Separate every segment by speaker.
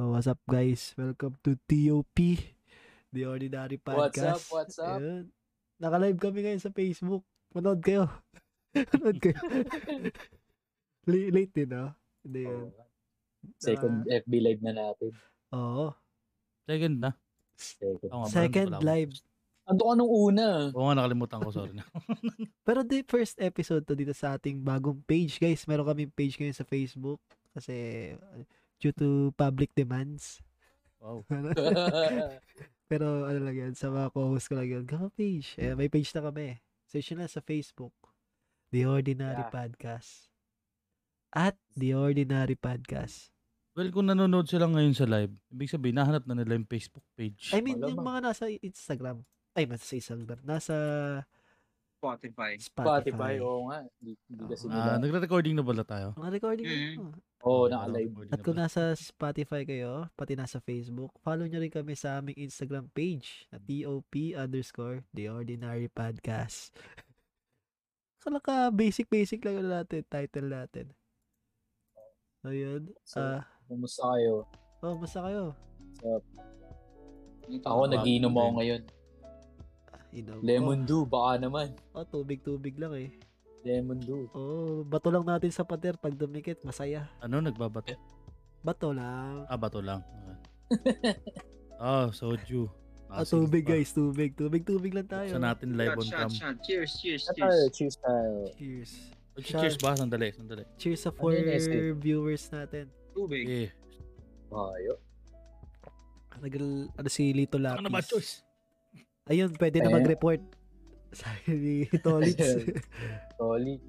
Speaker 1: What's up guys? Welcome to TOP, The Ordinary
Speaker 2: What's up?
Speaker 1: Podcast.
Speaker 2: What's up?
Speaker 1: Ayun. Naka-live kami ngayon sa Facebook. Manood kayo. Manood kayo. Li- late din, ah. Hindi yun.
Speaker 2: Oo. Second FB live na natin.
Speaker 1: Oo.
Speaker 3: Second na.
Speaker 2: Second.
Speaker 3: Oo nga, parang
Speaker 1: Second
Speaker 3: wala ko.
Speaker 1: live.
Speaker 2: Anto ka nung una.
Speaker 3: Oo nga, nakalimutan ko. Sorry na.
Speaker 1: Pero the first episode to dito sa ating bagong page, guys. Meron kami page ngayon sa Facebook kasi uh, due to public demands.
Speaker 3: Wow.
Speaker 1: Pero ano lang yan, sa mga co-host ko lang yan, gawa page. Eh, may page na kami. Search nyo lang sa Facebook. The Ordinary
Speaker 2: Yeah.
Speaker 1: Podcast. At The Ordinary Podcast.
Speaker 3: Well, kung nanonood sila ngayon sa live, ibig sabihin, nahanap na nila yung Facebook page.
Speaker 1: I mean,
Speaker 2: Malamang.
Speaker 1: yung mga nasa Instagram. Ay, mas sa Instagram. Nasa
Speaker 4: Spotify.
Speaker 1: Spotify.
Speaker 2: Spotify, oo nga. Hindi, hindi kasi
Speaker 3: Ah,
Speaker 2: nila.
Speaker 3: nagre-recording na pala tayo?
Speaker 1: Mga recording
Speaker 4: Mm.
Speaker 1: nyo.
Speaker 2: Oo, oh,
Speaker 3: Okay,
Speaker 2: naka-live.
Speaker 3: nagre-recording
Speaker 1: At kung
Speaker 3: na pala.
Speaker 1: nasa Spotify kayo, pati nasa Facebook, follow nyo rin kami sa aming Instagram page na TOP underscore The Ordinary Podcast. Kala ka, basic-basic lang ano natin, title natin. So yun,
Speaker 2: So,
Speaker 1: ah,
Speaker 2: Kumusta kayo?
Speaker 1: oh, basta kayo.
Speaker 2: Ako,
Speaker 3: Ah,
Speaker 2: nagiinom ako
Speaker 3: okay.
Speaker 2: ngayon.
Speaker 1: You know,
Speaker 2: Lemon Dew, baka naman.
Speaker 1: Oh, tubig-tubig lang eh.
Speaker 2: Lemon Dew.
Speaker 1: Oh, bato lang natin sa pader pag dumikit, masaya.
Speaker 3: Ano, nagbabato?
Speaker 1: Bato lang.
Speaker 3: Ah, bato lang. Okay. Ah, soju.
Speaker 1: Ah,
Speaker 3: Nakasigit
Speaker 1: tubig
Speaker 3: pa.
Speaker 1: guys, tubig. Tubig-tubig lang tayo.
Speaker 3: Buksan natin live
Speaker 4: Shot,
Speaker 3: on
Speaker 4: shot,
Speaker 3: cam.
Speaker 4: shot. Cheers, cheers,
Speaker 2: Tayo,
Speaker 4: cheers.
Speaker 2: cheers tayo.
Speaker 1: Cheers.
Speaker 3: Oh, Cheers ba? Sandali, sandali.
Speaker 1: Cheers sa
Speaker 2: Ano
Speaker 1: four
Speaker 2: yun, Nestle?
Speaker 1: viewers natin.
Speaker 4: Tubig.
Speaker 3: Eh,
Speaker 2: Ayo.
Speaker 1: Nag- ano si Lito Lapis.
Speaker 3: ano ba, Choice?
Speaker 1: Ayun, pwede na
Speaker 2: Ayan.
Speaker 1: mag-report. Sabi ni Tolitz.
Speaker 2: Solid.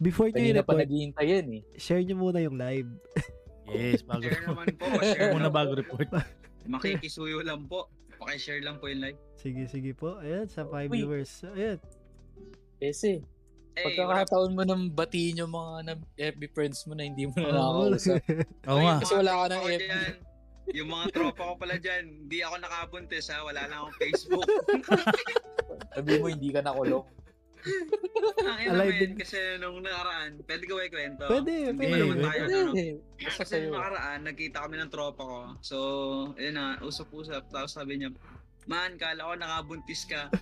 Speaker 1: Before nyo
Speaker 2: Kanina pa
Speaker 1: i-report,
Speaker 2: naghihintay yan eh.
Speaker 1: share nyo muna yung live.
Speaker 3: Yes, bago.
Speaker 4: Share naman po. Share
Speaker 3: Muna
Speaker 4: naman.
Speaker 3: bago report.
Speaker 4: Makikisuyo lang po. Pakishare lang po yung live.
Speaker 1: Sige, sige po. Ayan, sa 5
Speaker 2: Uy.
Speaker 1: viewers. Ayan.
Speaker 2: Kasi,
Speaker 4: Hey, what up?
Speaker 2: pagkakataon mo nang batiin yung mga na- FB friends mo na hindi mo na
Speaker 1: Oo.
Speaker 2: nakakausap.
Speaker 3: Oo nga.
Speaker 2: Kasi wala ka ng
Speaker 4: Ako
Speaker 2: FB.
Speaker 4: dyan, Yung mga tropa ko pala dyan, hindi ako nakabuntis ha, wala lang akong Facebook.
Speaker 2: Sabi mo, hindi ka nakulong.
Speaker 4: Ang ina
Speaker 1: Alive
Speaker 4: men,
Speaker 1: din.
Speaker 4: kasi nung nakaraan, pwede ko ay kwento.
Speaker 1: Pwede,
Speaker 4: Hindi
Speaker 1: pwede.
Speaker 4: pa naman
Speaker 3: Pwede,
Speaker 4: tayo, ano.
Speaker 2: Hindi. Basta
Speaker 4: Kasi
Speaker 2: sa'yo.
Speaker 4: nung nakaraan, nagkita kami ng tropa ko. So, yun na, usap-usap. Tapos sabi niya, Man, kala ko nakabuntis ka.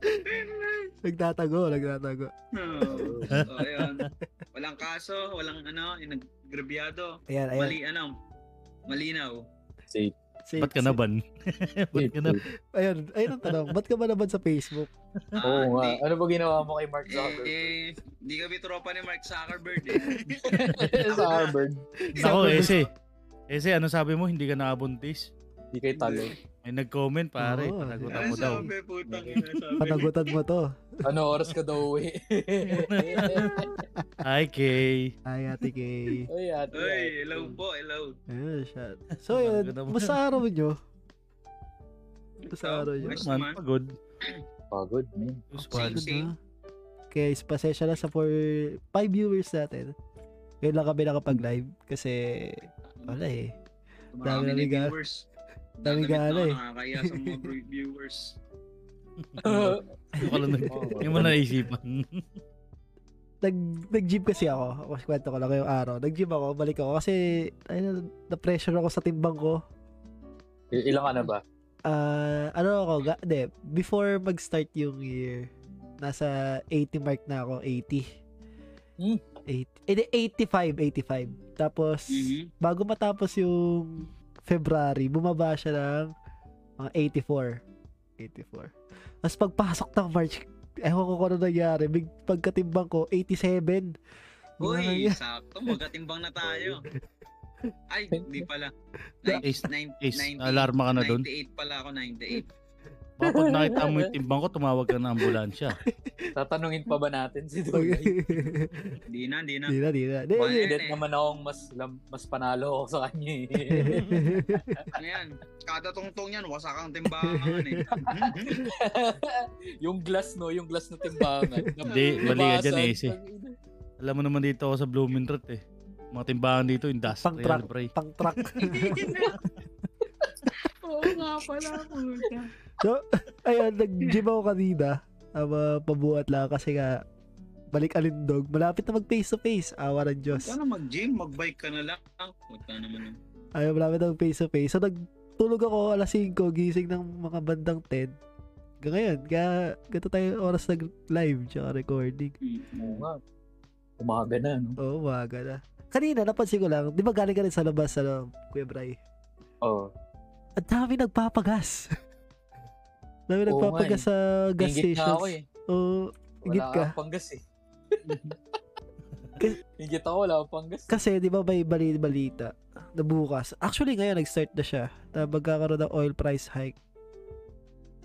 Speaker 1: Nagtatago, nagtatago.
Speaker 4: Oh, so, ayun. Walang kaso, walang ano, yung naggrabyado.
Speaker 1: Ayan, ayan.
Speaker 4: Mali, ano, malinaw.
Speaker 2: Safe.
Speaker 1: Safe,
Speaker 3: Ba't ka naban? Ba't ka na?
Speaker 1: safe. Ayan, ayan ang tanong. Ba't ka ba naman sa Facebook?
Speaker 4: Ah,
Speaker 2: Oo nga.
Speaker 4: hindi-
Speaker 2: Ano ba ginawa mo kay Mark Zuckerberg?
Speaker 4: Eh, eh, hindi kami tropa ni Mark Zuckerberg eh.
Speaker 2: Zuckerberg.
Speaker 3: Ako, Ese. Ese, ano sabi mo? Hindi ka nakabuntis?
Speaker 2: Hindi kay talo.
Speaker 3: May nag-comment, pare.
Speaker 1: Oo,
Speaker 3: Panagutan
Speaker 4: Ano
Speaker 3: mo daw.
Speaker 4: sabi, putang ina, sabi.
Speaker 1: Panagutan mo to.
Speaker 2: Ano oras ka daw uwi?
Speaker 3: Ay, Kay.
Speaker 1: Ay, ate Kay.
Speaker 2: Uy, ate.
Speaker 4: Uy, hello po, hello.
Speaker 1: Ayan, shot. So, yun.
Speaker 3: Panagutan mo.
Speaker 1: Basta araw nyo. Basta araw nyo.
Speaker 4: Next
Speaker 3: Man,
Speaker 4: month.
Speaker 3: pagod.
Speaker 2: Pagod, man.
Speaker 3: Uspad.
Speaker 1: Ano na?
Speaker 4: Same.
Speaker 1: Kaya is pasensya na sa for 5 viewers natin. Ngayon lang kami nakapag-live kasi wala eh. Dami
Speaker 4: Marami na
Speaker 1: namin
Speaker 3: ano.
Speaker 1: ga-
Speaker 4: viewers.
Speaker 1: dami
Speaker 4: Dadamit na
Speaker 1: gala
Speaker 4: ako,
Speaker 1: eh.
Speaker 4: Nakakaya sa mga viewers.
Speaker 3: Yung pala nag...
Speaker 2: Oo.
Speaker 3: Yung mo naisipan.
Speaker 1: Nag, nag-gym kasi ako. Kasi Kwento ko lang yung araw. Nag-gym ako, balik ako kasi ayun, na-pressure ako sa timbang ko.
Speaker 2: Il- Ilan ka na ba?
Speaker 1: Ah, ano ako, ga, de, before mag-start yung year, nasa 80 mark na ako, 80.
Speaker 2: Hmm.
Speaker 1: 80, eh, di, 85, 85. Tapos,
Speaker 2: Mm-hmm.
Speaker 4: Mhm.
Speaker 1: bago matapos yung February, bumaba siya ng mga 84. 84. Tapos pagpasok ng March, ewan ko kung ano nangyari. Big, pagkatimbang ko, ano 87.
Speaker 4: Uy,
Speaker 1: Ay,
Speaker 4: sakto. Magkatimbang na tayo. Ay, hindi pala.
Speaker 3: Ace,
Speaker 4: Nine-
Speaker 3: Ace,
Speaker 4: 98
Speaker 3: alarma ka na doon.
Speaker 4: 98 pala ako, 98.
Speaker 3: Baka pag nakita mo yung timbang ko, tumawag ka ng ambulansya.
Speaker 2: Tatanungin pa ba natin si
Speaker 1: Okay.
Speaker 2: Dulay?
Speaker 4: Di na, di na.
Speaker 1: di na, di na. Di, di.
Speaker 4: Wala yan
Speaker 2: Hindi
Speaker 4: eh.
Speaker 2: naman akong mas lam- mas panalo ako sa kanya eh.
Speaker 4: Ayan, Ano kada tungtong yan, wasak ang timbangan eh.
Speaker 2: yung glass no, yung glass na timbangan.
Speaker 3: Hindi, mali ka dyan, eh, Ese. Alam mo naman dito ako sa Bloomingtrot eh. Mga timbangan dito, industrial,
Speaker 1: Pang-truck.
Speaker 3: pre.
Speaker 1: Pang truck.
Speaker 4: Oo nga pala, puta.
Speaker 1: Ayun, nag-gym ako kanina. Ama, pabuhat lang kasi nga balik alindog, malapit na mag face to face. Awa ng Diyos.
Speaker 4: Sana mag-gym, mag-bike ka na lang. Puta naman. yun.
Speaker 1: Ayaw malapit na mag face to face. So nagtulog ako alas 5, gising ng mga bandang 10. Hanggang ngayon, kaya ganito tayo oras nag live tsaka recording.
Speaker 2: Oo nga. Umaga na, no?
Speaker 1: Oo, umaga na. Kanina, napansin ko lang, di ba galing ka rin sa labas, ano, Kuya Bray?
Speaker 2: Oo.
Speaker 1: Ang dami nagpapagas. Ang dami
Speaker 2: Oo nga
Speaker 1: nagpapagas
Speaker 2: eh.
Speaker 1: sa gas
Speaker 2: Ingit
Speaker 1: stations.
Speaker 2: na ako eh.
Speaker 1: Oo, ingit
Speaker 2: Wala
Speaker 1: ka.
Speaker 2: akong panggas eh.
Speaker 1: Kasi-
Speaker 2: Ingit ako, wala akong panggas.
Speaker 1: Kasi, di ba may bali- balita na bukas. Actually, ngayon, nag-start na siya na magkakaroon ng oil price hike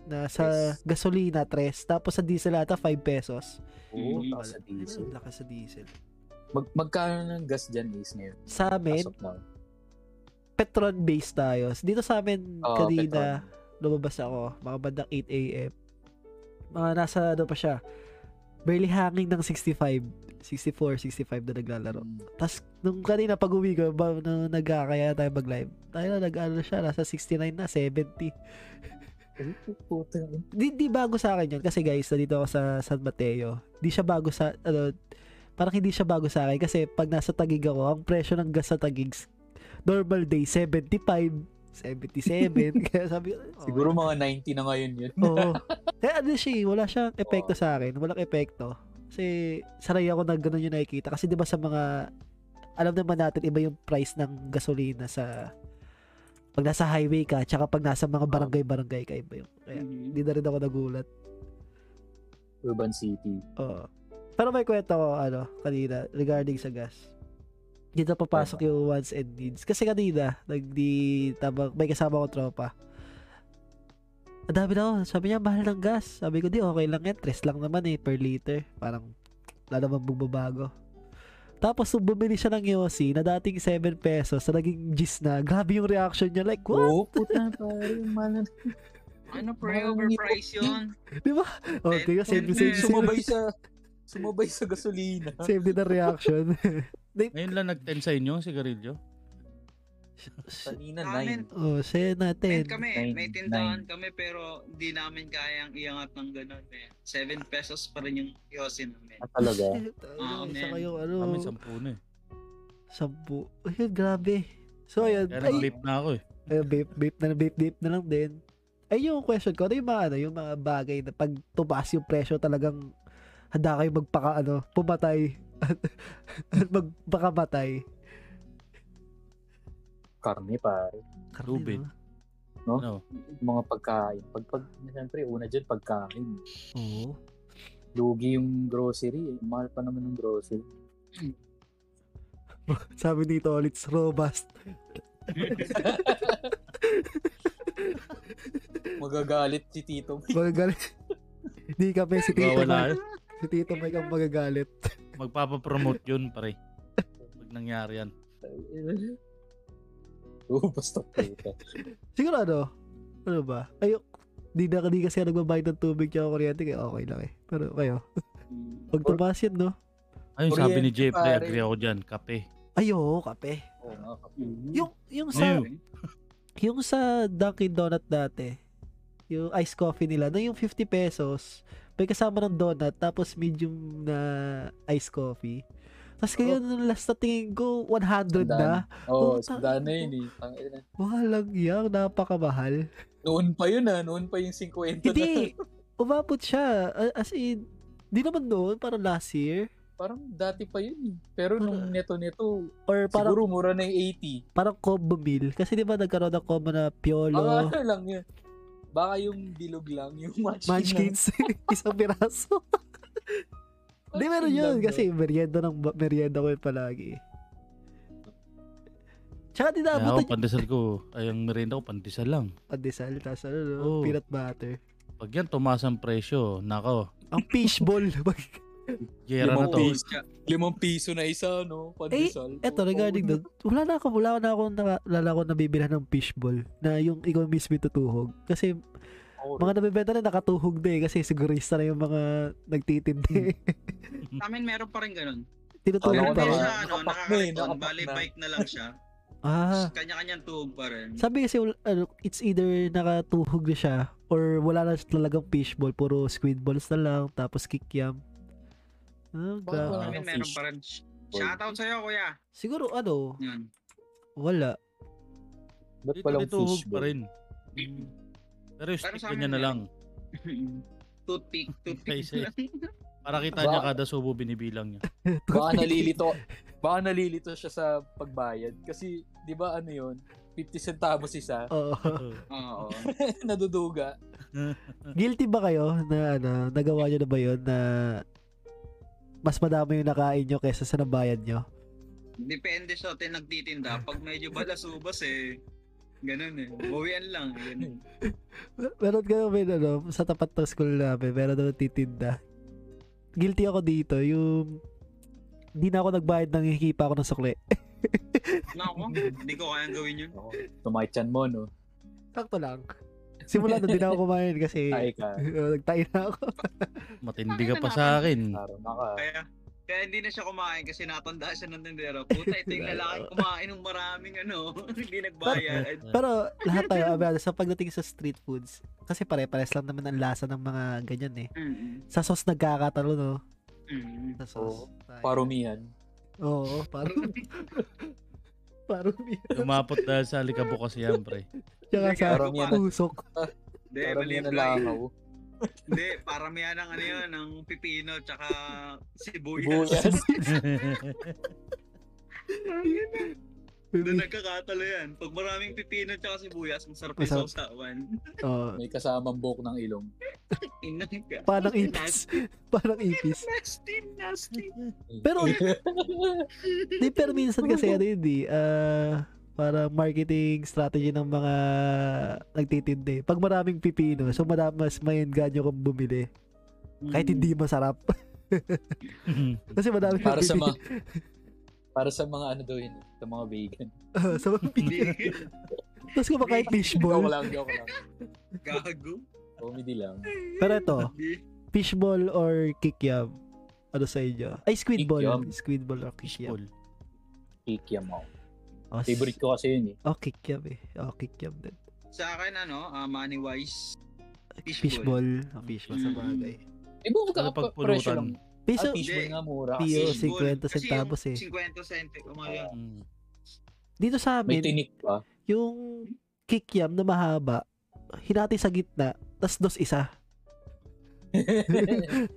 Speaker 1: na sa
Speaker 2: Tres.
Speaker 1: gasolina 3 tapos sa diesel ata 5 pesos.
Speaker 2: Oo,
Speaker 4: Mm.
Speaker 2: taas sa diesel.
Speaker 1: Ang lakas sa diesel.
Speaker 2: Mag magkano ng gas dyan is ngayon?
Speaker 1: Sa amin,
Speaker 2: Pasok na.
Speaker 1: Petron based tayo. Dito sa amin
Speaker 2: Oo,
Speaker 1: kanina, lumabas ako, mga bandang 8 a.m. Mga nasa ano pa siya, barely hanging ng 65, 64, 65 na
Speaker 2: petrol.
Speaker 1: naglalaro.
Speaker 2: Mm.
Speaker 1: Tapos, nung kanina pag uwi ko, ba, nung nagkakaya tayo mag-live, tayo na nag-ano siya, nasa 69 na, 70.
Speaker 2: Ay, puta.
Speaker 1: Di, di bago sa akin yun, kasi guys, nandito ako sa San Mateo. Di siya bago sa, ano, parang hindi siya bago sa akin kasi pag nasa Tagig ako, ang presyo ng gas sa Tagig, normal day, 75, 77. Kaya sabi ko, oh,
Speaker 2: Siguro mga 90 na ngayon yun.
Speaker 1: Oo. Kaya ano siya, eh, wala siyang epekto sa akin. Walang epekto. Kasi saray ako na ganun yung nakikita. Kasi di ba sa mga, alam naman natin, iba yung price ng gasolina sa, pag nasa highway ka, tsaka pag nasa mga barangay-barangay ka, iba yung. Kaya,
Speaker 4: Mhm.
Speaker 1: hindi na rin ako nagulat.
Speaker 2: Urban City.
Speaker 1: Oo. Pero may kwento ko, ano, kanina, regarding sa gas. Dito papasok yung wants and needs. Kasi kanina, nagdi, tabang, may kasama ko tropa. Ang dami daw. Sabi niya, mahal ng gas. Sabi ko, di, okay lang yan. Tres lang naman eh, per liter. Parang, wala naman bumbabago. Tapos, nung bumili siya ng Yossi, na dating 7 pesos, na naging gis na, grabe yung reaction niya. Like, what?
Speaker 2: Oo, puta pare. Man,
Speaker 4: Ano pre,
Speaker 2: Parang
Speaker 4: overpriced
Speaker 2: hindi-
Speaker 4: yun.
Speaker 1: Okay, save, save,
Speaker 2: sumabay
Speaker 1: save,
Speaker 2: sa sumabay sa gasolina.
Speaker 1: save din ang reaction.
Speaker 3: Ngayon lang nag-10 sa inyo, sigarilyo.
Speaker 2: Kanina 9.
Speaker 4: Ramen.
Speaker 1: oh, share
Speaker 4: Ten
Speaker 1: natin.
Speaker 4: kami,
Speaker 2: Nine,
Speaker 4: may tindahan kami pero hindi namin kayang iangat ng ganun eh. 7 pesos pa rin yung yosin namin.
Speaker 2: Ah, talaga.
Speaker 1: Shit, ayun, isa
Speaker 4: man.
Speaker 1: kayo, ano,
Speaker 3: Kami 10 na eh.
Speaker 1: sampu. Ayun, grabe. So, ayun.
Speaker 3: Kaya
Speaker 1: Ay,
Speaker 3: nag-vape na ako eh.
Speaker 1: ayun, vape, vape na, vape, vape na lang din. Ay, yung question ko, ano yung mga, ano, yung mga bagay na pag tumaas yung presyo talagang handa kayo magpaka, ano, pumatay at, at magpakamatay.
Speaker 2: Karne pare.
Speaker 1: Karne,
Speaker 3: Tubig.
Speaker 1: no?
Speaker 3: No.
Speaker 2: Mga pagkain. Pag, pag, siyempre, una dyan, pagkain.
Speaker 1: Oo.
Speaker 2: Lugi yung grocery. eh. Mahal pa naman yung grocery.
Speaker 1: Sabi ni Tolitz, robust.
Speaker 2: Magagalit si Tito.
Speaker 1: Magagalit. Hindi kami si Tito
Speaker 3: Wala
Speaker 1: Mike. Si Tito Mike ang magagalit.
Speaker 3: Magpapapromote yun, pare. Pag nangyari yan.
Speaker 2: Oo, basta puta.
Speaker 1: Siguro ano, ano ba? Ayok, di na di kasi nagbabayad ng tubig tsaka kuryente kaya okay lang eh. Pero kayo, pag tumaas yan, no?
Speaker 3: Ayun, sabi ni
Speaker 2: Kuryente,
Speaker 3: Jeffrey,
Speaker 2: pare.
Speaker 3: agree ako dyan, kape.
Speaker 1: Ay, oo, kape.
Speaker 2: Oo nga, kape.
Speaker 4: Mm-hmm.
Speaker 1: Yung, yung sa,
Speaker 3: Ayun.
Speaker 1: yung sa Dunkin' Donut dati, yung iced coffee nila, na yung 50 pesos, may kasama ng donut, tapos medium na iced coffee. Tapos kayo, nung last na tingin ko, 100 na.
Speaker 2: Oo, oh,
Speaker 1: Puta.
Speaker 2: na yun eh. Ang ina.
Speaker 1: Walang yang, napakamahal.
Speaker 2: Noon pa yun ah. Noon pa yung 50 na.
Speaker 1: Hindi, umabot siya. A- As in, di naman noon, parang last year.
Speaker 2: Parang dati pa yun eh. Pero nung neto-neto,
Speaker 1: Or parang
Speaker 2: siguro mura na yung 80.
Speaker 1: parang combo meal. Kasi di ba nagkaroon ng combo na Piolo,
Speaker 2: Baka ano lang yun. Baka yung bilog lang, yung munchkin. lang.
Speaker 1: Munchkins, isang piraso. Di meron
Speaker 2: Munchkin
Speaker 1: yun
Speaker 2: lang
Speaker 1: kasi merienda ng merienda ko yun palagi. Tsaka di
Speaker 3: Kaya ako,
Speaker 1: naabutan yung
Speaker 3: pandesal ko. Ay, ang merienda ko, pandesal lang.
Speaker 1: pandesal, tapos ano, no,
Speaker 3: Oo.
Speaker 1: peanut butter.
Speaker 3: Pag yan, tumaas ang presyo. Nako,
Speaker 1: Ang fishball.
Speaker 3: gera na
Speaker 2: Limang
Speaker 3: to.
Speaker 2: piso. Limang piso na isa, no? Pandesal.
Speaker 1: Eh, Eto,
Speaker 2: Oo,
Speaker 1: regarding
Speaker 2: oo.
Speaker 1: doon, wala na ako, wala na ako, wala na ako nabibila ng fishball na yung ikaw mismo yung tutuhog. Kasi
Speaker 2: Oo,
Speaker 1: mga nabibenta na nakatuhog na eh, kasi sigurista na yung mga nagtitindi.
Speaker 4: Sa amin meron pa rin ganun.
Speaker 1: Ano Tinutulog
Speaker 2: Ayoko
Speaker 4: Pero
Speaker 1: pa rin.
Speaker 2: na nga. Nakapak
Speaker 4: siya ano,
Speaker 2: na eh,
Speaker 4: nakakariton.
Speaker 2: nakapak
Speaker 4: Bali,
Speaker 2: na.
Speaker 4: bike na lang siya.
Speaker 1: Ah.
Speaker 4: Kanya-kanyang tuhog pa rin.
Speaker 1: Sabi kasi, wal- ano, it's either nakatuhog na siya or wala na talagang fishball, puro squid balls na lang, tapos kikiam. Ah,
Speaker 2: Bakit
Speaker 1: grabe.
Speaker 2: wala?
Speaker 4: I mean, meron
Speaker 2: Fish.
Speaker 4: pa rin. Shoutout sa'yo, kuya.
Speaker 1: Siguro ano,
Speaker 4: Yun.
Speaker 1: wala.
Speaker 5: Ba't
Speaker 3: Dito,
Speaker 5: walang
Speaker 3: dito, hug
Speaker 5: fish
Speaker 3: pa
Speaker 5: ball?
Speaker 3: rin. Pero yung
Speaker 4: Pero
Speaker 3: stick
Speaker 4: sa
Speaker 3: ganyan
Speaker 4: amin
Speaker 3: na lang.
Speaker 4: toothpick, toothpick.
Speaker 3: Isa- Para kita
Speaker 5: Ba-
Speaker 3: niya kada subo binibilang niya.
Speaker 2: Baka nalilito, baka nalilito siya sa pagbayad. Kasi, di ba ano yun, 50 centavos isa,
Speaker 1: Oo.
Speaker 3: Oh,
Speaker 4: Oo.
Speaker 2: naduduga.
Speaker 1: Guilty ba kayo na ano, nagawa nyo na ba yun na mas madami yung nakain nyo kaysa sa nabayad nyo?
Speaker 4: Depende sa atin nagtitinda. Pag medyo balasubas eh. Ganun eh. Bawian lang. Ganun.
Speaker 1: Mer- Meron kayo may ano, sa tapat ng school namin, meron daw titinda. Guilty ako dito, yung hindi na ako nagbayad ng hikipa ako ng sukle.
Speaker 4: Nako, hindi ko kayang gawin yun.
Speaker 2: Ako, Tumaityan mo, no?
Speaker 1: Sakto lang. Simula na din ako kumain kasi
Speaker 2: Ay ka.
Speaker 1: nagtayo na ako.
Speaker 3: Matindi ka pa sa akin.
Speaker 2: Araw na ka.
Speaker 4: Kaya, kaya hindi na siya kumain kasi natanda siya ng tindera. Puta, ito yung lalaki kumain ng maraming ano. hindi nagbayad. Ay,
Speaker 1: Pero lahat tayo, abala, sa pagdating sa street foods, kasi pare-pares lang naman ang lasa ng mga ganyan eh.
Speaker 4: mm,
Speaker 1: Sa sauce nagkakatalo, no?
Speaker 4: mm.
Speaker 1: Sa sauce. Tayo.
Speaker 2: Parumihan.
Speaker 1: Oo, parang, parang
Speaker 3: Lumapot dahil sa alikabok kasi yan, pre.
Speaker 1: Tsaka sa
Speaker 4: Parang
Speaker 2: yan.
Speaker 1: usok.
Speaker 4: Hindi, Eh,
Speaker 2: Parumihan
Speaker 4: mali yung
Speaker 2: na
Speaker 4: plan.
Speaker 2: lang ako.
Speaker 4: Hindi, paramihan ng ano yun, ng pipino, tsaka sibuyas.
Speaker 2: Buyas.
Speaker 4: Doon nagkakatalo yan. Pag maraming pipino, tsaka sibuyas, masarap yung
Speaker 1: Masarap.
Speaker 4: sausawan.
Speaker 1: Oo.
Speaker 2: May kasamang buhok ng ilong.
Speaker 4: Inang ka.
Speaker 1: Parang ipis. parang ipis.
Speaker 4: Nasty, nasty.
Speaker 1: Pero- Di, pero minsan kasi ano yun eh, ah, para marketing strategy ng mga nagtitindi. Pag maraming pipino, so madam- mas may ganyo kung bumili. Kahit
Speaker 2: Mm.
Speaker 1: hindi masarap. kasi madami
Speaker 2: para sa mga para sa mga ano daw yun, sa mga vegan.
Speaker 1: sa mga pipino. Tapos kumakain
Speaker 2: Joke
Speaker 1: fishball.
Speaker 2: lang, joke lang.
Speaker 4: Gago.
Speaker 2: Comedy lang.
Speaker 1: Pero ito,
Speaker 4: Di.
Speaker 1: fishball or kikiam? Ano sa inyo? Ay, squid ball.
Speaker 2: Kikiam.
Speaker 1: Squid ball or kikiam.
Speaker 3: Cool.
Speaker 2: Kikiam ako.
Speaker 1: Oh, s-
Speaker 2: Favorite ko kasi yun eh.
Speaker 1: Oh, kikiam eh. Oh, kikiam din.
Speaker 4: Sa akin, ano, ah, money wise, fishball.
Speaker 1: Fishball. Oh, fishball sa
Speaker 4: Mm.
Speaker 1: bagay.
Speaker 2: Eh, buong
Speaker 3: Ano
Speaker 2: ka presyo lang.
Speaker 3: pagpulutan?
Speaker 1: Piso,
Speaker 2: Ah, fishball nga mura
Speaker 1: Pio,
Speaker 2: kasi.
Speaker 1: si- 50
Speaker 4: Kasi oh
Speaker 1: centavos eh.
Speaker 4: yung 50 centavos. Umaya.
Speaker 3: Mm.
Speaker 1: dito sa
Speaker 2: May
Speaker 1: amin,
Speaker 2: tinik pa.
Speaker 1: yung kikiam na mahaba, hinati sa gitna, tas dos isa.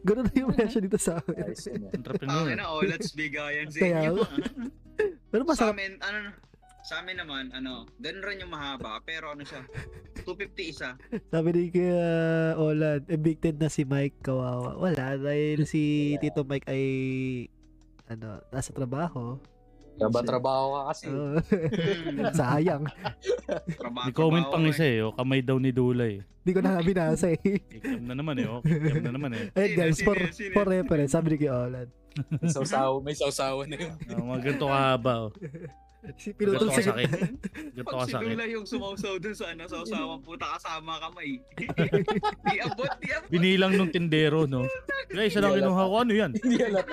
Speaker 1: Ganun na yung
Speaker 4: Mhm.
Speaker 1: presyo dito sa amin.
Speaker 2: Ayos yun eh.
Speaker 4: Ang
Speaker 3: Entrepreneur.
Speaker 4: ina, oh, let's bigayan sa
Speaker 1: Ano Kaya,
Speaker 4: inyo.
Speaker 1: Pero
Speaker 4: ano. sa
Speaker 1: masarap.
Speaker 4: amin, ano, sa amin naman, ano, ganun rin yung mahaba, pero ano siya, 250 isa.
Speaker 1: Sabi ni Kuya Olan, evicted na si Mike Kawawa. Wala, dahil si Tito Mike ay ano, nasa trabaho.
Speaker 2: Kaba trabaho ka kasi.
Speaker 1: Oo.
Speaker 4: Mm,
Speaker 1: sayang.
Speaker 4: trabaho,
Speaker 3: May comment
Speaker 4: trabaho
Speaker 3: pang
Speaker 4: eh.
Speaker 3: isa eh. oh. Kamay daw ni Dulay.
Speaker 1: Hindi ko na nga binasa eh.
Speaker 3: Kikiam na naman eh. Oh. Kikiam na naman eh.
Speaker 1: Ayun
Speaker 4: Sino,
Speaker 1: guys,
Speaker 4: sino,
Speaker 1: for,
Speaker 4: sino?
Speaker 1: for reference, sabi ni Kuya Olan.
Speaker 2: May sausawa, may sausawa na yun.
Speaker 3: Oh, mga ganito kahaba. Oh.
Speaker 1: Si
Speaker 3: Ganito
Speaker 1: Pinutol
Speaker 3: ka
Speaker 1: sa gitna.
Speaker 3: sakit. Ganito
Speaker 4: Pag
Speaker 3: ka
Speaker 4: si
Speaker 3: sakit.
Speaker 4: Lula yung sumausaw dun sa ano, sa usawang puta kasama kamay. di abot, di abot.
Speaker 3: Binilang nung tindero, no? Guys, isa lang kinuha ko. Ano yan?
Speaker 2: Hindi alam.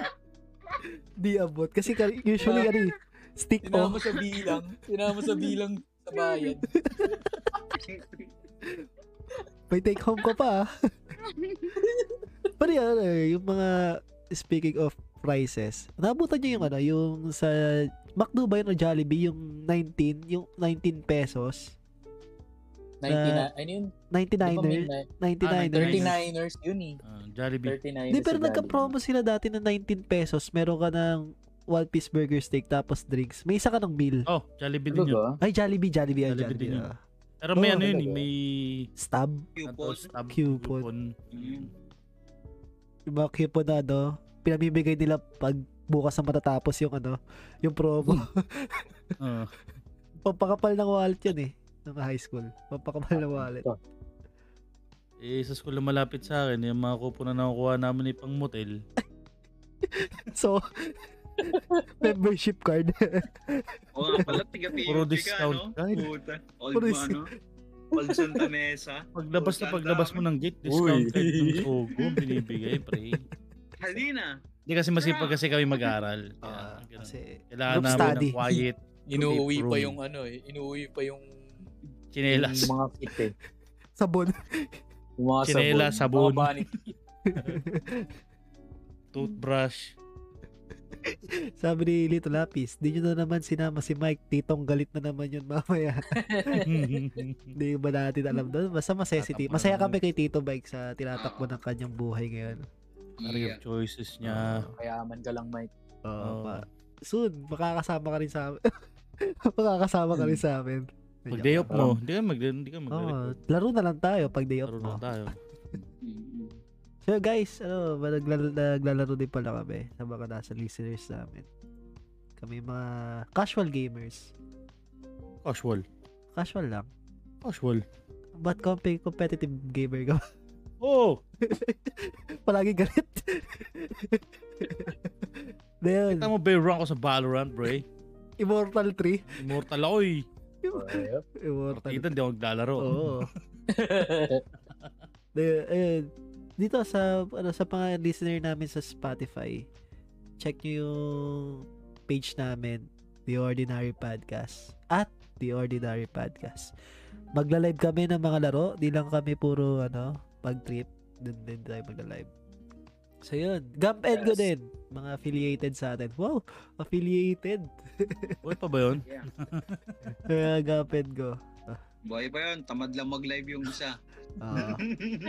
Speaker 1: Di abot. Kasi ka- usually, ano eh, stick off.
Speaker 2: Tinama sa bilang. Tinama sa bilang sa bayan.
Speaker 1: Ah. May take home ka pa. ah. Pero yan, ano, yung mga, speaking of prices, naabutan nyo yung ano, yung sa McDo ba yun o Jollibee, yung 19, yung 19 pesos,
Speaker 2: 99, ano yun? Di ba may
Speaker 1: 99er,
Speaker 2: ni-
Speaker 1: 99er.
Speaker 2: Ah,
Speaker 3: 39.
Speaker 2: 39ers yun eh.
Speaker 3: Ah, Jollibee.
Speaker 2: 39
Speaker 1: Di, pero nagka-promo sila dati ng 19 pesos, meron ka ng one piece burger steak tapos drinks. May isa ka ng meal.
Speaker 3: Oh, Jollibee din yun.
Speaker 2: Talaga?
Speaker 1: Ay, Jollibee, Jollibee, ay,
Speaker 3: Jollibee
Speaker 1: Jollibee.
Speaker 3: din yun.
Speaker 1: ah.
Speaker 3: Pero may
Speaker 2: Oo,
Speaker 3: ano yun eh.
Speaker 2: talaga.
Speaker 3: May...
Speaker 1: Stab.
Speaker 4: Cupon.
Speaker 3: Stab
Speaker 1: Coupon.
Speaker 3: coupon.
Speaker 4: Mm.
Speaker 1: Yung mga kuponado, pinamimigay nila pag bukas na matatapos yung ano, yung promo.
Speaker 3: Ah,
Speaker 1: Pampakapal ng wallet yun eh. Nung high school. Pampakapal ng wallet.
Speaker 3: eh, sa school na malapit sa akin, yung mga coupon na nakukuha namin ay pang motel.
Speaker 1: So, membership card.
Speaker 4: O nga pala, tiga
Speaker 3: Puro
Speaker 4: PUP ka,
Speaker 3: discount
Speaker 4: no?
Speaker 3: guide.
Speaker 4: Puta. Old
Speaker 1: Puro
Speaker 4: mo, ano? Old Santa Mesa.
Speaker 3: Paglabas na
Speaker 4: Puta, ang
Speaker 3: paglabas mo
Speaker 4: dami.
Speaker 3: ng gate, discounted
Speaker 2: Uy.
Speaker 3: ng sogo, binibigay, pre.
Speaker 4: Halina.
Speaker 3: Hindi kasi masipag kasi kami mag-aral. Kaya,
Speaker 1: Ah,
Speaker 3: ganun.
Speaker 1: kasi,
Speaker 3: Kailangan
Speaker 1: group
Speaker 3: namin
Speaker 1: study.
Speaker 3: ng quiet,
Speaker 2: Inuwi pa
Speaker 3: Room.
Speaker 2: yung ano eh. Inuwi pa yung...
Speaker 3: chinelas.
Speaker 1: Mm.
Speaker 2: Yung mga kit eh.
Speaker 1: sabon.
Speaker 2: Yung mga
Speaker 3: Chinelas, sabon.
Speaker 2: Mga banit.
Speaker 3: toothbrush.
Speaker 1: Sabi ni Little Lapis, di nyo na naman sinama si Mike. Titong galit na naman yun mamaya. Hmm. Hindi ba natin alam doon? Basta masaya si Tito.
Speaker 3: Tatakpan
Speaker 1: Masaya
Speaker 3: naman
Speaker 1: kami kay Tito Mike sa tinatakbo ng kanyang buhay ngayon.
Speaker 3: Career choices niya. Oh,
Speaker 2: Kayaman ka lang, Mike.
Speaker 1: Oo.
Speaker 3: Oo.
Speaker 1: pa- soon, makakasama ka rin sa amin. makakasama ka rin sa amin.
Speaker 3: Hmm. Pag day off mo, hindi ka mag hindi ka mag
Speaker 1: Oo, laro na lang tayo pag day off
Speaker 3: Laro
Speaker 1: mo.
Speaker 3: lang tayo.
Speaker 4: Mm-mm.
Speaker 1: So guys, ano, ba- naglal- naglalaro din pala kami sa mga nasa listeners namin. Kami mga casual gamers.
Speaker 3: Casual.
Speaker 1: Casual lang.
Speaker 3: Casual.
Speaker 1: But comp- competitive gamer ka.
Speaker 3: Oh!
Speaker 1: Palagi galit. Na yun,
Speaker 3: Kita mo ba yung rank ko sa Valorant, eh. bre?
Speaker 1: Immortal 3.
Speaker 3: Immortal ako eh.
Speaker 2: Oh,
Speaker 1: Immortal
Speaker 3: Partida, hindi ako maglalaro.
Speaker 1: Oo. De, ayun. Dito sa ano sa mga listener namin sa Spotify, check nyo yung page namin, The Ordinary Podcast at The Ordinary Podcast. Magla-live kami ng mga laro, di lang kami puro ano, pag-trip, dun din tayo magla-live. So yun, Gump and Go
Speaker 2: Yes.
Speaker 1: din, mga affiliated sa atin. Wow, affiliated.
Speaker 3: Buhay pa ba yun?
Speaker 4: Yeah.
Speaker 1: Kaya Gump and Go.
Speaker 4: Buhay pa yun. Tamad lang mag-live yung isa.
Speaker 1: Ah.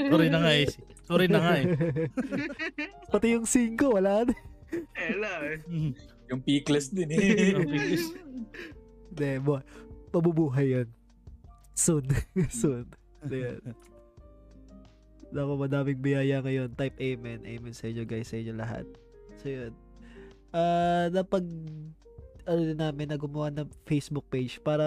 Speaker 3: Sorry na nga eh. Sorry na nga eh.
Speaker 1: Pati yung singko, wala na.
Speaker 4: Ela eh.
Speaker 2: Yung peakless din eh.
Speaker 1: Hindi, boy. Mabubuhay yun. Soon. Soon. Ayan. Naku, madaming biyaya ngayon. Type amen. Amen sa inyo guys, sa inyo lahat. So yun. Ah, napag ano din namin na gumawa ng Facebook page para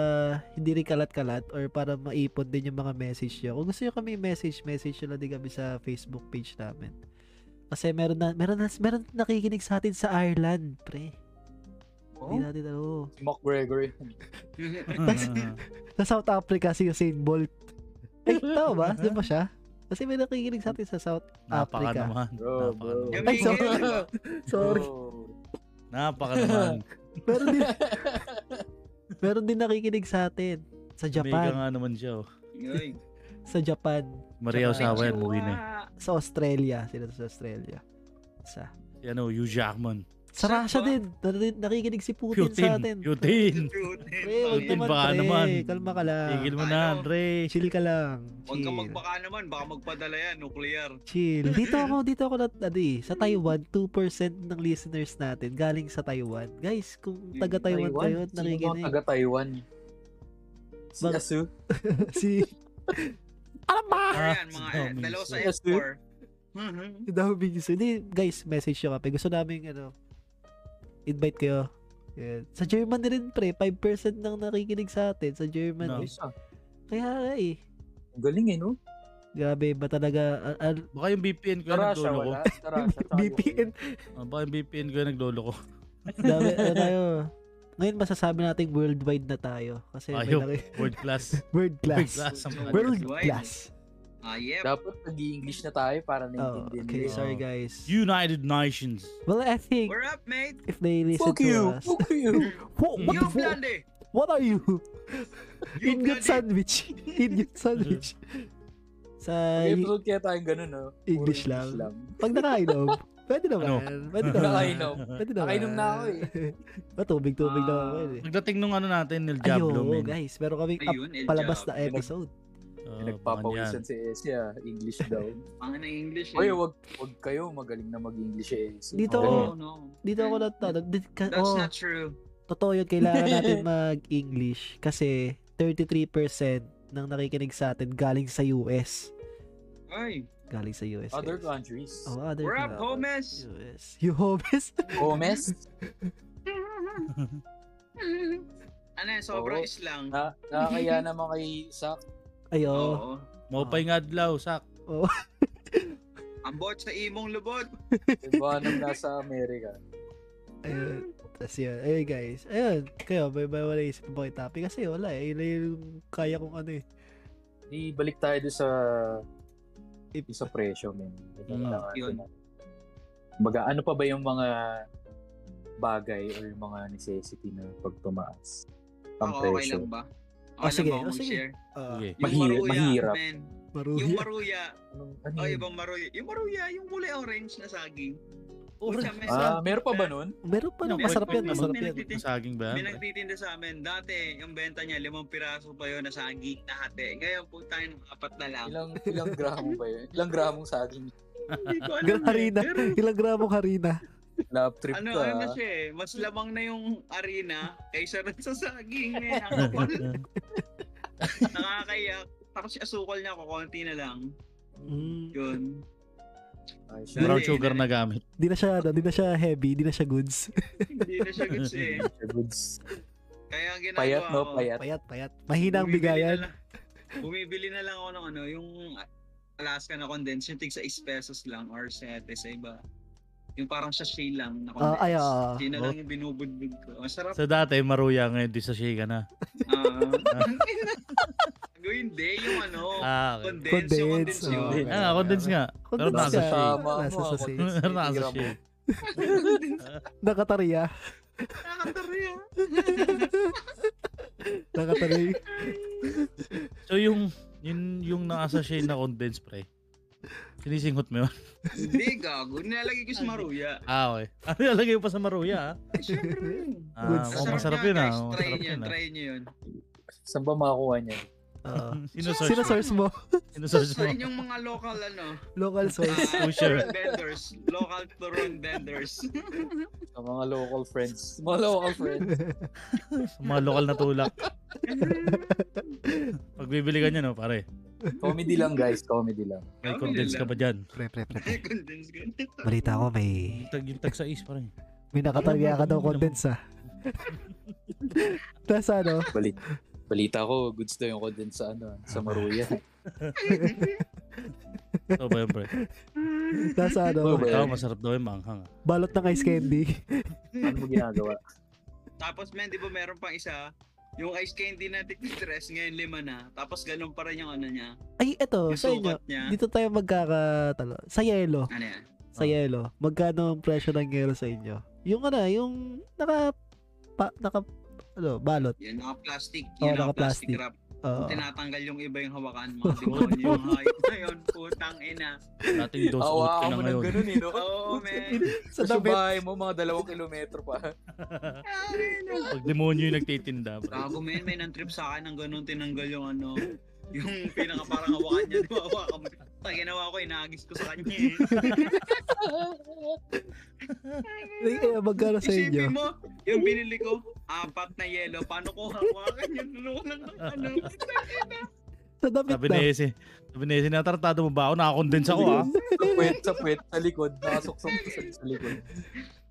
Speaker 1: hindi rin kalat-kalat or para maipon din yung mga message nyo. Kung gusto nyo kami message, message nyo lang din kami sa Facebook page namin. Kasi meron na, meron na, meron nakikinig sa atin sa Ireland, pre.
Speaker 2: Oh,
Speaker 1: Hindi natin, ano.
Speaker 2: si Mark Gregory.
Speaker 1: sa South Africa si Usain Bolt. Ay, tao ba? Di ba siya? Kasi may nakikinig sa atin sa South
Speaker 3: Napaka
Speaker 1: Africa.
Speaker 3: naman.
Speaker 2: Bro, bro.
Speaker 3: Napaka naman.
Speaker 4: Yung
Speaker 1: Ay, sorry.
Speaker 4: Miguel,
Speaker 1: Sorry.
Speaker 3: Napaka naman.
Speaker 1: Meron din, meron din nakikinig sa atin. Sa
Speaker 3: Mega
Speaker 1: Japan.
Speaker 3: nga naman siya. oh.
Speaker 4: Uy,
Speaker 1: Sa Japan.
Speaker 3: Maria
Speaker 1: Tsaka-
Speaker 3: Osawa yan, movie na eh.
Speaker 4: ah.
Speaker 1: Sa Australia. Sila sa Australia. Sa,
Speaker 3: Si ano, Hugh Jackman.
Speaker 1: sa Russia
Speaker 4: Sa ba?
Speaker 1: din. Narinig- Nakikinig si Putin, sa
Speaker 3: Putin.
Speaker 1: atin.
Speaker 3: Putin.
Speaker 4: Putin.
Speaker 1: Pre, wag
Speaker 3: Putin,
Speaker 1: naman,
Speaker 3: baka
Speaker 1: pre.
Speaker 3: naman.
Speaker 1: Kalma ka lang.
Speaker 3: Tigil mo na, Andre.
Speaker 1: Chill ka lang.
Speaker 4: Huwag ka
Speaker 1: Chill.
Speaker 4: magbaka naman, baka magpadala yan, nuclear.
Speaker 1: Chill. Dito ako, dito ako nat, ano eh, sa Taiwan, 2% ng listeners natin galing sa Taiwan. Guys, kung
Speaker 4: Mm,
Speaker 1: taga-Taiwan kayo at
Speaker 2: Sino mga
Speaker 1: nakikinig,
Speaker 2: taga Taiwan? Si
Speaker 1: Bak-
Speaker 2: Asu.
Speaker 1: si... Alam ba?
Speaker 4: Ah, yan,
Speaker 3: si
Speaker 4: mga eh,
Speaker 3: Domingos.
Speaker 4: dalawa sa Mm-hmm.
Speaker 2: Yes,
Speaker 4: F4.
Speaker 1: Si Dao Bingis. Hindi, guys, message nyo kami. Gusto namin, ano, invite kayo. Yan. Sa German rin, pre, 5% ng nakikinig sa atin sa German.
Speaker 3: No.
Speaker 1: eh. Kaya nga eh.
Speaker 2: Ang galing eh, no?
Speaker 1: Grabe ba talaga? ah, ah,
Speaker 3: Baka yung VPN ko yung
Speaker 2: Tarasya,
Speaker 3: nagdolo ko.
Speaker 2: wala. Tarasya, tsaka
Speaker 1: VPN.
Speaker 3: Ah, Baka yung VPN ko yung nagdolo ko.
Speaker 1: Grabe, ano tayo. Ngayon masasabi natin worldwide na tayo. Kasi may
Speaker 3: Ayaw.
Speaker 1: laki-
Speaker 3: World class.
Speaker 1: world
Speaker 3: World
Speaker 1: class.
Speaker 3: class. ang mga-
Speaker 1: World
Speaker 4: Worldwide.
Speaker 1: class.
Speaker 4: Ah,
Speaker 2: yung-
Speaker 4: yep.
Speaker 2: Dapat nag-i-English na tayo para
Speaker 1: Oh,
Speaker 2: naintindihan
Speaker 1: okay,
Speaker 2: nila.
Speaker 1: sorry
Speaker 3: Oh.
Speaker 1: guys.
Speaker 3: United Nations.
Speaker 1: well, I think
Speaker 4: We're up, mate.
Speaker 1: if they listen
Speaker 2: Fuck
Speaker 1: to
Speaker 2: you!
Speaker 1: us,
Speaker 2: Fuck you!
Speaker 1: Wha- what,
Speaker 4: You
Speaker 1: the fu-
Speaker 4: blande!
Speaker 1: what are you?
Speaker 4: You
Speaker 1: Ingot
Speaker 4: blande!
Speaker 1: sandwich. Ingot sandwich. Sa
Speaker 2: Okay, episode kaya tayong ganun, no? Puro
Speaker 1: English lang. pag nakainom, pwede naman.
Speaker 3: Ano?
Speaker 1: Pwede naman.
Speaker 2: Nakainom.
Speaker 1: Pwede naman.
Speaker 2: Nakainom na ako eh.
Speaker 1: Matubig-tubig
Speaker 4: Ah.
Speaker 1: na ako eh.
Speaker 3: Pagdating nung ano natin, Nil Diablo,
Speaker 1: Ayo,
Speaker 3: men.
Speaker 1: guys, meron kaming up,
Speaker 4: Ayun, eh, El
Speaker 1: palabas na
Speaker 4: Jab.
Speaker 1: episode.
Speaker 3: Oh,
Speaker 2: Nagpapawisan si Asia. English daw.
Speaker 4: Ang ina English
Speaker 2: Oy,
Speaker 4: eh.
Speaker 2: wag, wag kayo magaling na mag-English eh. Si
Speaker 1: Dito-
Speaker 2: Oo.
Speaker 4: No, no.
Speaker 1: Dito ako na
Speaker 4: That's
Speaker 1: oh,
Speaker 4: not true.
Speaker 1: totoo yun, kailangan natin mag-English kasi 33% ng nakikinig sa atin galing sa US.
Speaker 4: Oy,
Speaker 1: Galing sa US.
Speaker 2: Other
Speaker 1: guys.
Speaker 2: countries.
Speaker 1: Oh, other
Speaker 4: we're up,
Speaker 1: country.
Speaker 4: homies!
Speaker 1: US. You homies?
Speaker 2: Gomez.
Speaker 4: ano yan,
Speaker 1: Oh.
Speaker 4: sobrang
Speaker 2: Oo.
Speaker 4: islang.
Speaker 1: Ah.
Speaker 2: Na, nakakaya naman kay Sak.
Speaker 1: Ayo.
Speaker 4: Oo.
Speaker 3: Maupay nga adlaw, sak.
Speaker 4: Ambot sa imong lubot.
Speaker 2: Diba nang nasa Amerika.
Speaker 1: Ayun. Hmm. Tapos yun. Ayun guys. Ayun. Kayo, may may wala isip ba kayo topic? Kasi wala eh. Yun lang yung kaya kong ano eh.
Speaker 2: Di balik tayo doon sa
Speaker 1: If-
Speaker 2: sa presyo, men.
Speaker 1: Oh.
Speaker 2: Diba,
Speaker 3: Mm.
Speaker 2: kailangan
Speaker 4: Yun.
Speaker 2: natin- Baga, ano pa ba yung mga bagay or yung mga necessity na pag tumaas? Ang
Speaker 4: Ako, Ah, okay
Speaker 2: presyo.
Speaker 4: lang ba? Okay
Speaker 1: Ah, sige.
Speaker 4: lang ba
Speaker 1: Ah,
Speaker 4: akong
Speaker 1: sige.
Speaker 4: share?
Speaker 1: Ah,
Speaker 3: Okay.
Speaker 4: Yung
Speaker 2: Mahirap-
Speaker 4: maruya,
Speaker 2: mahirap.
Speaker 4: man.
Speaker 1: Maruhi.
Speaker 4: Oh, Yung maruya.
Speaker 2: Anong- ano
Speaker 4: O,
Speaker 2: yun?
Speaker 4: ibang maruya. Yung maruya, yung kulay orange na saging. Pucha,
Speaker 3: Orange.
Speaker 4: may
Speaker 2: Ah,
Speaker 4: sa-
Speaker 2: meron pa ba nun?
Speaker 1: Meron pa nun.
Speaker 4: Ano,
Speaker 1: Masarap yan.
Speaker 4: may-
Speaker 1: Masarap
Speaker 4: may-
Speaker 1: yan.
Speaker 4: may-
Speaker 3: Masaging ba?
Speaker 4: May nagtitinda sa amin. Dati, yung benta niya, limang piraso pa yun na saging na hati. Ngayon po tayo ng apat na lang.
Speaker 2: Ilang ilang gramo ba yun? Ilang gramong saging?
Speaker 4: Hindi ko alam.
Speaker 1: Gra-
Speaker 4: eh.
Speaker 1: harina.
Speaker 4: Pero,
Speaker 1: Ilang gramong harina?
Speaker 2: Love trip
Speaker 4: ano,
Speaker 2: ka.
Speaker 4: ano na siya eh. Mas lamang na yung arena kaysa rin sa saging eh. Nakakapal. Nakakaiyak. Tapos yung asukal niya ko, konti na lang.
Speaker 1: Mm,
Speaker 4: Yun.
Speaker 2: Ay, shit.
Speaker 3: Brown sugar na gamit.
Speaker 1: di na siya, ano, di na siya heavy, di na siya goods.
Speaker 4: Hindi na siya goods eh.
Speaker 2: Goods.
Speaker 4: Kaya ang ginagawa
Speaker 2: Payat,
Speaker 4: ko,
Speaker 2: no? Payat.
Speaker 1: Payat, payat. Mahina ang
Speaker 4: bumibili na
Speaker 1: bigayan.
Speaker 4: lang- Bumibili na lang ako ng ano, yung Alaska na condensed, yung tig sa 6 pesos lang or 7 sa iba. Yung parang sachet lang na
Speaker 1: Ah,
Speaker 4: condensed.
Speaker 1: ay, ah.
Speaker 4: Yun na lang yung binubudbud ko. Ah. Masarap.
Speaker 3: Sa dati, maruya ngayon, di sa shake na.
Speaker 4: Ah. Gawin hindi, yung ano,
Speaker 3: Ah, okay.
Speaker 4: condensed, yung
Speaker 1: Condensed,
Speaker 4: condensed yun.
Speaker 1: oh.
Speaker 3: Ah, condense nga. Pero
Speaker 1: Condensed ka.
Speaker 3: nasa
Speaker 1: Nasa
Speaker 3: shade.
Speaker 2: Tama,
Speaker 1: shade.
Speaker 2: condensed.
Speaker 3: Pero nasa
Speaker 2: Gramo.
Speaker 3: shade.
Speaker 4: Condensed.
Speaker 1: Nakatariya.
Speaker 4: Nakakatariya.
Speaker 1: Nakatari.
Speaker 3: So yung, yun, yung nasa shade na condense, pre. Sinisinghot mo yun.
Speaker 4: Hindi, gago. Nilalagay ko sa maruya.
Speaker 3: Ah, okay. Ano ilalagay mo pa sa maruya, ah?
Speaker 4: Eh, Siyempre.
Speaker 3: Ah,
Speaker 1: Goods.
Speaker 3: oh, masarap yun, ah.
Speaker 4: guys.
Speaker 3: Oh,
Speaker 4: Try
Speaker 3: Masarap
Speaker 4: nyo,
Speaker 3: yun, ah.
Speaker 4: try nyo yun.
Speaker 2: Saan ba makakuha niya?
Speaker 1: Oo. Ah. Sino
Speaker 3: Sinusearch mo.
Speaker 1: Hmm. source mo?
Speaker 3: Sinusearch
Speaker 4: Sa
Speaker 3: mo.
Speaker 4: inyong mga local, ano,
Speaker 1: Local source.
Speaker 4: Ah,
Speaker 3: Pusher.
Speaker 4: Turon vendors. Local Turon vendors.
Speaker 2: Sa mga local friends. Mga local friends.
Speaker 3: Sa mga lokal na tulak. Pagbibili ka niya, no, pare.
Speaker 2: Comedy lang guys, comedy lang.
Speaker 3: May
Speaker 4: Kami
Speaker 3: condense ka ba
Speaker 4: Ah, lang.
Speaker 3: dyan?
Speaker 1: pre, pre, pre. pre.
Speaker 4: Condense ka.
Speaker 1: Balita ko may...
Speaker 3: Yung tag, yung tag sa is, pare.
Speaker 1: May nakatariya ka daw contents ah. Tapos ano?
Speaker 2: Balita. Balita ko, goods daw yung condensed sa ano, sa Maruya.
Speaker 3: Ito ba yun, pre?
Speaker 1: Tapos ano?
Speaker 2: Oh, ba?
Speaker 3: Ito, masarap daw yung manghang. ah.
Speaker 1: Balot ng ice candy.
Speaker 2: Ano mo ginagawa?
Speaker 4: Tapos men, di ba meron pang isa? Yung ice candy na tikitress, ngayon lima na. Tapos ganun pa rin yung ano niya.
Speaker 1: Ay, eto.
Speaker 4: Yung
Speaker 1: Oh, Sa inyo.
Speaker 4: sukat niya.
Speaker 1: Dito tayo magkakatalo. Sa yelo.
Speaker 4: Ano yan?
Speaker 1: Sa
Speaker 3: Ah.
Speaker 1: yelo. Magkano ang presyo ng yelo sa inyo? Yung ano, yung naka... Pa, naka ano, balot.
Speaker 4: Yun, naka-plastic.
Speaker 1: Oh,
Speaker 4: Yun, naka-plastic
Speaker 1: naka-plastic.
Speaker 4: wrap.
Speaker 1: Oo.
Speaker 4: Tinatanggal yung iba yung hawakan. Mga demonyo yung hayop na yun. Putang ina.
Speaker 3: Dating dos ulit
Speaker 2: Awa
Speaker 3: ko
Speaker 2: ka mo
Speaker 3: na
Speaker 2: ng
Speaker 3: ngayon.
Speaker 2: ganun eh, no?
Speaker 4: Oo, men.
Speaker 1: sa
Speaker 2: Sa
Speaker 1: damit.
Speaker 2: bahay mo, mga dalawang kilometro pa.
Speaker 3: Pag demonyo yung nagtitinda, pre.
Speaker 4: Gago men, may nantrip sa akin ng ganun tinanggal yung ano, yung pinaka parang hawakan niya, di ba? Hawakan mo. Pag ginawa ko, inaagis ko sa kanya eh.
Speaker 1: Ay, kaya magkano sa
Speaker 4: Isipin
Speaker 1: inyo?
Speaker 4: mo, yung binili ko, apat na yelo, paano ko hawakan yung lulo ng ano?
Speaker 1: Sa damit
Speaker 3: Sabi
Speaker 1: na.
Speaker 3: ni Ese, sabi ni Ese, natartado mo ba ako? Nakakondense ako, ah.
Speaker 2: Sa puwet, sa puwet, sa likod. Nakasok-sok sa, sa likod.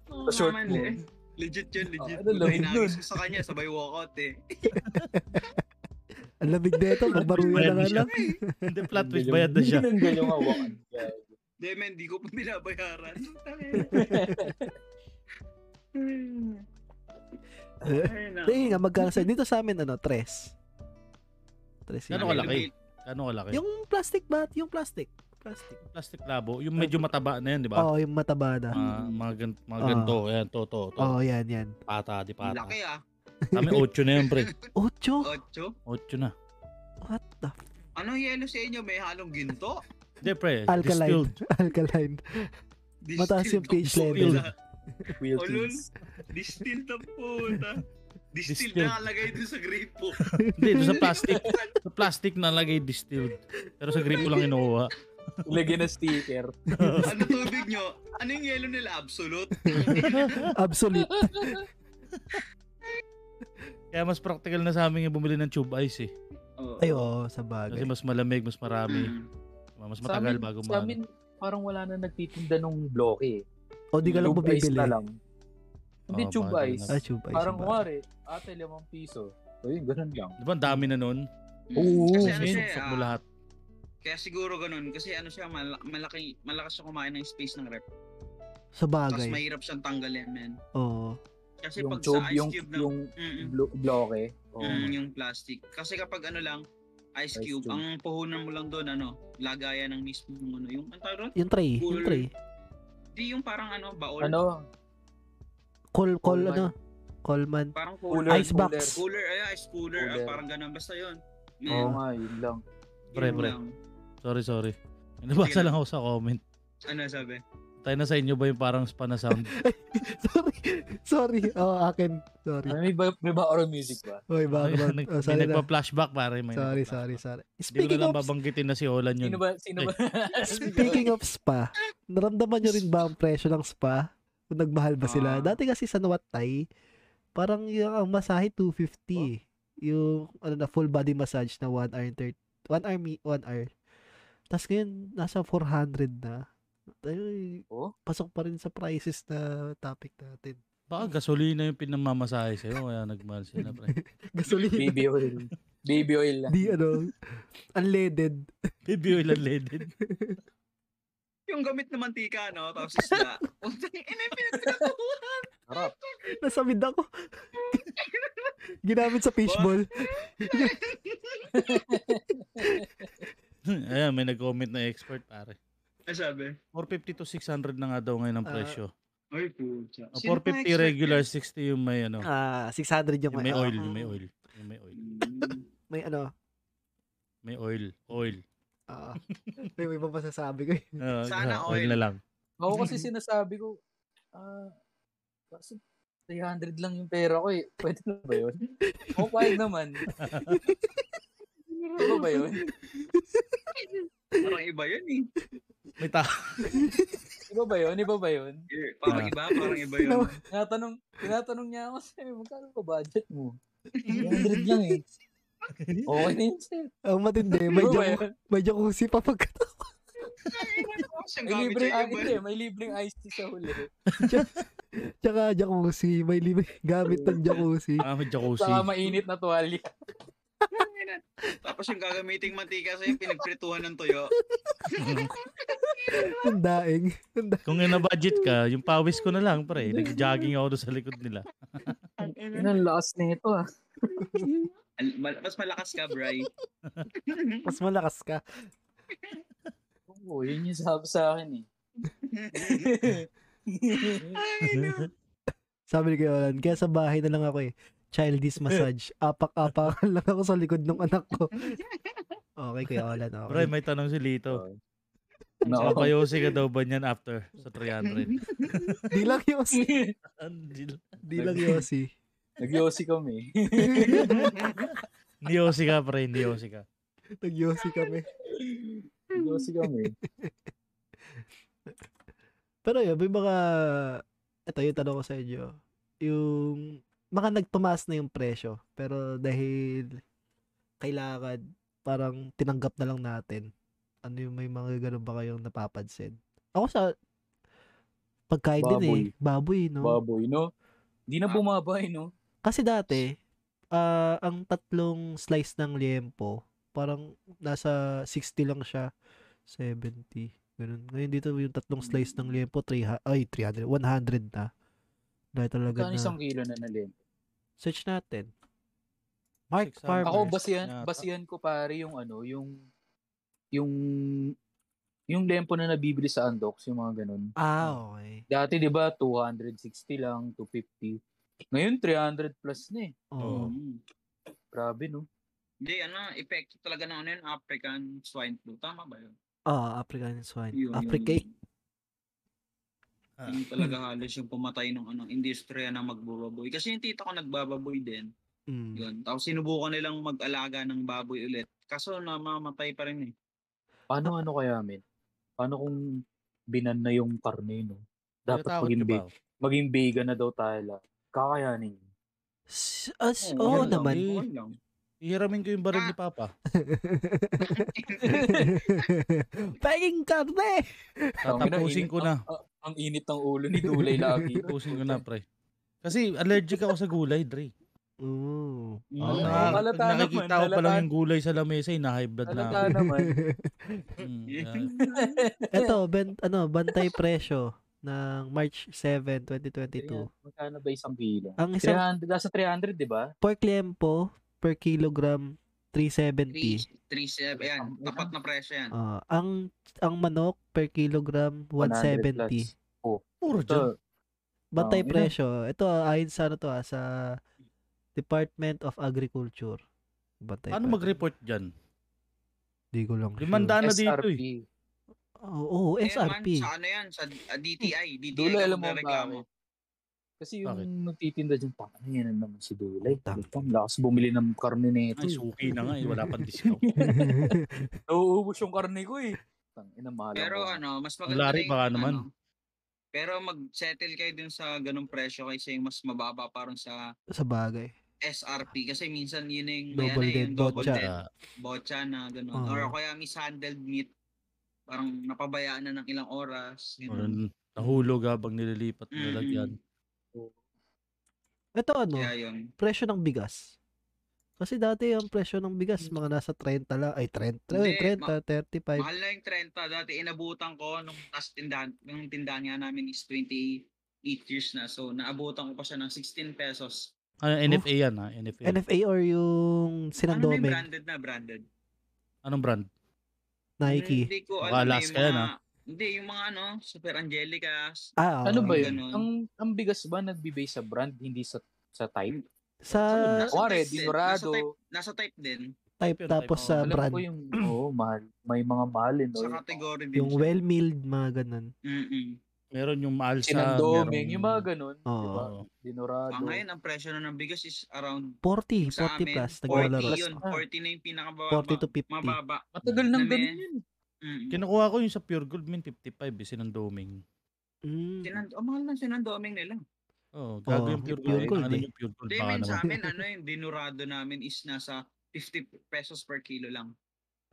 Speaker 4: Oo,
Speaker 2: short
Speaker 4: naman,
Speaker 2: mo.
Speaker 4: eh. Legit yun, legit.
Speaker 2: Ah, ano,
Speaker 4: Diba,
Speaker 2: lamig
Speaker 4: inaagis ko sa kanya, sabay walkout eh.
Speaker 1: Ang lamig na ito. Magbaruya na
Speaker 3: Bayad na
Speaker 1: nga
Speaker 3: siya.
Speaker 1: lang. ano?
Speaker 3: Hindi, flat fish, bayad na siya.
Speaker 2: Hindi yung hawakan. Gago.
Speaker 4: Di men, di ko pa binabayaran. Ayun na.
Speaker 1: Tingin Eh, nga, magkano sa Dito sa amin, ano, tres. Tres. yun.
Speaker 3: Gano'ng kalaki? Ano kalaki? Yung
Speaker 1: Yung plastic bat, yung plastic. Plastic.
Speaker 3: plastic labo, yung medyo mataba na yan, di ba?
Speaker 1: Oo, oh, yung mataba na.
Speaker 3: Mga, mga, gan- mga
Speaker 1: Ah.
Speaker 3: ganito, yan, to, to, to.
Speaker 1: Oo, oh, yan, yan.
Speaker 3: Pata, di pata.
Speaker 4: Laki ah.
Speaker 3: Kami 8 na yan, pre.
Speaker 1: Ocho?
Speaker 4: Ocho.
Speaker 3: 8 na.
Speaker 1: What the? f-
Speaker 4: Ano yelo sa inyo? May halong ginto?
Speaker 3: Hindi, pre.
Speaker 1: Alkaline.
Speaker 3: Distilled.
Speaker 1: Alkaline. Mataas yung pH level.
Speaker 3: Distilled.
Speaker 2: Wheel
Speaker 4: Ulul.
Speaker 2: teams.
Speaker 4: Distilled na puta. Distilled
Speaker 3: Distilled.
Speaker 4: na nakalagay dun sa gripo.
Speaker 3: Hindi, doon sa plastic. Sa plastic nalagay distilled. Pero sa grip ko lang inuha.
Speaker 2: Lagyan na sticker.
Speaker 4: ano tubig nyo? Ano yung yelo nila? Absolute?
Speaker 1: Absolute.
Speaker 3: Kaya mas practical na sa amin yung bumili ng tube ice eh.
Speaker 4: Oh.
Speaker 1: Ay, oo, sa
Speaker 3: Kasi
Speaker 1: bagay.
Speaker 3: mas malamig, mas marami, mas
Speaker 2: Sa
Speaker 3: matagal
Speaker 2: amin-
Speaker 3: bago
Speaker 2: Sa
Speaker 3: maano.
Speaker 2: amin, parang wala na nagtitinda nung bloke eh.
Speaker 1: O, di ka lang
Speaker 2: Tube ice
Speaker 1: bumibili.
Speaker 2: na lang. Hindi
Speaker 3: Oo,
Speaker 2: tube
Speaker 3: mga ganun
Speaker 2: ice.
Speaker 3: na.
Speaker 1: Ah, tube ice.
Speaker 2: Parang
Speaker 1: ba?
Speaker 2: kuwari, ate limang piso. O yun, ganun lang.
Speaker 3: Di ba ang dami na nun?
Speaker 2: Oo,
Speaker 4: Kasi ano siya,
Speaker 3: Sinusok mo
Speaker 4: ah,
Speaker 3: lahat.
Speaker 4: kaya siguro ganun. Kasi ano siya, mal- malaki, malakas siya kumain ng space ng rep.
Speaker 2: ano,
Speaker 1: Sa
Speaker 4: Tapos
Speaker 1: bagay.
Speaker 4: mahirap siyang tanggalin, man.
Speaker 1: Oo.
Speaker 4: Kasi
Speaker 2: Yung
Speaker 4: pag
Speaker 2: tube,
Speaker 4: sa ice
Speaker 2: yung,
Speaker 4: cube na...
Speaker 2: yung
Speaker 4: Mm-mm.
Speaker 2: blo- bloke. O,
Speaker 4: Mm, yung plastic. Kasi kapag ano lang,
Speaker 2: Ice
Speaker 4: ice cube,
Speaker 2: cube.
Speaker 4: ang puhunan mo lang doon, ano, lagayan ng mismo, ano, yung, ang tawag doon?
Speaker 1: Yung tray. Yung
Speaker 4: Cool.
Speaker 1: tray.
Speaker 4: Di yung parang ano, baol.
Speaker 2: ano?
Speaker 1: Call, call,
Speaker 2: Coleman.
Speaker 1: ano? Coleman.
Speaker 4: Parang
Speaker 2: Cooler.
Speaker 1: Ice box.
Speaker 2: cooler.
Speaker 4: Cooler, ay, ice cooler, ah,
Speaker 2: Cooler. Oh,
Speaker 4: parang ganun. Basta yun.
Speaker 2: Oo
Speaker 4: Ngayon,
Speaker 2: nga, yun lang.
Speaker 4: yun
Speaker 3: Pre, pre.
Speaker 4: lang.
Speaker 3: Ano Sorry, sorry. Nabasa lang ako sa comment.
Speaker 4: Ano sabi?
Speaker 3: Ito Tayo na sa inyo ba yung parang spa na sound?
Speaker 1: sorry. Sorry. Oo, akin. Sorry.
Speaker 2: May, ba, may ba or music ba?
Speaker 1: Hoy, baka
Speaker 3: Ayun,
Speaker 1: ba?
Speaker 3: nag-
Speaker 1: Oh,
Speaker 3: may
Speaker 1: sorry, na.
Speaker 3: nagpa-flashback pare. May
Speaker 1: sorry,
Speaker 3: nagpa-flashback.
Speaker 1: sorry, sorry.
Speaker 3: Hindi ko na
Speaker 1: Speaking
Speaker 3: lang
Speaker 1: of,
Speaker 3: babanggitin na si Olan yun.
Speaker 2: Sino ba? Sino ba?
Speaker 1: speaking of spa, naramdaman nyo rin ba ang presyo ng spa? Kung nagmahal ba sila?
Speaker 4: Ah.
Speaker 1: Dati kasi sa Nuwatay, parang yung ang masahe
Speaker 3: Oh.
Speaker 1: 250. eh. Yung ano na full body massage na 1 hour and 30, 1 hour, 1 hour. Tapos ngayon, nasa 400 na. Ay,
Speaker 2: Oh?
Speaker 1: Pasok pa rin sa prices na topic natin.
Speaker 3: Baka gasolina yung pinamamasahe sa'yo. Kaya nagmahal sila pre.
Speaker 1: Gasolina.
Speaker 2: Baby oil. Baby oil lang.
Speaker 1: Di ano, unleaded.
Speaker 3: Baby oil unleaded.
Speaker 4: Yung gamit na mantika, no? Tapos isla. Puntang ina yung pinagkatuhan.
Speaker 2: Harap.
Speaker 1: Nasamid ako. Ginamit sa fishball.
Speaker 3: Ayan, may nag-comment na expert pare.
Speaker 4: Ay, Ano sabi.
Speaker 3: 450 to 600 na nga daw ngayon ang
Speaker 1: Ah,
Speaker 3: presyo.
Speaker 4: Ay, pucha.
Speaker 3: Ah,
Speaker 4: Sino pa
Speaker 3: 450
Speaker 4: expert
Speaker 3: regular,
Speaker 4: yan?
Speaker 3: 60 yung may ano.
Speaker 1: Ah, 600 yung,
Speaker 3: Yung may
Speaker 1: ah,
Speaker 3: oil, yung may oil. Yung may oil.
Speaker 4: Mm.
Speaker 1: May ano,
Speaker 3: May oil. Oil.
Speaker 1: ah, may may iba masasabi ko. eh.
Speaker 3: Ah,
Speaker 4: Sana
Speaker 3: oil.
Speaker 4: oil.
Speaker 3: na lang.
Speaker 2: Ako kasi sinasabi ko, ah, kasi 300 lang yung pera ko eh. Pwede na ba yun? O, pahig naman. Ano ba yun?
Speaker 4: Parang iba yun eh.
Speaker 3: May ta
Speaker 2: Iba ba yun? Iba ba yun?
Speaker 4: Eh, Parang
Speaker 3: Ah.
Speaker 4: iba, parang iba yun.
Speaker 2: Tinatanong, tinatanong niya ako sa'yo, magkano ba budget mo? 300 lang eh. Okay na yun sir. eh,
Speaker 1: Ang matindi, may
Speaker 2: Iba Ano ba
Speaker 1: joke,
Speaker 2: yun?
Speaker 1: may joke kung sipa pagkatawa.
Speaker 4: Siyang
Speaker 2: May
Speaker 4: gamit
Speaker 2: libreng,
Speaker 4: siya
Speaker 2: ah,
Speaker 4: iba.
Speaker 2: hindi, may libreng ice tea sa huli.
Speaker 1: Tsaka jacuzzi, may libre gamit ng jacuzzi.
Speaker 3: Ah, may jacuzzi.
Speaker 2: Saka mainit na tuwalya.
Speaker 4: Tapos yung gagamiting mantika sa'yo, pinagprituhan ng tuyo.
Speaker 1: Ang daing. Ang daing.
Speaker 3: Kung ina-budget ka, yung pawis ko na lang, pre. Nag-jogging ako doon sa likod nila.
Speaker 2: Yun ang lakas na ito ah.
Speaker 4: Al- mal- Mas malakas ka, Bray.
Speaker 1: Mas malakas ka.
Speaker 2: Oo, yun yung sabi sa akin eh.
Speaker 4: Ay, no.
Speaker 1: Sabi ni Kuya Olan, kaya sa bahay na lang ako eh. Childish massage. Apak-apakan lang ako sa likod ng anak ko. Okay, Kuya Olan.
Speaker 3: Pre,
Speaker 1: Okay.
Speaker 3: may tanong si Lito.
Speaker 2: No.
Speaker 3: Papayosi ka daw ba niyan after sa 300?
Speaker 1: Di lang yosi. Di lang yosi.
Speaker 2: Nagyosi kami.
Speaker 3: Niyosi ka, pre. Niyosi ka.
Speaker 1: Nag-yosi kami.
Speaker 2: Nagyosi kami.
Speaker 1: Pero yun, may mga, ito yung tanong ko sa inyo, yung, mga nagpamaas na yung presyo, pero dahil, kailangan, parang tinanggap na lang natin. Ano yung may mga ganun ba kayong napapansin? Ako sa, pagkain din eh. Baboy, no?
Speaker 2: Baboy, no? Hindi na bumabay, no?
Speaker 1: Kasi dati, ah, ang tatlong slice ng liempo, parang nasa 60 lang siya, 70. Ganun. Ngayon dito yung tatlong slice ng liempo, 300, ay 300, 100 na. Dahil talaga
Speaker 2: Kano ano isang
Speaker 1: na.
Speaker 2: kilo na nalim?
Speaker 1: Search natin. Mark
Speaker 3: 600.
Speaker 1: Farmer.
Speaker 2: Ako basihan,
Speaker 3: Yata.
Speaker 2: basihan ko pare yung ano, yung yung yung lempo na nabibili sa Andox, yung mga ganun.
Speaker 1: Ah, okay.
Speaker 2: Dati 'di ba 260 lang, 250. Ngayon 300 plus na eh.
Speaker 1: Oo.
Speaker 4: Mm.
Speaker 2: Grabe no.
Speaker 4: Hindi, ano, epekto talaga ng ano yun, African swine flu. Tama ba yun?
Speaker 1: Ah, African swine.
Speaker 4: Yun,
Speaker 1: Africa.
Speaker 4: yun. Yun talaga halos yung pumatay ng ano, industriya na magbababoy. Kasi yung tita ko nagbababoy din.
Speaker 1: Mm.
Speaker 4: Yun. Tapos sinubukan nilang mag-alaga ng baboy ulit. Kaso namamatay pa rin eh.
Speaker 2: Paano ano kaya men? Paano kung binan na yung karne no? Dapat maging, ba? maging vegan na daw tayo lahat. Kakayanin. yun.
Speaker 1: S- ah, s- Oo
Speaker 4: Oo, Oh, yun lang,
Speaker 1: naman.
Speaker 3: eh.
Speaker 4: yun lang.
Speaker 3: Ihiramin ko yung baril ni Papa.
Speaker 1: Paging karne!
Speaker 2: Ang ina,
Speaker 3: Tatapusin
Speaker 2: init-
Speaker 3: ko na.
Speaker 2: Ang, ang- ang init ng ulo ni Dulay lagi.
Speaker 3: Tatapusin ko na, pre. Kasi allergic ako sa gulay, Dre.
Speaker 1: Oo.
Speaker 3: Oh,
Speaker 2: Oo,
Speaker 3: na,
Speaker 2: halata
Speaker 3: nakikita
Speaker 2: naman,
Speaker 3: ko pa lang
Speaker 2: halata.
Speaker 3: yung gulay sa lamesa, high blood na ako.
Speaker 2: Halata naman.
Speaker 3: Mm, yeah.
Speaker 1: Eto, ben, ano, bantay presyo ng March 7, 2022.
Speaker 2: Ayan, Magkano ba isang kilo?
Speaker 1: Ang isang
Speaker 2: 300, nasa 300, di ba?
Speaker 1: pork liempo per kilogram 370.
Speaker 4: 3, 3, ayan, tapat na presyo yan.
Speaker 1: Ah, ang ang manok per kilogram
Speaker 2: 100 plus.
Speaker 1: 170.
Speaker 3: Puro
Speaker 2: So,
Speaker 3: dyan.
Speaker 1: Bantay
Speaker 2: Oh, yun.
Speaker 1: presyo. Ito ah, ayon sa ano to ah, sa Department of Agriculture. Bantay.
Speaker 3: Paano
Speaker 1: presyo.
Speaker 3: mag-report dyan?
Speaker 1: Di ko lang sure.
Speaker 3: Limandaan na Ano dito eh.
Speaker 2: SRP.
Speaker 1: Oo, oh,
Speaker 4: Eh, man,
Speaker 1: SRP.
Speaker 4: sa ano yan? Sa ah, DTI. DTI
Speaker 2: Dulay,
Speaker 4: na
Speaker 2: alam mo
Speaker 4: magrereklamo.
Speaker 2: bakit? Kasi yung
Speaker 3: Bakit?
Speaker 2: nagtitinda dyan, tama yan naman si Dulay.
Speaker 1: Tang-
Speaker 2: Ang lakas bumili ng karne na ito.
Speaker 3: Ay, suki na nga eh. Wala pang discount.
Speaker 2: Nauubos yung karne ko eh. Tang, ina mahal
Speaker 4: Pero
Speaker 2: ako.
Speaker 4: ano, mas
Speaker 3: Ang
Speaker 4: maganda
Speaker 3: lari,
Speaker 4: yung
Speaker 3: baka
Speaker 4: ano,
Speaker 3: naman.
Speaker 4: pero mag-settle kayo dun sa ganung presyo kaysa yung mas mababa pa rin sa
Speaker 1: sa bagay.
Speaker 4: SRP kasi minsan yun yung
Speaker 1: Double
Speaker 4: ayan eh,
Speaker 1: dead
Speaker 4: yung double
Speaker 1: botcha.
Speaker 4: dead botcha na gano'n.
Speaker 1: Oo.
Speaker 4: Or kaya mishandled meat parang napabayaan na ng ilang oras.
Speaker 3: Or
Speaker 4: Ganun.
Speaker 3: nahulog habang nililipat na lagyan.
Speaker 1: Ito ano,
Speaker 4: Kaya yun.
Speaker 1: presyo ng bigas. Kasi dati ang presyo ng bigas, mga nasa 30 lang. Ay, 30. Ay,
Speaker 4: Hmm. Hindi,
Speaker 1: 30,
Speaker 4: ma-
Speaker 1: 35.
Speaker 4: Mahal na yung 30. Dati inabutan ko nung tas tindahan, yung tindahan nga namin is 28 years na. So naabutan ko pa siya ng 16 pesos.
Speaker 3: Ano, NFA yan ha? NFA.
Speaker 1: NFA or yung
Speaker 4: Ano na yung
Speaker 1: sinandome,
Speaker 4: branded na branded?
Speaker 3: Anong brand?
Speaker 1: Nike.
Speaker 4: Hindi ko
Speaker 3: Baka
Speaker 4: alam. eh,
Speaker 3: last
Speaker 4: yung
Speaker 3: ka yan, ah.
Speaker 4: mga- Hindi, yung mga ano, Super Angelicas.
Speaker 1: Ah, oo.
Speaker 2: Ano ba yun?
Speaker 4: Ganun.
Speaker 2: Ang, ang bigas ba nagbibase sa brand, hindi sa sa type?
Speaker 1: Sa
Speaker 4: Nasa
Speaker 2: Kuwari,
Speaker 4: type din.
Speaker 2: Dinorado.
Speaker 4: Nasa type- Nasa type din.
Speaker 1: type
Speaker 3: Pure type,
Speaker 1: tapos
Speaker 3: oo.
Speaker 1: sa
Speaker 2: oh. Alam
Speaker 1: brand.
Speaker 2: ko yung, oo, mahal. May mga mahal eh. No?
Speaker 4: Sa category din.
Speaker 1: Yung
Speaker 4: siya.
Speaker 1: well-milled, mga ganun.
Speaker 4: Mm-mm.
Speaker 3: Meron yung Alsa.
Speaker 2: Sinandoming,
Speaker 3: merong-
Speaker 2: yung mga ganun.
Speaker 1: Oo.
Speaker 2: Diba? Dinorado.
Speaker 4: Ah, ngayon, ang presyo na ng bigas is around
Speaker 1: 40,
Speaker 4: sa
Speaker 1: 40
Speaker 4: amin,
Speaker 1: plus.
Speaker 4: 40
Speaker 1: Naglalaro.
Speaker 4: yun.
Speaker 2: Ah.
Speaker 4: 40 na yung pinakababa.
Speaker 1: 40 to 50.
Speaker 4: Mababa.
Speaker 2: Matagal nang
Speaker 4: Alam mo
Speaker 2: ganun
Speaker 4: eh.
Speaker 2: yun.
Speaker 4: Mm.
Speaker 3: Kinukuha ko yung sa Pure Gold, min 55 eh, sinandoming.
Speaker 1: Mm.
Speaker 4: Sinand- oh, mahal lang sinandoming nila.
Speaker 3: Oo, oh, gago
Speaker 1: Oo,
Speaker 3: yung Pure
Speaker 1: Pure
Speaker 3: Gold.
Speaker 1: Gold
Speaker 3: Ano
Speaker 1: eh.
Speaker 3: yung Pure Gold?
Speaker 4: Hindi,
Speaker 3: Baka
Speaker 4: men, sa
Speaker 3: naman.
Speaker 4: amin, ano yung dinurado namin is nasa 50 pesos per kilo lang.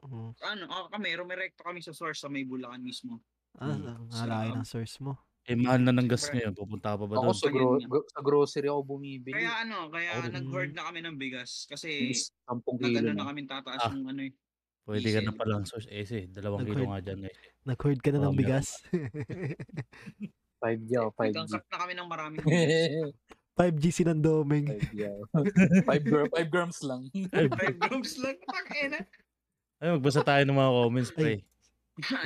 Speaker 1: Oo.
Speaker 4: Ano, oh, kami, rumirekto kami sa source sa may Bulacan mismo.
Speaker 1: Ah,
Speaker 4: Hmm,
Speaker 3: Mm.
Speaker 1: ang halaga ng source mo.
Speaker 3: Eh, mahal na ng gas
Speaker 4: Siyempre.
Speaker 3: ngayon. Pupunta pa ba
Speaker 2: Ako
Speaker 3: doon?
Speaker 2: sa,
Speaker 4: Ganyan
Speaker 2: gro-
Speaker 4: nga.
Speaker 2: gro- sa grocery ako bumibili.
Speaker 4: Kaya ano, kaya
Speaker 3: Ako rin.
Speaker 4: nag-hoard na kami ng bigas kasi
Speaker 2: Is 10 kilo
Speaker 4: nagano na
Speaker 2: na.
Speaker 4: kami tataas
Speaker 3: Ah.
Speaker 4: ng ano eh.
Speaker 3: Pwede ka na
Speaker 4: Diesel.
Speaker 3: palang source. Eh, si, dalawang
Speaker 1: Nag-hoard.
Speaker 3: kilo nga dyan. Eh.
Speaker 1: Nag-hoard ka na ng
Speaker 3: Oo, meron.
Speaker 1: bigas.
Speaker 2: 5G ako, 5G.
Speaker 4: Nagangkap na kami ng maraming bigas.
Speaker 1: 5G sinandoming.
Speaker 2: 5G ako. 5 gram, 5 grams lang.
Speaker 4: Five grams lang. Pakena.
Speaker 3: Ay, magbasa tayo ng mga comments, pre.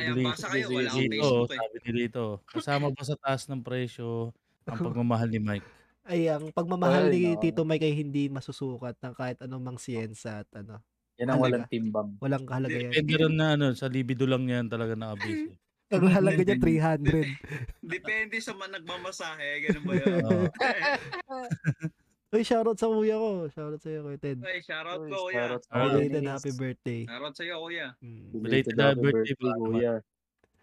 Speaker 4: Ayan,
Speaker 3: Link.
Speaker 4: basa kayo. Wala akong
Speaker 3: Dito, Oh,
Speaker 4: Facebook eh.
Speaker 3: sabi ni Lito, kasama ba sa taas ng presyo ang pagmamahal ni Mike?
Speaker 1: Ay, ang pagmamahal
Speaker 2: Well,
Speaker 1: ni
Speaker 2: no.
Speaker 1: Tito Mike ay hindi masusukat ng kahit anong mang siyensa at ano.
Speaker 2: Yan
Speaker 4: Ah,
Speaker 2: ang
Speaker 1: Talaga.
Speaker 2: walang timbang.
Speaker 1: Walang kahalagayan.
Speaker 3: Depende rin na ano, sa libido lang yan talaga na abis. eh.
Speaker 1: Ang halaga niya 300.
Speaker 4: Depende sa man nagmamasahe. Ganun ba yun?
Speaker 3: Oo.
Speaker 1: Uy, shoutout sa kuya ko. Shoutout sa iyo, Kuya Ted.
Speaker 4: Ay, shoutout
Speaker 2: Uy,
Speaker 4: ko, kuya.
Speaker 2: shoutout sa
Speaker 3: Alright.
Speaker 1: Belated
Speaker 2: Dennis.
Speaker 1: happy birthday.
Speaker 4: Shoutout sa'yo, kuya.
Speaker 1: Mm.
Speaker 3: Belated
Speaker 2: Belated
Speaker 3: na
Speaker 2: happy
Speaker 3: birthday
Speaker 2: birthday,
Speaker 3: pa, ano ba?
Speaker 2: kuya.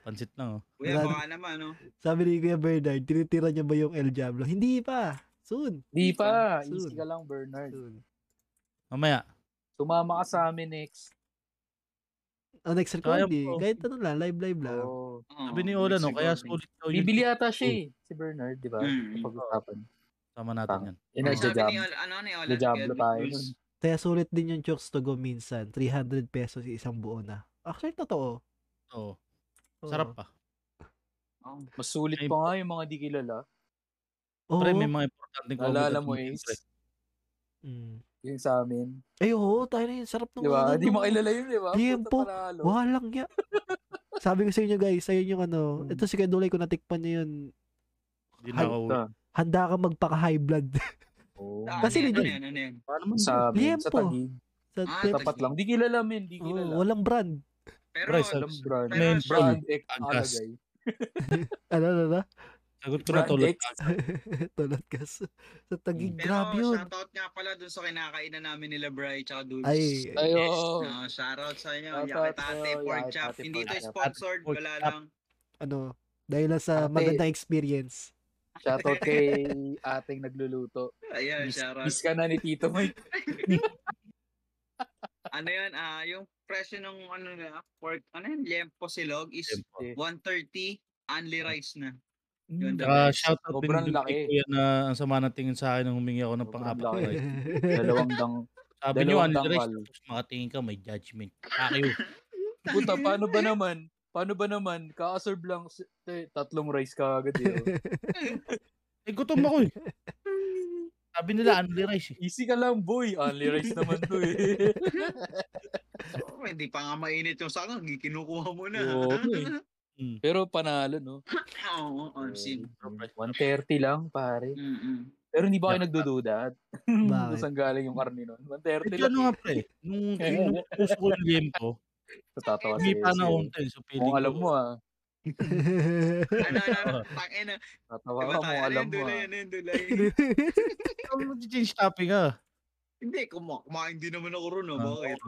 Speaker 3: Pansit na, oh.
Speaker 4: Kuya,
Speaker 1: Wala-
Speaker 4: baka naman, no?
Speaker 1: Sabi ni Kuya Bernard, tinitira niya ba yung El Diablo? Hindi pa. Soon.
Speaker 2: Di pa.
Speaker 1: Soon.
Speaker 2: Easy ka lang, Bernard.
Speaker 1: Soon.
Speaker 3: Mamaya,
Speaker 2: Sumama ka sa amin next.
Speaker 1: Oh, next
Speaker 3: Kaya
Speaker 1: recording.
Speaker 3: po.
Speaker 1: Kahit ano lang, live live lang.
Speaker 2: Oo.
Speaker 4: Oo,
Speaker 3: sabi ni Ola, no,
Speaker 4: siguro.
Speaker 3: kaya sulit daw yung
Speaker 2: Bibili ata siya eh, si Bernard, di ba?
Speaker 4: Mm.
Speaker 2: Pag-usapan.
Speaker 3: Sama
Speaker 1: Ah.
Speaker 3: natin yan.
Speaker 2: Yan ang
Speaker 4: Sabi ni
Speaker 2: jajam.
Speaker 4: Ola, ano ni Ola?
Speaker 2: Jajablo
Speaker 4: Kevin
Speaker 2: tayo. Ano
Speaker 4: Cruz.
Speaker 2: nun.
Speaker 1: Kaya sulit din yung chokes to go minsan. 300 pesos isang buo na. Actually, totoo.
Speaker 3: Oo.
Speaker 1: Oo.
Speaker 3: Sarap pa.
Speaker 4: Oo.
Speaker 2: Mas sulit
Speaker 3: Ay,
Speaker 2: pa nga yung mga di kilala.
Speaker 1: Oo.
Speaker 3: Pre, may mga importanteng comment.
Speaker 2: Naalala
Speaker 3: at
Speaker 2: mo
Speaker 3: comment,
Speaker 2: eh.
Speaker 3: pre.
Speaker 1: Mm.
Speaker 2: Yung sa amin.
Speaker 1: Ay, oo, tayo na yun. Sarap ng
Speaker 2: Di ba?
Speaker 1: ano,
Speaker 2: Di
Speaker 1: no?
Speaker 2: makilala yun, di ba?
Speaker 1: Tiempo.
Speaker 2: Puta panalo.
Speaker 1: Walang ya. Sabi ko sa inyo guys, ayun yung ano.
Speaker 2: Mm.
Speaker 1: Ito si Kuya Dulay, kung natikpan niya yun,
Speaker 3: Hindi na
Speaker 2: Hype
Speaker 3: ako.
Speaker 2: ka.
Speaker 1: handa ka magpaka-high blood.
Speaker 2: Oo.
Speaker 4: Ah,
Speaker 1: Kasi
Speaker 4: ano yan,
Speaker 1: legit.
Speaker 4: ano yan, ano yan?
Speaker 2: Sa amin, sa
Speaker 1: Tiempo.
Speaker 2: tagig.
Speaker 1: sa
Speaker 4: Ah,
Speaker 1: tip.
Speaker 2: Tapat lang. Di kilala, men. Di
Speaker 1: Oo,
Speaker 2: kilala.
Speaker 1: walang brand.
Speaker 4: Pero,
Speaker 3: Bryce,
Speaker 2: Alam brand.
Speaker 4: Pero
Speaker 3: Main
Speaker 4: siya-
Speaker 3: brand.
Speaker 2: Brand X
Speaker 3: Agas.
Speaker 2: alagay.
Speaker 1: Ano, ano, ano?
Speaker 3: Sagot ko na
Speaker 2: Brand
Speaker 3: tulad.
Speaker 2: X.
Speaker 1: Tulad ka sa, sa tagig.
Speaker 3: Mm.
Speaker 4: pero
Speaker 1: Grabe yun.
Speaker 4: shoutout nga pala dun sa kinakainan namin nila Bry tsaka Dulce.
Speaker 1: Ay,
Speaker 2: Ay, oo.
Speaker 4: No, shoutout sa inyo.
Speaker 2: Shoutout
Speaker 4: Yakitate
Speaker 2: sa'yo,
Speaker 4: Pork
Speaker 2: Yakitate
Speaker 4: Chop.
Speaker 2: Pork
Speaker 4: Hindi to
Speaker 2: Chop.
Speaker 4: sponsored.
Speaker 3: Pork
Speaker 4: Wala
Speaker 3: Chop.
Speaker 4: lang.
Speaker 1: ano, dahil lang sa
Speaker 2: Ate.
Speaker 1: magandang experience.
Speaker 2: Shoutout kay ating nagluluto.
Speaker 4: Ayan,
Speaker 2: Miss,
Speaker 4: shoutout.
Speaker 2: miss ka na ni Tito Mike.
Speaker 4: ano yun, ah, yung presyo ng ano na, pork, ano yun, lempo silog is
Speaker 3: Tempo.
Speaker 4: 130 only rice na. Yun, the
Speaker 3: Saka
Speaker 4: best.
Speaker 3: Ah, shoutout din
Speaker 2: Sobrang
Speaker 3: dun kay
Speaker 2: laki.
Speaker 3: Kuya na ang sama na tingin sa akin nung humingi ako ng
Speaker 2: Sobrang
Speaker 3: pang-apat.
Speaker 2: laki.
Speaker 3: na ride.
Speaker 2: Dalawang dang.
Speaker 3: Sabi niyo,
Speaker 2: Dalawang
Speaker 3: ano
Speaker 2: dangal.
Speaker 3: direct, tapos makatingin ka, may judgment. Kakayo.
Speaker 2: Puta, paano ba naman? Paano ba naman? Kakaserve lang si- te, tatlong rice ka agad. oh. Yun.
Speaker 3: Eh, gutom ako eh. Sabi nila, only rice eh.
Speaker 2: Easy ka lang, boy. Only rice naman to eh.
Speaker 4: Oh, hindi pa nga mainit yung sakang, kinukuha mo na.
Speaker 2: Oo,
Speaker 4: Oo, oh,
Speaker 2: eh. Pero panalo, no?
Speaker 4: oo, on scene.
Speaker 2: 130 lang, pare.
Speaker 4: Mm-mm.
Speaker 2: Pero hindi ba kayo nagdududa?
Speaker 1: Bakit?
Speaker 2: Saan galing yung karne nun? 130 lang.
Speaker 3: Medyo
Speaker 2: eh.
Speaker 3: ano nga pre, nung, nung puso ko yung limpo,
Speaker 2: Natatawa
Speaker 3: Hindi
Speaker 2: sa'yo,
Speaker 3: pa
Speaker 2: sir.
Speaker 3: na content. So feeling
Speaker 2: Kung alam mo ah.
Speaker 4: Ano, ano, ano, tangin na.
Speaker 2: Natawa
Speaker 4: Diba
Speaker 2: ka kung
Speaker 4: tayo? Ano
Speaker 2: alam
Speaker 4: yung
Speaker 2: mo
Speaker 4: dulay,
Speaker 2: ah.
Speaker 4: ano yung dulay.
Speaker 3: Ikaw mo change topic ah.
Speaker 4: Hindi, kuma- kumakain din naman ako ron, no?
Speaker 3: Ah,
Speaker 4: Bakit?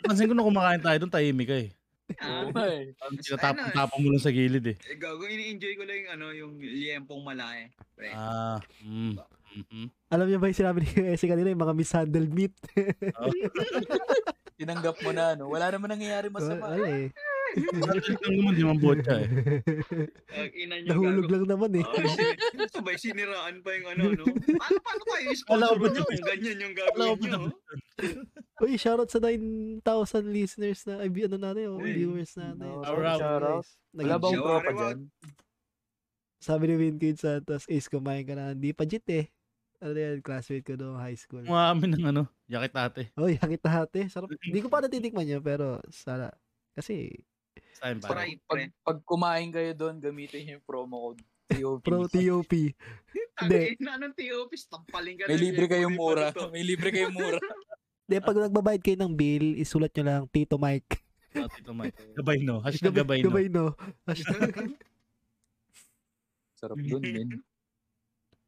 Speaker 3: Napansin ko na kumakain tayo doon, tahimik ka eh.
Speaker 4: Ah,
Speaker 2: Oo nga eh.
Speaker 3: Parang
Speaker 4: Mas ano eh.
Speaker 2: ah.
Speaker 3: Tinatapong-tapong mo lang sa gilid eh.
Speaker 4: eh, gago, ini-enjoy ko lang yung, ano, yung liempong malaki. Pre.
Speaker 3: Ah, mm, mhm.
Speaker 1: Alam niyo ba yung sinabi ni Esi kanina, yung mga mishandled meat?
Speaker 2: Tinanggap mo na ano. Wala naman nangyayari
Speaker 1: Wala
Speaker 2: masama.
Speaker 1: eh.
Speaker 3: Natalit lang naman, di man botya eh.
Speaker 4: Ang ina niyo,
Speaker 1: Nahulog
Speaker 4: gago.
Speaker 1: lang naman eh.
Speaker 2: Oh,
Speaker 4: Oo, sin- sabay siniraan pa yung ano, no? Paano, paano kayo
Speaker 3: Wala
Speaker 4: sponsor
Speaker 3: ko
Speaker 4: nyo
Speaker 3: dun.
Speaker 4: kung ganyan yung
Speaker 3: Wala ko
Speaker 4: gagawin oh. nyo?
Speaker 3: dun.
Speaker 1: Uy, shoutout sa 9,000 listeners na, ay, ano natin, oh,
Speaker 4: Hey.
Speaker 1: viewers natin.
Speaker 2: Oh,
Speaker 1: Shoutout,
Speaker 2: shoutout.
Speaker 1: guys.
Speaker 2: Wala
Speaker 1: Naging-
Speaker 2: bang
Speaker 4: Jowa,
Speaker 2: tropa
Speaker 4: rewa.
Speaker 2: dyan?
Speaker 1: Sabi ni Wincade Santos, Ace, kumain ka na. Hindi pa jit eh. Ano yan, classmate ko noong high school.
Speaker 3: Umamin ng ano, yakit ate.
Speaker 1: Uy, hangit na hati. Sarap. Hindi ko pa natitikman yun, pero sana. Kasi,
Speaker 3: Sa akin pa.
Speaker 2: Pag,
Speaker 4: Parang- Right,
Speaker 2: pag,
Speaker 4: pre.
Speaker 2: pag kumain kayo doon, gamitin niyo yung promo code. TOP.
Speaker 1: pro TOP.
Speaker 4: Tangin na, anong TOP? Tampaling ka
Speaker 2: May
Speaker 4: ng
Speaker 2: libre
Speaker 4: liempo,
Speaker 2: kayong
Speaker 4: di ba
Speaker 2: mura.
Speaker 4: dito?
Speaker 2: May libre kayong mura.
Speaker 1: Hindi, pag nagbabayad kayo ng bill, isulat nyo lang, Tito Mike.
Speaker 3: Tito Mike. Gabay no. Hashtag gabay no.
Speaker 1: Gabay no. Hashtag-
Speaker 2: Sarap dun, men.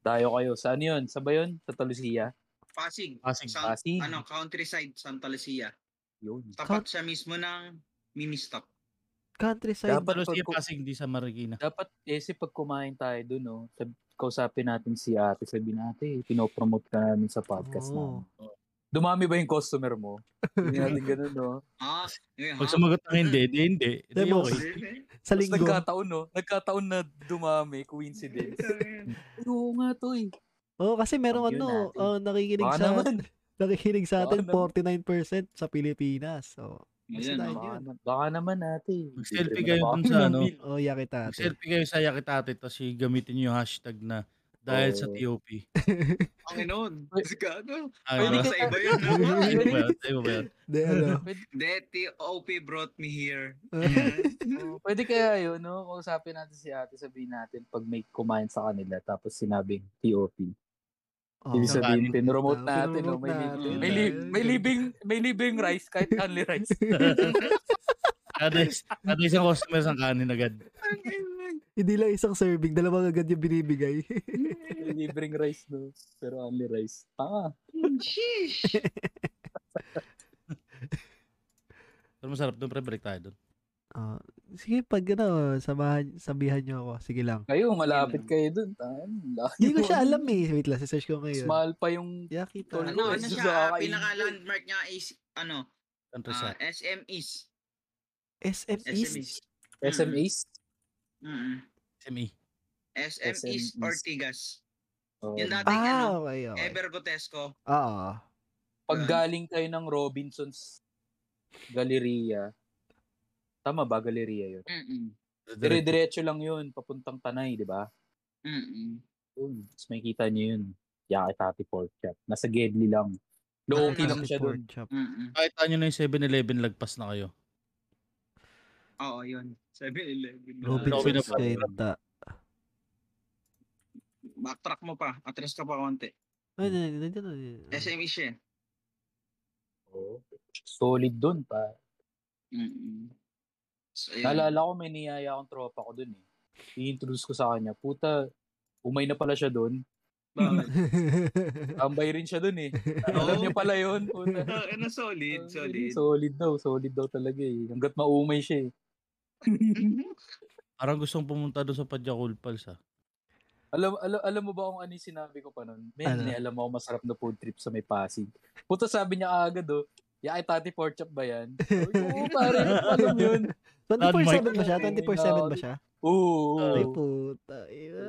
Speaker 2: Tayo kayo. Saan yun? Sa ba yun? Sa Talusia?
Speaker 4: Pasig.
Speaker 3: Pasig.
Speaker 4: Sa,
Speaker 2: Pasig.
Speaker 4: ano, countryside, Santa Lucia.
Speaker 2: Yun.
Speaker 4: Tapat siya mismo ng mini stop.
Speaker 1: Countryside.
Speaker 2: Dapat
Speaker 3: Pero
Speaker 2: pag,
Speaker 3: siya
Speaker 2: ku-
Speaker 3: pasig di sa Marikina.
Speaker 2: dapat ese pag kumain tayo doon, no, sab- kausapin natin si ate. Sabi natin, pinopromote ka namin sa podcast
Speaker 1: Oo.
Speaker 2: namin. Dumami ba yung customer mo? Hindi natin ganun, no?
Speaker 4: Ah, yun,
Speaker 3: Pag
Speaker 4: ha?
Speaker 3: sumagot ng hindi, di hindi. Di
Speaker 1: Demo.
Speaker 2: eh.
Speaker 3: okay.
Speaker 1: Sa
Speaker 2: Tapos
Speaker 1: linggo.
Speaker 2: nagkataon, no? Nagkataon na dumami, coincidence. Ay, Oo nga to, eh.
Speaker 1: Oo, kasi merong
Speaker 2: Yun
Speaker 1: ano,
Speaker 2: natin.
Speaker 1: oh, nakikinig
Speaker 2: Baka
Speaker 1: sa,
Speaker 2: naman.
Speaker 1: nakikinig sa
Speaker 2: Baka
Speaker 1: atin, 49% sa Pilipinas. So,
Speaker 4: Ayan,
Speaker 1: Basta
Speaker 4: no?
Speaker 2: Baka, na- baka naman ate.
Speaker 3: Mag-selfie
Speaker 2: Libre
Speaker 3: kayo
Speaker 2: naman ako
Speaker 3: dun sa
Speaker 2: ng
Speaker 3: ano.
Speaker 2: bill.
Speaker 1: oh, yakit ate.
Speaker 3: Selfie kayo sa yakit ate, tapos i- gamitin niyo yung hashtag na dahil sa
Speaker 2: Oo.
Speaker 3: TOP.
Speaker 4: Panginoon. Gago.
Speaker 3: Ay,
Speaker 4: Parang
Speaker 2: Pwede
Speaker 3: ba?
Speaker 2: ka-
Speaker 4: sa iba yun. no?
Speaker 3: Ay, iba ba yun? Ay, iba ba yun?
Speaker 1: De, ano.
Speaker 4: Hindi, TOP brought me here.
Speaker 1: Hmm,
Speaker 2: Oo, Pwede kaya yun, no? Kausapin natin si ate, sabihin natin pag may kumain sa kanila, tapos sinabing TOP.
Speaker 1: Oh,
Speaker 2: Ibig sabihin,
Speaker 3: Kakanin.
Speaker 2: pinromote
Speaker 1: Ah,
Speaker 2: natin, no?
Speaker 1: pinromote
Speaker 2: May, li-
Speaker 4: natin.
Speaker 2: may, li- may, libing, may libing rice, kahit only rice.
Speaker 3: Kada, kada isang customer sa kanin agad.
Speaker 1: Hindi lang isang serving, dalawang agad yung binibigay.
Speaker 2: may libring rice, no? Pero only rice. Tanga.
Speaker 4: Sheesh.
Speaker 3: Pero masarap doon, pre, break tayo doon.
Speaker 1: Ah, sige, pag ano, samahan, sabihan nyo ako. Sige lang.
Speaker 2: Kayo, malapit kayo dun. Tangan.
Speaker 1: Hindi ko siya alam eh. Wait lang, search ko ngayon.
Speaker 2: ano? Small pa yung...
Speaker 1: Yakita.
Speaker 2: Tol-
Speaker 4: ano, ano siya,
Speaker 2: Sa-
Speaker 4: pinaka-landmark niya is, ano, ah,
Speaker 3: Countryside.
Speaker 4: SM East.
Speaker 1: SM
Speaker 4: SM
Speaker 1: East.
Speaker 4: East.
Speaker 2: SM East?
Speaker 4: Mm-mm.
Speaker 3: SME.
Speaker 4: SM
Speaker 2: SM East.
Speaker 4: East Ortigas.
Speaker 2: Oo.
Speaker 4: Yung dati-
Speaker 1: Ah, okay, okay.
Speaker 4: ano? Ever Gotesco.
Speaker 1: Oo.
Speaker 2: Pag galing kayo ng Robinson's Galleria, tama ba Galleria yun?
Speaker 4: Mm-mm.
Speaker 2: Dire-diretso lang yun, papuntang Tanay, di ba?
Speaker 4: Mm-mm.
Speaker 2: Yun. Tapos may kita niyo yun. Yaki Tati Pork Chop. Nasa Gedli lang. Low-key lang siya
Speaker 1: Pork
Speaker 2: doon.
Speaker 1: chop.
Speaker 4: Mm-mm.
Speaker 3: Kahit nyo na yung 7-Eleven, lagpas na kayo.
Speaker 4: Oo, yun. 7-Eleven.
Speaker 3: Robin
Speaker 1: Robinson's
Speaker 3: of Paris.
Speaker 1: Kainta.
Speaker 4: Backtrack mo pa. Atras ka pa konti.
Speaker 1: Ay, nandiyan, nandiyan, nandiyan.
Speaker 4: SM East siya.
Speaker 2: Oo. Solid doon pa.
Speaker 4: eh. Mm-mm. So, yun.
Speaker 2: Naalala ko, may niyaya akong tropa ko doon eh. I-introduce ko sa kanya. Puta, umay na pala siya doon.
Speaker 4: Bakit? Um,
Speaker 2: Tambay rin siya doon eh. Alam niya pala yun. Puta.
Speaker 4: Ah, Ano, solid, solid.
Speaker 2: Solid daw. Solid daw talaga eh. Hanggat maumay siya eh.
Speaker 4: Mm-hmm.
Speaker 3: Parang gustong pumunta doon sa Padjakul Pals, ha?
Speaker 2: Alam, alam, alam mo ba kung ano yung sinabi ko pa nun? Men,
Speaker 1: Ano?
Speaker 2: eh, alam mo masarap na food trip sa may Pasig. Puta sabi niya agad oh, yeah, ay tati pork chop ba yan? Sabi ko, Oo pare, alam yun.
Speaker 1: 24-7 ba siya? 24-7
Speaker 2: Landmark.
Speaker 1: ba siya?
Speaker 2: Oo,
Speaker 1: Ay,
Speaker 2: oo.
Speaker 1: puta. ina.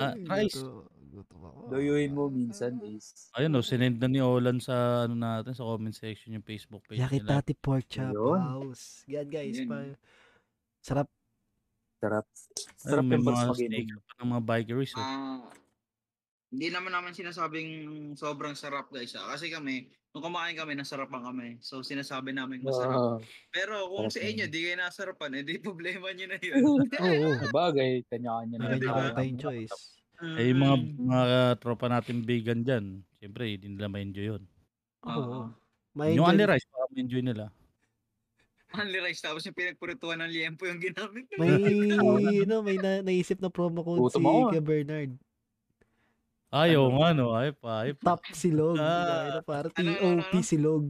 Speaker 3: Ah, rice.
Speaker 1: Gutom- gutom ako.
Speaker 2: Doyuin mo minsan eh. is.
Speaker 3: Ayun, no, sinend na ni Olan sa, ano natin, sa comment section yung Facebook page nila.
Speaker 1: Yakitati pork chop
Speaker 2: Yun.
Speaker 1: house. Yan guys,
Speaker 4: Yun.
Speaker 1: pa. Sarap.
Speaker 2: Sarap.
Speaker 3: Ayun,
Speaker 2: Sarap
Speaker 3: may
Speaker 2: yung pag
Speaker 3: mga
Speaker 2: spaghetti.
Speaker 3: snake pa ng mga bikeries, eh.
Speaker 4: Ah, hindi naman namin sinasabing sobrang sarap guys. ah. Kasi kami, nung kumain kami, nasarapan kami. So sinasabi namin masarap.
Speaker 2: Ah,
Speaker 4: Pero kung sa
Speaker 2: Sarap
Speaker 4: inyo,
Speaker 2: yun.
Speaker 4: di kayo nasarapan, edi problema nyo na yun.
Speaker 1: Oo.
Speaker 2: bagay, kanya-kanya na.
Speaker 4: Kanya-kanya
Speaker 1: Ganyan
Speaker 2: tayo.
Speaker 1: pa tayong choice.
Speaker 3: Eh, yung mga,
Speaker 4: Mm.
Speaker 3: mga tropa natin vegan dyan, siyempre, hindi nila ma-enjoy yun.
Speaker 4: Oo.
Speaker 1: Oo. May
Speaker 3: yung only
Speaker 1: enjoy,
Speaker 3: rice, baka ma-enjoy nila.
Speaker 4: Only rice. Tapos yung pinagpurutuan ng liempo yung ginamit.
Speaker 1: May, ano, may na, naisip na promo code si
Speaker 6: Gutom ako, ah.
Speaker 1: Kuya Bernard.
Speaker 3: Ayaw
Speaker 6: Ano?
Speaker 3: nga, no? Ay pa, ay pa.
Speaker 1: Top silog. Ano,
Speaker 3: Ah.
Speaker 1: para
Speaker 4: Ano, ano,
Speaker 1: T.O.P.
Speaker 4: ano?
Speaker 1: silog.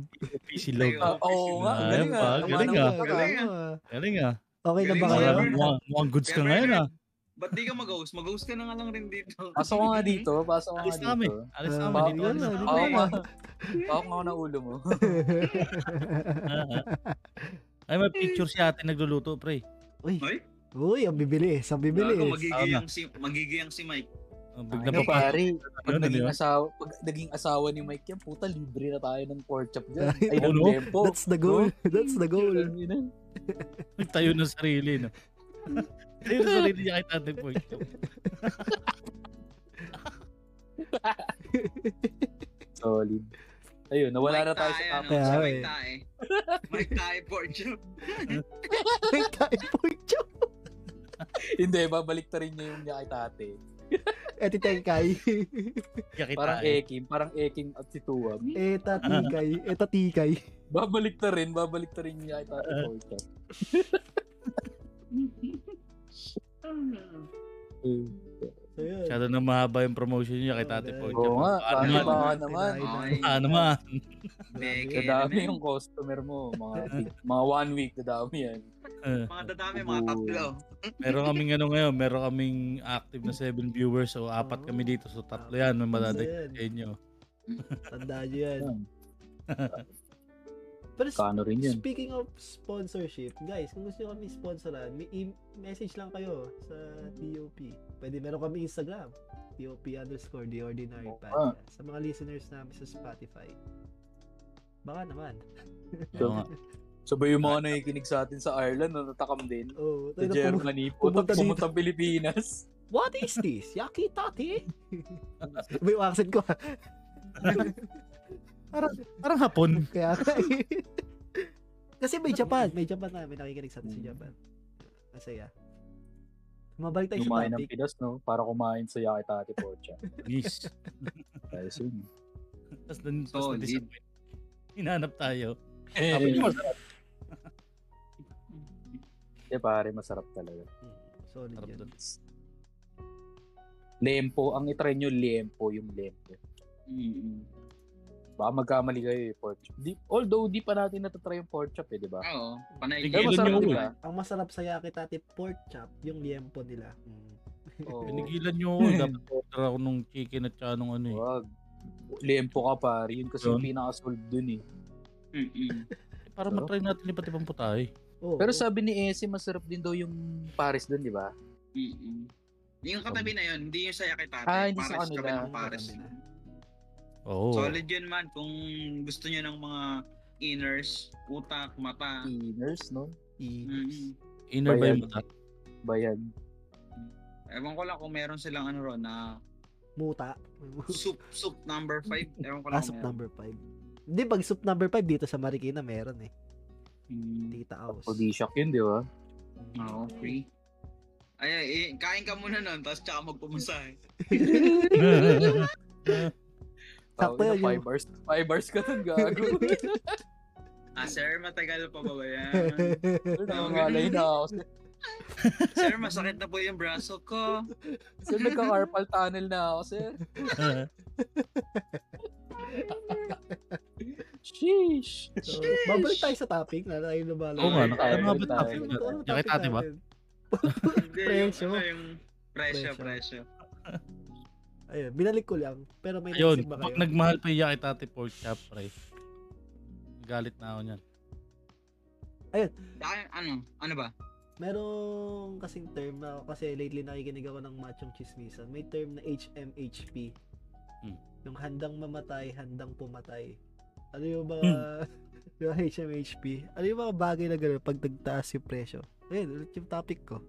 Speaker 3: Silog.
Speaker 4: Ah,
Speaker 2: oo nga,
Speaker 3: ang galing, ah. Tama Galing, naman, ah.
Speaker 4: Galing,
Speaker 1: ah.
Speaker 3: Galing ah.
Speaker 1: Okay na ba
Speaker 4: Galing,
Speaker 1: kayo?
Speaker 4: ah.
Speaker 3: Mukhang mukhang goods ka
Speaker 4: Kaya,
Speaker 3: ngayon ah.
Speaker 4: Ba't di ka mag-host? Mag-host ka na nga lang rin dito.
Speaker 2: Pasok ko nga dito, pasok ko
Speaker 3: Alis na
Speaker 2: nga
Speaker 3: kami.
Speaker 2: dito.
Speaker 3: Alis na
Speaker 1: Ah,
Speaker 2: Bawal
Speaker 3: kami. Dito
Speaker 2: yun,
Speaker 3: alis na
Speaker 1: ah,
Speaker 3: kami.
Speaker 1: dito.
Speaker 2: Ako nga. Ako nga ng ulo mo.
Speaker 3: ah. Ay, may picture si ate nagluluto, pre.
Speaker 1: Uy.
Speaker 4: Uy.
Speaker 1: Uy, ang bibili. Ang
Speaker 4: Gago,
Speaker 1: bibili.
Speaker 4: magigiyang si, magigiyang si Mike.
Speaker 3: Ang
Speaker 2: Ano
Speaker 3: Oh, Bigla
Speaker 2: na
Speaker 3: pa pa.
Speaker 2: pare,
Speaker 3: Ano,
Speaker 2: pag naging
Speaker 3: diba?
Speaker 2: asawa, pag naging asawa ni Mike yan, puta libre na tayo ng pork chop dyan. Ay,
Speaker 3: Oo,
Speaker 2: ng
Speaker 3: no?
Speaker 2: tempo.
Speaker 1: That's the goal. That's the goal.
Speaker 3: Nagtayo ng sarili, no? Tayo ng sarili niya kay Tate Boy.
Speaker 2: Solid. Ayun, nawala na tayo sa topic.
Speaker 4: Mike
Speaker 1: Kaya,
Speaker 4: Ano? Si
Speaker 1: eh.
Speaker 4: Mike Tae. Mike Tae for job.
Speaker 1: May time point siya.
Speaker 2: Hindi, babalik na rin niya yung niya kay tate.
Speaker 1: Eti Tenkay.
Speaker 3: Niya eh. kay
Speaker 2: Parang
Speaker 3: Tate.
Speaker 2: eking, parang eking at si Tuwab.
Speaker 1: Eta
Speaker 3: Ah.
Speaker 1: Tikay. Eta Tikay.
Speaker 2: Babalik na rin, babalik na rin niya kay tate
Speaker 3: Ah.
Speaker 2: pork chop.
Speaker 1: Ayun.
Speaker 3: Masyado na mahaba yung promotion niya kay Tate Boy.
Speaker 2: Oo nga, paano
Speaker 3: Paano naman?
Speaker 2: ba? naman.
Speaker 4: Okay.
Speaker 3: Paano naman?
Speaker 4: Beke.
Speaker 2: Dadami yung customer mo. Mga, mga one week, dadami yan.
Speaker 3: Eh,
Speaker 4: Mga dadami, mga tatlo.
Speaker 3: Meron kaming ano ngayon, meron kaming active na 7 viewers. So, apat kami dito. So, tatlo yan. May Ah, madadag sa inyo.
Speaker 1: Tandaan nyo yan.
Speaker 2: Yan.
Speaker 1: Pero
Speaker 6: Kano rin yun.
Speaker 1: Speaking of sponsorship, guys, kung gusto nyo kami sponsoran, may i- message lang kayo sa TOP. Pwede meron kami Instagram, TOP underscore The Ordinary
Speaker 2: Oo
Speaker 1: Podcast. Sa mga listeners namin sa Spotify. Baka naman.
Speaker 3: Oo nga.
Speaker 2: Sabay yung mga nakikinig sa atin sa Ireland, no, natakam din.
Speaker 1: Oh,
Speaker 2: Sa
Speaker 1: tayo na pumu-
Speaker 2: Germany, pumunta,
Speaker 1: pumunta dito.
Speaker 2: pumunta Pilipinas.
Speaker 1: What is this? Yaki Tati? may yung accent ko.
Speaker 3: Parang hapon.
Speaker 1: Kaya eh. Kasi may Japan, may Japan na, may nakikinig sa atin
Speaker 3: Hmm.
Speaker 1: sa Japan. Masaya. Mabalik tayo sa
Speaker 2: Kumain ng
Speaker 1: topic.
Speaker 2: Pinas, no? Para kumain sa Yaki Tati Pocha.
Speaker 3: Yes.
Speaker 2: Guys, yun.
Speaker 3: Tapos dun, tapos
Speaker 4: Solid.
Speaker 3: na-disappoint. Hinanap tayo.
Speaker 2: Eh,
Speaker 3: Sabi niyo,
Speaker 2: eh, pare, masarap talaga.
Speaker 1: Hmm. Solid
Speaker 3: Sarap
Speaker 1: yun.
Speaker 3: dun.
Speaker 2: Lempo, ang itry nyo, lempo, yung lempo.
Speaker 4: Mm.
Speaker 2: Baka magkamali kayo eh, pork chop. Di, although, di pa natin natatry yung pork chop eh, di ba?
Speaker 4: Oo, panay.
Speaker 3: Sige,
Speaker 2: Pero
Speaker 3: Tigilan
Speaker 2: masarap,
Speaker 3: nyo,
Speaker 2: di ba?
Speaker 1: Ang masarap sa yaki tati pork chop, yung liempo nila. Hmm.
Speaker 2: Oo.
Speaker 3: Pinigilan nyo ako. eh. Dapat order ako nung chicken at saka nung ano eh.
Speaker 2: Wag. Lempo Diba? ka, pare. Yun kasi yung
Speaker 3: Yun.
Speaker 2: pinaka-sold dun eh.
Speaker 4: Mm-mm.
Speaker 3: Eh, Para matry natin iba't ibang puta eh.
Speaker 1: Oo.
Speaker 2: Pero sabi ni Ese, masarap din daw yung Paris dun, di ba?
Speaker 4: Mm-mm. Yung katabi na yun, hindi yung saya kay tate.
Speaker 2: Ah, hindi sa
Speaker 4: Pares,
Speaker 2: kanila.
Speaker 4: kami ng pares.
Speaker 1: Sa kanila.
Speaker 3: Oo.
Speaker 4: Solid yun man. Kung gusto nyo ng mga inners, utak,
Speaker 1: Ah.
Speaker 4: mata.
Speaker 2: Inners, no?
Speaker 3: Hmm.
Speaker 4: Mm-mm.
Speaker 3: Inner ba yung
Speaker 2: Bayan.
Speaker 3: mata?
Speaker 2: Bayad.
Speaker 4: Ewan ko lang kung meron silang ano ron na
Speaker 1: Muta.
Speaker 4: soup, soup number 5. Ewan ko
Speaker 1: Ah,
Speaker 4: lang kung
Speaker 1: soup
Speaker 4: meron.
Speaker 1: number 5. Hindi, pag soup number 5 dito sa Marikina meron eh.
Speaker 4: Mm.
Speaker 1: Tita Aus.
Speaker 2: O di shock yun, di ba? Ah,
Speaker 4: Oo, free. Ay, ay, eh, kain ka muna nun, tapos tsaka magpumusahe.
Speaker 1: Sakto yun,
Speaker 2: 5
Speaker 1: yung-
Speaker 2: bars. 5 bars ka nun, gago.
Speaker 4: Ah, sir, matagal pa ba ba yan?
Speaker 2: Nangangalay na ako.
Speaker 4: sir, masakit na po yung braso ko.
Speaker 2: Sir, nagka-carpal tunnel na ako, sir. Sheesh.
Speaker 1: So, babalik tayo sa topic na tayo lumalaman.
Speaker 3: Oo nga,
Speaker 4: Ay,
Speaker 3: nakakatawa
Speaker 1: ano
Speaker 2: babalik tayo.
Speaker 3: ba topic natin? Yung kay tate ba?
Speaker 4: Hindi, yung
Speaker 1: Presyo.
Speaker 4: ano, yung presyo,
Speaker 1: Presyo.
Speaker 4: presyo.
Speaker 1: Ayun, binalik ko lang. Pero may naisip
Speaker 3: Ayun,
Speaker 1: ba
Speaker 3: pag
Speaker 1: kayo?
Speaker 3: nagmahal pa yung kay tate pork chop, pre. Galit na ako niyan.
Speaker 4: Saka, ano, ano ba?
Speaker 1: Merong kasing term na kasi lately nakikinig ako ng machong chismisan. May term na HMHP.
Speaker 3: Hmm.
Speaker 1: Yung handang mamatay, handang pumatay. Ano yung
Speaker 3: Hmm.
Speaker 1: mga yung HMHP? Ano yung mga bagay na gano'n pag nagtaas yung presyo? Ayun, ulit yung topic ko.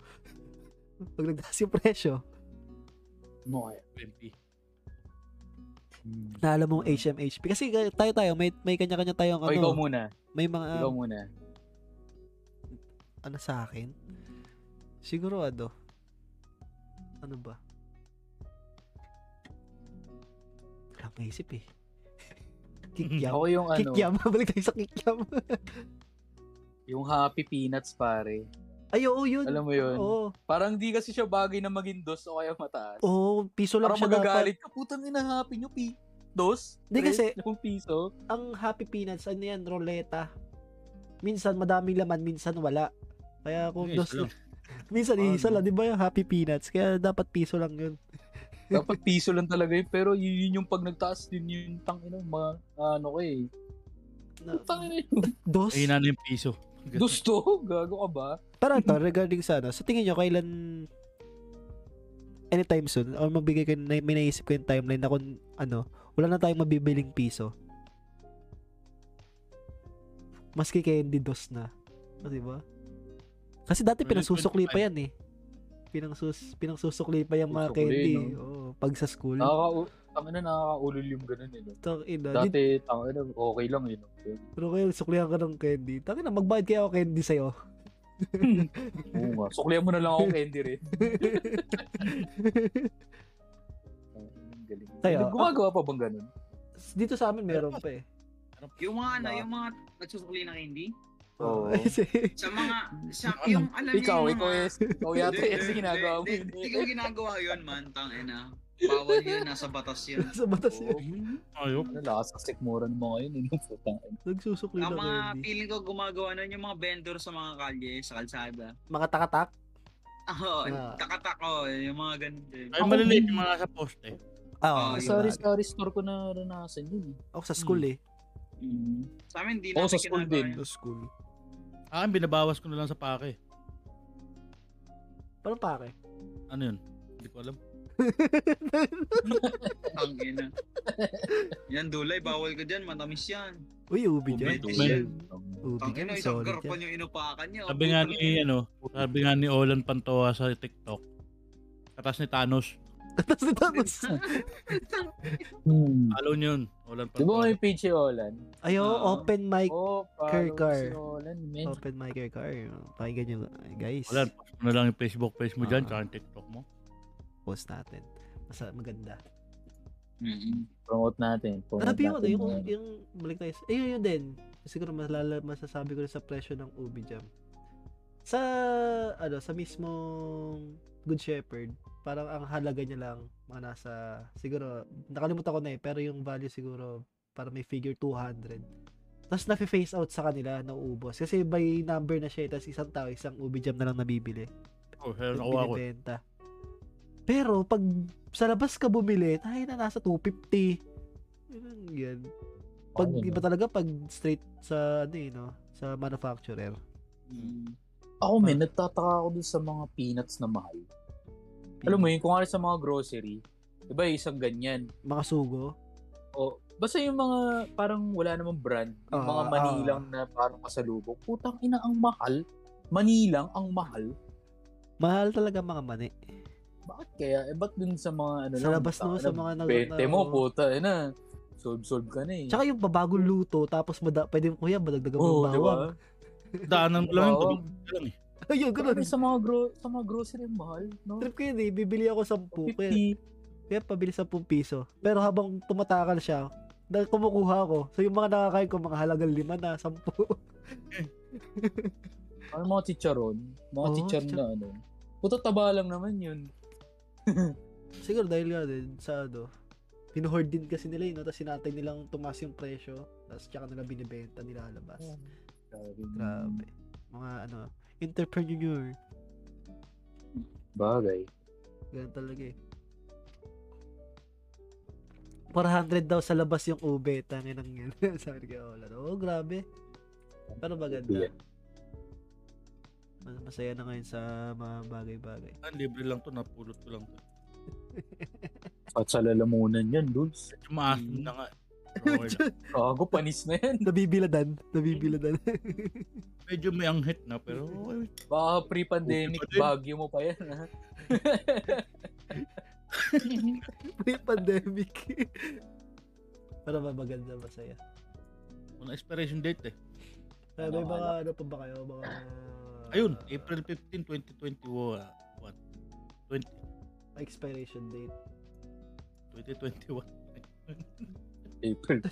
Speaker 1: pag nagtaas yung presyo,
Speaker 2: No, eh.
Speaker 3: 20.
Speaker 1: naalam mong HMHP. Kasi ga- tayo tayo, may, may kanya-kanya tayong
Speaker 2: O, Oh, ikaw
Speaker 1: ano,
Speaker 2: muna.
Speaker 1: may mga,
Speaker 2: Ikaw muna.
Speaker 1: ano sa akin? Siguro ano? Ano ba? Wala akong maisip eh. Kikyam.
Speaker 2: Ako yung ano,
Speaker 1: Kikyam. Balik tayo sa kikyam.
Speaker 2: Yung Happy Peanuts, pare.
Speaker 1: Ay, oo, yun.
Speaker 2: Alam mo yun?
Speaker 1: Oo.
Speaker 2: Parang di kasi siya bagay na maging dos o kaya mataas.
Speaker 1: Oo, piso lang
Speaker 2: Parang
Speaker 1: siya dapat.
Speaker 2: magagalit ka. Putang ina, Happy nyo, pi. Dos?
Speaker 1: Di
Speaker 2: Tres?
Speaker 1: kasi-
Speaker 2: Yung piso?
Speaker 1: Ang Happy Peanuts, ano yan, roleta. Minsan madaming laman, minsan wala. Kaya kung
Speaker 3: Ay,
Speaker 1: dos,
Speaker 3: isa lang.
Speaker 1: minsan
Speaker 2: Ano?
Speaker 1: isa lang, di ba yung Happy Peanuts? Kaya dapat piso lang yun.
Speaker 2: Dapat piso lang talaga yun. Pero yun yun yung pag nagtaas din yung tangina, mga ano ko eh.
Speaker 1: Na-
Speaker 2: Tangina yun.
Speaker 1: Dos?
Speaker 3: Ay, inano yung piso.
Speaker 2: Dos to? Gago ka ba?
Speaker 1: Parang to, regarding sa ano, sa tingin nyo, kailan anytime soon, or magbigay ko, may naisip ko yung timeline na kung, ano, wala na tayong mabibiling piso. Maski candy dos na. O, diba? Kasi dati
Speaker 3: Early
Speaker 1: pinagsusukli pa
Speaker 3: 25.
Speaker 1: yan eh. Pinangsus, pinagsusukli pa yung mga
Speaker 2: Susukli,
Speaker 1: candy.
Speaker 2: no?
Speaker 1: Oo, pag sa school.
Speaker 2: Nakaka tangina nakakaulol yung ganun eh. No?
Speaker 1: Tang ina. Di,
Speaker 2: Dati tangina okay lang eh. No?
Speaker 1: pero kaya suklihan ka ng candy. Tang ina, magbayad kaya ako candy sa'yo.
Speaker 2: Oo nga. Suklihan mo na lang akong candy rin. Ang Galing.
Speaker 1: Tayo,
Speaker 2: Hindi, Gumagawa pa bang ganun?
Speaker 1: Dito sa amin meron pa eh.
Speaker 4: Yung mga ano, yung mga nagsusukli ng hindi.
Speaker 2: Oo.
Speaker 4: Sa mga, sa,
Speaker 3: Ano?
Speaker 4: yung alam niyo
Speaker 2: Ikaw,
Speaker 4: yung
Speaker 2: ikaw
Speaker 4: mga-
Speaker 2: yes. Ikaw yata yes yung ginagawa mo.
Speaker 4: Hindi,
Speaker 2: yun,
Speaker 4: hindi,
Speaker 2: eh.
Speaker 4: hindi ko ginagawa yun, man. Tang ina. Bawal yun. Nasa batas yun.
Speaker 1: sa batas yun.
Speaker 2: Oo.
Speaker 3: Ayok.
Speaker 2: Ano, lakas sa sikmura ng mga yun. Yung putang ina.
Speaker 1: Nagsusukli
Speaker 4: Ang
Speaker 1: ng
Speaker 4: mga
Speaker 1: candy.
Speaker 4: feeling ko gumagawa nun yung mga vendor sa mga kalye, sa kalsada.
Speaker 1: Mga takatak.
Speaker 4: Oo,
Speaker 1: Ah.
Speaker 4: takatako, yung mga ganun din.
Speaker 3: Ay, maliliit yung mga sa eh. poste.
Speaker 1: Ah,
Speaker 4: Ah,
Speaker 1: Oo,
Speaker 4: yun.
Speaker 1: sorry.
Speaker 2: Sorry, sorry store ko na naranasan yun. eh.
Speaker 1: Ako sa school eh.
Speaker 4: Mm-hmm. Sa amin,
Speaker 2: Oo,
Speaker 4: di namin
Speaker 2: sa school
Speaker 4: ginagawa
Speaker 2: din.
Speaker 4: yun.
Speaker 1: Sa school.
Speaker 3: Ah, binabawas ko na lang sa pake.
Speaker 1: Parang pare.
Speaker 3: Ano yun? Hindi ko alam.
Speaker 4: Ang ina. Yan, dulay. Bawal ka dyan. Matamis yan.
Speaker 1: Uy, ubi
Speaker 3: Ubi,
Speaker 1: dyan.
Speaker 4: ubi.
Speaker 1: Ubi
Speaker 4: Ang
Speaker 1: dyan.
Speaker 4: ina, isang
Speaker 1: Solid
Speaker 4: garpan
Speaker 1: dyan.
Speaker 4: yung inupakan niya. oh,
Speaker 3: Sabi nga ni, ano, sabi nga ni Olan Pantoa sa TikTok. Katas ni Thanos.
Speaker 1: Tapos ni Thanos.
Speaker 2: Hmm.
Speaker 3: Follow niyo yun. Olan
Speaker 2: Di ba
Speaker 3: Pantoa.
Speaker 2: may page si Olan?
Speaker 1: Ayo,
Speaker 4: Oo.
Speaker 1: open mic.
Speaker 2: Oo,
Speaker 1: Kerr
Speaker 2: Oh, follow
Speaker 1: Carr.
Speaker 2: si Olan, men.
Speaker 1: Open mic air car. Pakinggan nyo lang, guys.
Speaker 3: Olan, post mo na lang yung Facebook page mo dyan,
Speaker 1: Ah.
Speaker 3: tsaka yung TikTok mo.
Speaker 1: Post natin. Masa maganda.
Speaker 4: Mm-hmm.
Speaker 2: Promote natin. Promote
Speaker 1: Hanapin mo, ano,
Speaker 2: natin
Speaker 1: yung,
Speaker 2: yan.
Speaker 1: yung balik tayo. sa- Eh, yun, yun din. Siguro malala, masasabi ko rin sa presyo ng ubi jam. Sa, ano, sa mismong Good Shepherd, parang ang halaga niya lang, mga nasa, siguro, nakalimutan ko na eh, pero yung value siguro, para may figure 200. Tapos na-face out sa kanila, nauubos. Kasi by number na siya, eh, tapos isang tao, isang ubi jam na lang nabibili.
Speaker 3: Oh, kaya
Speaker 1: Pag
Speaker 3: nakuha ko. eh.
Speaker 1: binibenta. Pero pag sa labas ka bumili, tayo na nasa 250. Ganun, Yan. Pag
Speaker 2: Ano,
Speaker 1: iba talaga pag straight sa ano eh, no? sa manufacturer.
Speaker 2: Ako men,
Speaker 1: Ah.
Speaker 2: nagtataka ako dun sa mga peanuts na mahal. Alam mo yun, kung ano sa mga grocery, di ba isang ganyan.
Speaker 1: mga sugo.
Speaker 2: O, basta yung mga parang wala namang brand, yung
Speaker 1: Ah,
Speaker 2: mga Manilang na parang kasalubong. Putang ina, ang mahal. Manilang, ang mahal.
Speaker 1: Mahal talaga mga mani.
Speaker 2: Bakit kaya? Eh, ba't dun sa mga ano
Speaker 1: Sa labas, no, sa mga nag-
Speaker 2: Bente
Speaker 1: na-
Speaker 2: mo,
Speaker 1: oo.
Speaker 2: puta, ina. Solve-solve ka na eh.
Speaker 1: Tsaka yung babagong luto tapos mada- pwede mo kuya madagdagan mo ng
Speaker 2: Oo, di ba?
Speaker 1: bawang.
Speaker 3: Daanan mo lang yun.
Speaker 2: Bawang.
Speaker 3: tumawag ka lang eh.
Speaker 1: Ayun, ganun.
Speaker 2: Grabe, sa mga, gro- sa mga grocery, ang mahal. No?
Speaker 1: Trip ko yun eh, bibili ako 10 kaya,
Speaker 2: 50.
Speaker 1: kaya pabili 10 piso. Pero habang tumatakal siya, na kumukuha ako. So yung mga nakakain ko, mga halagang lima na, 10.
Speaker 2: Ano mga chicharon? Mga
Speaker 1: Oo,
Speaker 2: chicharon na
Speaker 1: chicharon.
Speaker 2: ano. Puta taba lang naman yun.
Speaker 1: Siguro dahil nga din sa ano, pinuhord din kasi nila yun, no? tapos sinatay nilang tumaas yung presyo, tapos tsaka nila binibenta, nilalabas.
Speaker 2: Grabe.
Speaker 1: Grabe. Mga ano, entrepreneur.
Speaker 2: Bagay.
Speaker 1: Ganun talaga eh. 400 daw sa labas yung ube, tangin ang yun. Sabi kay Olan, oh grabe. Pero maganda. Mas- Masaya na ngayon sa mga bagay-bagay.
Speaker 3: Ah, libre lang to, napulot ko lang to.
Speaker 2: At sa lalamunan yan, Dulce.
Speaker 3: Medyo maasim na nga. eh. Pero okay lang.
Speaker 2: Kago, panis na yan.
Speaker 1: nabibiladan, nabibiladan.
Speaker 3: Medyo may anghit na, pero okay.
Speaker 2: Baka pre-pandemic,
Speaker 3: Buti pa din.
Speaker 2: bagyo mo pa yan. Ha?
Speaker 1: Pre-pandemic. Pero ba maganda, masaya.
Speaker 3: Wala expiration date eh.
Speaker 1: Ay, may mga ano pa ba kayo? Mga...
Speaker 3: Ayun, April 15, 2021. What? 20,
Speaker 1: Expiration date.
Speaker 3: 2021.
Speaker 2: April
Speaker 1: 21!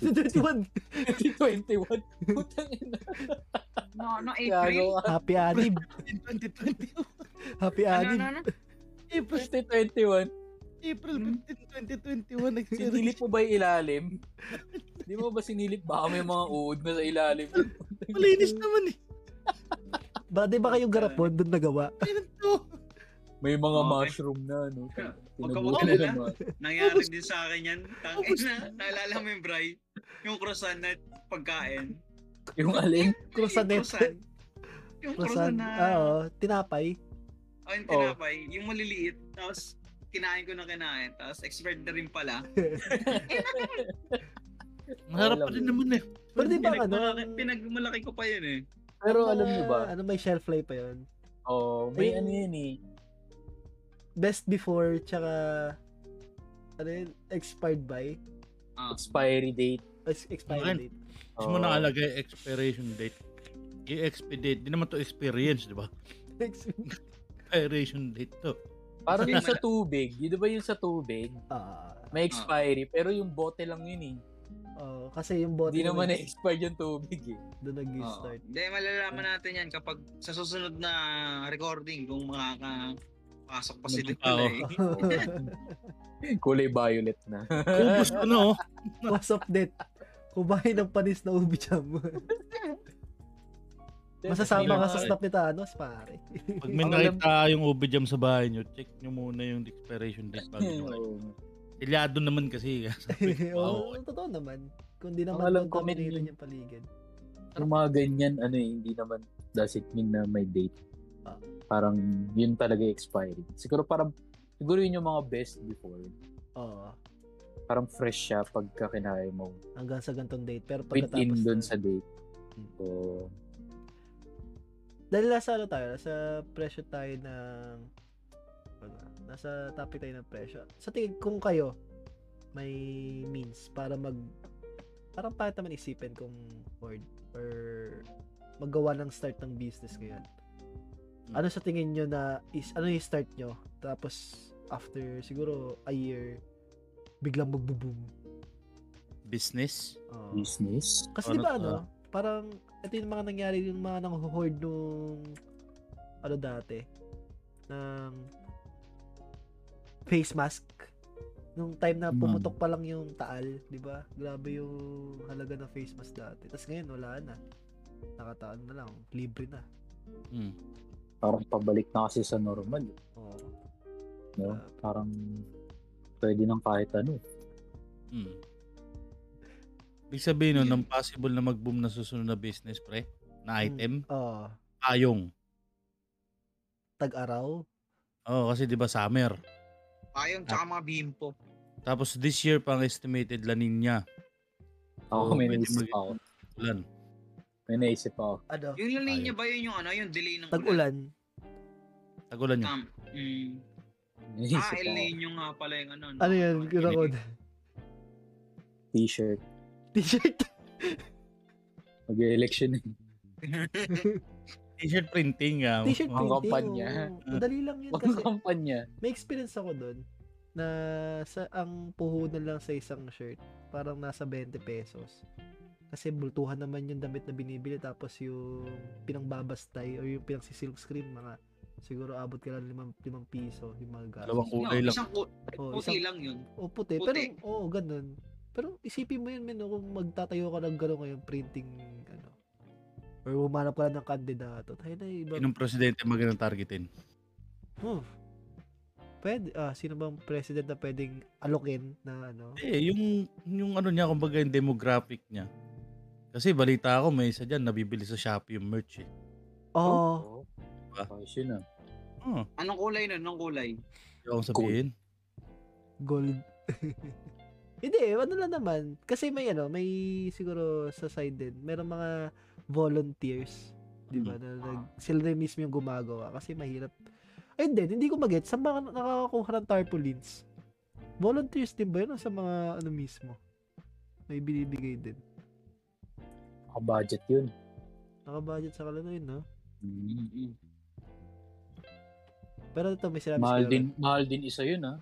Speaker 2: 2021. Putang ina.
Speaker 4: No, no, April.
Speaker 1: Happy Anib.
Speaker 3: 2020.
Speaker 1: Happy
Speaker 4: Ano,
Speaker 1: Anib.
Speaker 4: ano, ano?
Speaker 3: April,
Speaker 2: 2021.
Speaker 3: April
Speaker 4: Hmm?
Speaker 3: 15, 2021. Nagsirilip.
Speaker 2: Sinilip mo ba yung ilalim? Hindi mo ba sinilip? Baka may mga uod na sa ilalim.
Speaker 3: Malinis naman eh.
Speaker 1: Ba, di ba kayong garapon doon nagawa?
Speaker 3: Meron to.
Speaker 2: May mga
Speaker 4: Okay.
Speaker 2: mushroom na, ano.
Speaker 4: Huwag ka
Speaker 2: Pinabuti
Speaker 4: magalala.
Speaker 2: na naman.
Speaker 4: Nangyari
Speaker 3: Ubus-
Speaker 4: din sa akin yan. Tangin
Speaker 3: Ubus-
Speaker 4: na. Naalala mo yung Bray? Yung croissant na pagkain.
Speaker 2: Yung aling.
Speaker 4: Yung
Speaker 1: Croissanette.
Speaker 4: croissant. Yung croissant
Speaker 1: Croissant.
Speaker 4: na...
Speaker 1: Ah, Oo, tinapay.
Speaker 4: Oh, yung tinapay. Yung maliliit. Tapos, kinain ko na kinain. Tapos, expired na rin pala.
Speaker 3: Maharap pa rin naman eh.
Speaker 1: Pero di ba ano?
Speaker 4: Pinagmalaki, pinagmalaki ko pa yun eh.
Speaker 2: Pero
Speaker 1: ano
Speaker 2: alam niyo ba?
Speaker 1: Ano may shelf life pa yun?
Speaker 2: Oh, may
Speaker 1: Ayun.
Speaker 2: ano yun eh.
Speaker 1: Best before, tsaka ano yun? Expired by?
Speaker 4: Ah,
Speaker 2: Expiry date.
Speaker 1: Ex-
Speaker 3: Akin.
Speaker 1: Expired date.
Speaker 3: Gusto mo
Speaker 2: Oh.
Speaker 3: nakalagay expiration date. I-expedite. Di naman to experience, di ba?
Speaker 1: Ex-
Speaker 3: Expiration date to.
Speaker 2: Oh, Parang
Speaker 4: Hindi,
Speaker 2: yung sa
Speaker 4: mala-
Speaker 2: tubig. Yun ba yung sa tubig?
Speaker 1: Ah,
Speaker 2: May expiry. Pero yung bote lang yun eh.
Speaker 1: oo, kasi yung bote
Speaker 2: Hindi naman
Speaker 4: eh.
Speaker 2: na-expire yung tubig eh.
Speaker 1: doon
Speaker 4: Oo.
Speaker 1: nag-start.
Speaker 4: Hindi, malalaman natin yan kapag sa susunod na recording kung makakapasok pa sila.
Speaker 3: Magkatao.
Speaker 4: eh.
Speaker 2: Kulay violet na.
Speaker 3: Ubus ko na oh.
Speaker 1: What's up, net? Kumain ng panis na ubi jam. Masasama ka sa snap ni Thanos, pare.
Speaker 3: Pag may
Speaker 2: Ang
Speaker 3: nakita yung ube jam sa bahay nyo, check nyo muna yung expiration date
Speaker 2: Hmm.
Speaker 3: bago nyo kayo.
Speaker 2: Oo.
Speaker 3: Ilyado naman kasi. eh. Sabi, wow.
Speaker 1: Oo, totoo naman. Kung di
Speaker 2: Ang
Speaker 1: naman
Speaker 2: alam
Speaker 1: doon
Speaker 2: ko, may-
Speaker 1: dominated yung paligid.
Speaker 2: Yung mga ganyan, ano eh, hindi naman does it mean na may date.
Speaker 1: Ah.
Speaker 2: Parang yun talaga yung expiry. Siguro parang, siguro yun yung mga best before.
Speaker 1: Oo,
Speaker 2: Parang fresh siya pagka kinain mo.
Speaker 1: hanggang sa gantong date. Pero pagkatapos Hmm.
Speaker 2: Within dun
Speaker 1: nun-
Speaker 2: sa date. So,
Speaker 1: Dahil nasa ano tayo, nasa presyo tayo ng ano, nasa topic tayo ng presyo. Sa tingin kung kayo may means para mag parang pangit naman isipin kung word or maggawa ng start ng business ngayon. Ano sa tingin nyo na is ano yung start nyo? Tapos after siguro a year biglang magbo-boom.
Speaker 3: Business?
Speaker 1: Oo.
Speaker 2: business.
Speaker 1: Kasi di ba
Speaker 3: Ano to?
Speaker 1: ano, parang ito yung mga nangyari yung mga nang hoard nung ano dati ng face mask nung time na
Speaker 2: Hmm.
Speaker 1: pumutok pa lang yung taal, di ba? Grabe yung halaga ng face mask dati. Tapos ngayon wala na. Nakataan na lang, libre na.
Speaker 3: Mm.
Speaker 2: Parang pabalik na kasi sa normal.
Speaker 1: Oo. Ah,
Speaker 2: No? Parang pwede ng kahit ano.
Speaker 1: Hmm.
Speaker 3: Mm. Ibig sabihin nun,
Speaker 4: Yeah.
Speaker 3: ang possible na mag-boom na susunod na business, pre,
Speaker 1: Hmm.
Speaker 3: na item,
Speaker 1: Oo.
Speaker 3: ayong.
Speaker 1: tag-araw.
Speaker 3: Oo, kasi di ba summer.
Speaker 4: Ayong tsaka mga bimpo.
Speaker 3: Tapos this year pang estimated La Nina.
Speaker 2: Ako
Speaker 3: Oo,
Speaker 2: may
Speaker 3: pwede
Speaker 2: naisip
Speaker 3: mag-
Speaker 2: ako.
Speaker 3: Ulan.
Speaker 2: May naisip ako.
Speaker 1: Ano?
Speaker 4: Yung La Nina ba yun yung ano, yung delay ng
Speaker 1: Tag-ulan.
Speaker 3: Tagulan yun.
Speaker 4: Tam. Mm.
Speaker 2: May
Speaker 4: Ah,
Speaker 2: naisip
Speaker 4: El
Speaker 2: ako.
Speaker 4: Nino nga pala yung ano. no?
Speaker 1: Ano yan? Kinakod.
Speaker 2: T-shirt.
Speaker 1: T-shirt.
Speaker 2: Mag-election eh.
Speaker 3: T-shirt printing ah. nga.
Speaker 1: T-shirt
Speaker 2: Ang
Speaker 1: printing.
Speaker 2: kampanya.
Speaker 1: oo. Madali lang yun
Speaker 2: Ang
Speaker 1: kasi.
Speaker 2: kampanya.
Speaker 1: may experience ako doon na sa ang puhunan lang sa isang shirt parang nasa 20 pesos kasi bultuhan naman yung damit na binibili tapos yung pinangbabastay or yung pinangsisilk screen mga siguro abot ka lang limang, limang piso yung mga gastos.
Speaker 3: Dalawang
Speaker 4: No,
Speaker 3: kulay lang.
Speaker 4: Isang ku-
Speaker 1: Oo,
Speaker 4: puti
Speaker 1: Oh, isang-
Speaker 4: lang yun.
Speaker 1: oo, puti.
Speaker 4: puti.
Speaker 1: Pero, oo, ganun. Pero isipin mo yun, men, kung magtatayo ka ng gano'n ngayon, printing, ano, or humanap ka lang ng kandidato. Tayo na iba.
Speaker 3: Yun ang presidente magandang targetin.
Speaker 1: Hmm. Pwede, ah, sino bang president na pwedeng alokin na, ano,
Speaker 3: Eh, yung, yung ano niya, kumbaga yung demographic niya. Kasi balita ako, may isa dyan, nabibili sa Shopee yung merch eh.
Speaker 1: Oo.
Speaker 3: Diba?
Speaker 2: Oh, Fashion ah.
Speaker 3: Oh,
Speaker 4: Anong kulay nun? Anong kulay?
Speaker 3: hindi akong sabihin.
Speaker 1: gold. Hindi, ano lang naman. Kasi may ano, may siguro sa side din, meron mga volunteers. Di
Speaker 2: Hmm.
Speaker 1: ba? Na, nag, sila na mismo yung gumagawa kasi mahirap. Ayun din, hindi ko mag-get. Saan ba nakakakuha ng tarpaulins? Volunteers din ba yun o sa mga ano mismo? May binibigay din.
Speaker 2: Naka-budget yun.
Speaker 1: Nakabudget sa kalano yun, no?
Speaker 2: Mm.
Speaker 1: Pero ito, may sinabi
Speaker 2: Mahal
Speaker 1: si Lola.
Speaker 2: din, mahal din isa yun ah.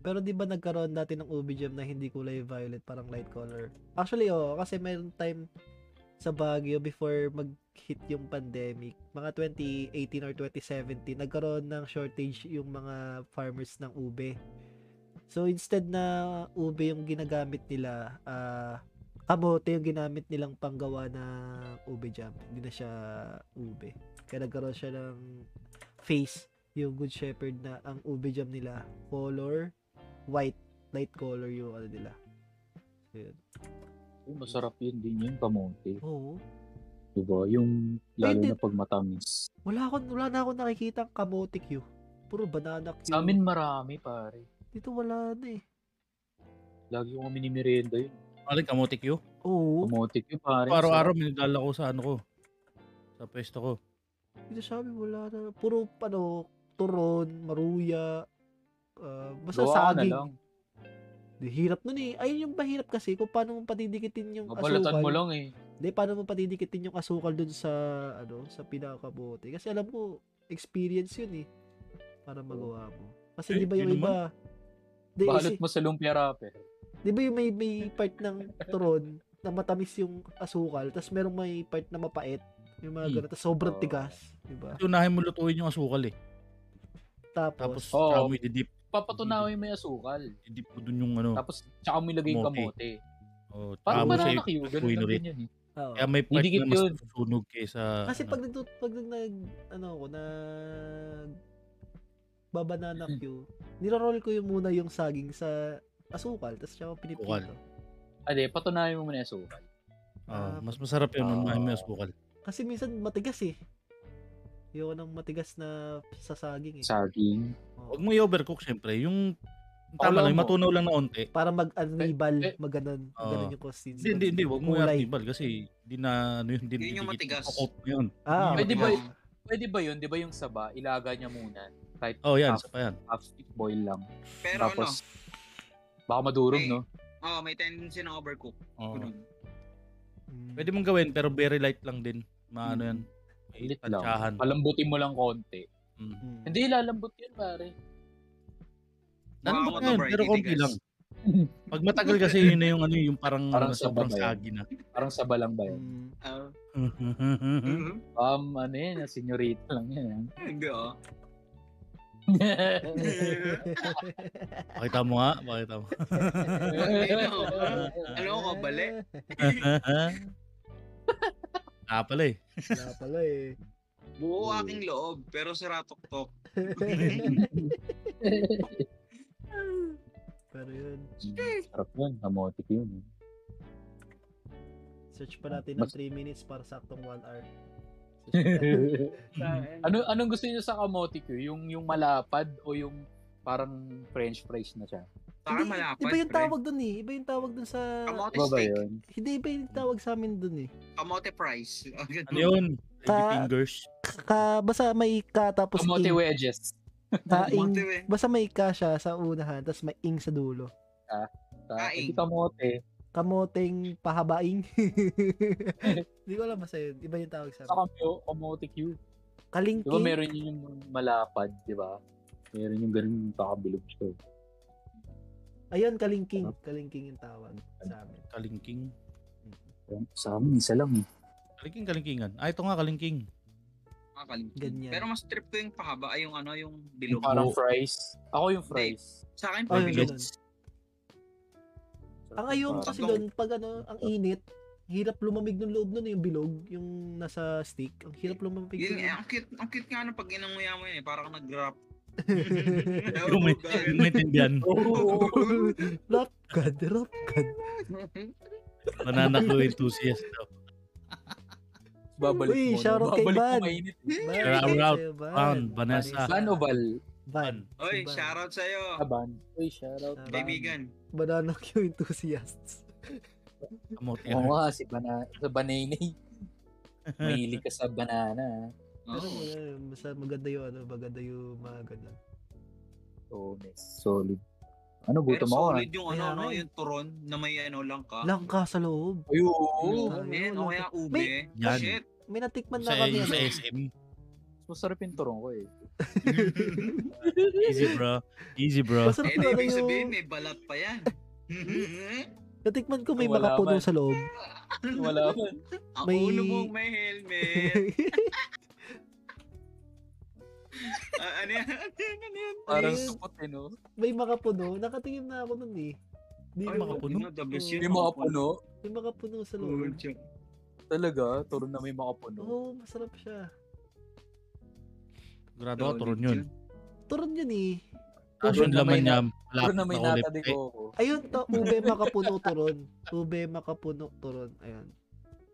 Speaker 1: Pero di ba nagkaroon natin ng UV gem na hindi kulay violet, parang light color? Actually, oo. kasi mayroon time sa Baguio before mag hit yung pandemic, mga 2018 or 2017, nagkaroon ng shortage yung mga farmers ng ube. So instead na ube yung ginagamit nila, ah kamote yung ginamit nilang panggawa ng ube jam. Hindi na siya ube. Kaya nagkaroon siya ng face yung Good Shepherd na ang ube jam nila color white light color yung ano nila so, yun.
Speaker 2: Ay, masarap yun din yung kamonte.
Speaker 1: oo
Speaker 2: Diba? Yung lalo
Speaker 1: Hindi.
Speaker 2: na pag matamis.
Speaker 1: wala akong wala na akong nakikita ang kamote Q puro banana Q
Speaker 2: Sa amin marami pare.
Speaker 1: dito wala na eh
Speaker 2: Lagi ko kami nimerienda yun.
Speaker 3: Alin, kamotik yun.
Speaker 1: oo
Speaker 2: Kamote yun pare.
Speaker 3: Araw-araw minadala ko sa ano ko. Sa pwesto ko.
Speaker 1: dito sabi wala na puro ano turon maruya ah, basta
Speaker 2: Gawa ko na
Speaker 1: saging
Speaker 2: lang.
Speaker 1: Di, hirap nun eh ayun yung mahirap kasi kung paano mo patidikitin yung
Speaker 2: Mabalatan mo lang eh.
Speaker 1: Hindi, paano mo patidikitin yung asukal dun sa, ano, sa pinakabote? Kasi alam ko, experience yun eh. Para magawa mo. Kasi
Speaker 3: Eh,
Speaker 1: di ba yung
Speaker 3: yun
Speaker 1: iba, di,
Speaker 2: Balot
Speaker 1: kasi-
Speaker 2: mo sa lumpia wrapper.
Speaker 1: di ba yung may, may part ng turon na matamis yung asukal, tapos merong may part na mapait, yung mga
Speaker 3: Hmm.
Speaker 1: ganun, tapos sobrang
Speaker 2: Oo.
Speaker 1: tigas, di ba?
Speaker 3: Unahin mo lutuin yung asukal eh.
Speaker 1: Tapos,
Speaker 3: Tapos,
Speaker 2: Oo.
Speaker 3: tsaka mo ididip.
Speaker 2: Papatunawin mo yung asukal.
Speaker 3: Ididip mo dun yung ano.
Speaker 2: Tapos, tsaka mo ilagay yung
Speaker 3: Kamote.
Speaker 2: kamote.
Speaker 3: Oh,
Speaker 2: Parang
Speaker 3: tsaka mo siya
Speaker 2: banana Q. Ganun
Speaker 3: tukuyin
Speaker 2: lang
Speaker 3: ulit.
Speaker 2: din yun eh.
Speaker 1: oo.
Speaker 3: Kaya may part
Speaker 2: Didikit
Speaker 3: na mas
Speaker 2: yun.
Speaker 3: sunog kaysa...
Speaker 1: kasi
Speaker 3: ano.
Speaker 1: pag nag, pag nag, nag- ano ako, na babanana
Speaker 3: Hmm.
Speaker 1: Q, niro-roll ko yung muna yung saging sa asukal, tapos siya ako
Speaker 3: Asukal.
Speaker 1: pinipito.
Speaker 2: Ade, patunayan mo muna yung asukal.
Speaker 3: Oo,
Speaker 1: Ah,
Speaker 3: mas masarap yun nung unahin mo yung asukal.
Speaker 1: Kasi minsan matigas eh. Yung ng matigas na sa saging eh.
Speaker 2: Saging.
Speaker 1: Oo.
Speaker 3: Huwag mo i-overcook syempre. Yung yung
Speaker 2: Ako
Speaker 3: tama
Speaker 2: lang
Speaker 3: lang, yung
Speaker 2: mo.
Speaker 3: matunaw lang na onte.
Speaker 1: Para mag-annibal,
Speaker 2: Eh, eh,
Speaker 1: maganon,
Speaker 3: Oo.
Speaker 1: maganon yung consistency.
Speaker 3: Hindi, hindi, hindi. Huwag mo
Speaker 1: Kulay.
Speaker 3: i-artibal kasi hindi na ano yun. Hindi
Speaker 4: Yun yung matigas.
Speaker 3: Pakop mo yun.
Speaker 1: Ah,
Speaker 3: Pwede
Speaker 1: okay.
Speaker 2: ba-
Speaker 4: Oo.
Speaker 2: Pwede ba yun? Di ba yung saba, ilaga niya muna. Kahit
Speaker 3: Oh, yan.
Speaker 2: Ah.
Speaker 3: Sa pa yan.
Speaker 2: half stick boil lang.
Speaker 4: Pero
Speaker 2: Tapos, baka madurog,
Speaker 4: May-
Speaker 2: no?
Speaker 4: ano, oh, may tendency ng overcook.
Speaker 2: Ah.
Speaker 3: Oo.
Speaker 4: Ganun.
Speaker 1: Mm.
Speaker 3: Pwede mong gawin pero very light lang din. Maano yan. May
Speaker 2: Ulit Hmm. lang.
Speaker 3: tansyahan.
Speaker 2: Palambutin mo lang konti.
Speaker 3: Mm.
Speaker 1: Mm.
Speaker 2: Hindi, lalambot yun, pare.
Speaker 3: Ano ba
Speaker 4: Baka
Speaker 3: yun?
Speaker 4: mag-overheat,
Speaker 3: Pero konti
Speaker 4: tigas.
Speaker 3: lang. Pag matagal kasi yun na yung ano yung parang,
Speaker 2: Parang
Speaker 3: sobrang
Speaker 2: sabay.
Speaker 3: sagi na.
Speaker 2: Parang saba lang ba yun?
Speaker 1: Mm.
Speaker 4: Ah,
Speaker 3: Hmm?
Speaker 4: mhm.
Speaker 2: Um, ano yan, senyorita lang eh. yan.
Speaker 4: Hindi oh.
Speaker 1: Mm.
Speaker 3: Pakita mo nga. Pakita mo.
Speaker 4: Alam ko, kabali.
Speaker 3: Ah, pala eh.
Speaker 1: Wala pala eh. Oh.
Speaker 4: Buo aking loob, pero sira tok
Speaker 1: Pero yun,
Speaker 2: Sarap yun, kamotik yun.
Speaker 1: search pa natin ng
Speaker 2: Mas-
Speaker 1: 3 minutes para saktong 1 hour. Search pa-
Speaker 2: eh. ano anong gusto niyo sa kamotik yun? Yung, yung malapad o yung parang french fries na siya?
Speaker 4: Para
Speaker 1: Hindi,
Speaker 4: malapad.
Speaker 1: Iba yung
Speaker 4: pre.
Speaker 1: tawag dun eh. Iba yung tawag dun sa...
Speaker 4: Kamote
Speaker 2: Ano ba
Speaker 4: steak.
Speaker 2: yun?
Speaker 1: Hindi, iba yung tawag sa amin dun eh.
Speaker 4: Kamote fries.
Speaker 3: Ano yun? Lady
Speaker 1: Ta-
Speaker 3: fingers.
Speaker 1: Ka, basta may ka tapos ing.
Speaker 2: Kamote wedges.
Speaker 1: Kaing.
Speaker 4: Kamote, eh.
Speaker 1: Basta may ka siya sa unahan, tapos may ing sa dulo.
Speaker 2: Ta-
Speaker 4: Kain.
Speaker 2: Hindi kamote.
Speaker 1: kamoteng pahabaing. Hindi ko alam basta yun. Iba yung tawag sa
Speaker 2: Sa kamyo, kamotik yun. Di ba
Speaker 1: Kalingking.
Speaker 2: meron yun yung malapad, di ba? Meron yung ganun pakabilog siya.
Speaker 1: Ayun, kalingking. Kalingking yung tawag sa amin.
Speaker 3: Kalingking.
Speaker 2: Sa amin, isa lang. eh.
Speaker 3: Kalingking, kalingkingan. Ah, ito nga, kalingking.
Speaker 4: Ah, kalimtan.
Speaker 1: Ganyan.
Speaker 4: Pero mas trip ko yung pahaba ay yung ano, yung
Speaker 2: Yung
Speaker 4: bilog.
Speaker 2: parang
Speaker 3: Oo.
Speaker 2: fries. Ako yung fries.
Speaker 4: Sa akin,
Speaker 1: Oh,
Speaker 4: pag
Speaker 1: yun,
Speaker 4: bilog.
Speaker 1: ganun. Ang ayong kasi doon, pag ano, ang init, hirap lumamig ng loob nun eh, yung bilog, yung nasa stick. Ang hirap lumamig.
Speaker 4: Yun,
Speaker 1: ng-
Speaker 4: eh, ang cute, ang cute nga ano pag inanguya mo yun eh. Parang nag-wrap.
Speaker 3: Yung may- Yung maintindihan.
Speaker 1: Rap God, rap God.
Speaker 3: Banana Clue enthusiast. daw.
Speaker 2: Babalik
Speaker 1: Uy,
Speaker 2: mo. no?
Speaker 1: shoutout kay
Speaker 2: Babalik
Speaker 1: Van.
Speaker 2: mo mainit.
Speaker 1: Ban,
Speaker 3: Shout
Speaker 1: sa'yo,
Speaker 3: out,
Speaker 1: Ban.
Speaker 3: Van, Vanessa.
Speaker 2: Van o Val?
Speaker 1: Van.
Speaker 4: Oy,
Speaker 1: Ban.
Speaker 4: shoutout sa'yo.
Speaker 2: Aban. Uy, shoutout.
Speaker 1: Ban.
Speaker 4: Kaibigan.
Speaker 1: Banana Q enthusiasts.
Speaker 3: Kamote.
Speaker 2: Oo nga, si bana sa bananay. Mahilig ka sa banana.
Speaker 1: Pero
Speaker 4: Oo.
Speaker 1: eh, mas maganda yung ano, maganda yung mga ganun.
Speaker 2: So, solid. Ano,
Speaker 4: Pero
Speaker 2: gutom ako. ah.
Speaker 4: solid yung ano,
Speaker 1: Kaya
Speaker 4: ano,
Speaker 1: nga eh.
Speaker 4: yung turon na may ano lang ka.
Speaker 1: Langka sa loob.
Speaker 2: Ay, oo.
Speaker 1: Ayun,
Speaker 4: Man,
Speaker 1: lang
Speaker 4: o kaya
Speaker 1: ka. May,
Speaker 4: ube.
Speaker 3: Yan.
Speaker 4: Shit.
Speaker 1: may natikman na
Speaker 3: Sa,
Speaker 1: kami.
Speaker 3: yung sa
Speaker 1: ano.
Speaker 3: SM.
Speaker 2: Masarap yung turong ko eh.
Speaker 3: Easy bro. Easy bro.
Speaker 1: Masarap
Speaker 4: Eh,
Speaker 1: yung
Speaker 4: di
Speaker 1: ano
Speaker 4: ibig eh.
Speaker 1: yung...
Speaker 4: sabihin, may balat pa yan.
Speaker 1: Natikman ko may
Speaker 2: Wala
Speaker 1: mga puno
Speaker 2: man.
Speaker 1: sa loob.
Speaker 2: Wala pa.
Speaker 4: Ang
Speaker 1: May-
Speaker 4: ulo mong may helmet. Ah, ano yan? Ano yan? Ano yan?
Speaker 2: Parang
Speaker 1: Ayun.
Speaker 2: supot eh, no?
Speaker 1: may mga puno. Nakatingin na ako nun eh. Di
Speaker 4: Ay, ano,
Speaker 1: ba?
Speaker 3: mga puno?
Speaker 4: The best yun. Ano,
Speaker 2: May mga puno.
Speaker 1: May mga puno sa
Speaker 4: Oo,
Speaker 1: loob.
Speaker 4: tiyo.
Speaker 2: Talaga, turo na may mga puno.
Speaker 1: Oo, masarap siya.
Speaker 3: Grado ako, turon yun.
Speaker 1: Turon yun eh.
Speaker 3: Tapos
Speaker 2: Turon
Speaker 3: yung
Speaker 2: na
Speaker 3: laman
Speaker 2: may
Speaker 3: niya,
Speaker 2: Turo na
Speaker 3: malapit na
Speaker 2: may
Speaker 3: ulit.
Speaker 2: natadig
Speaker 3: Eh,
Speaker 2: ko.
Speaker 1: Ayun to, ube makapuno turon. Ube makapuno turon. Ayun.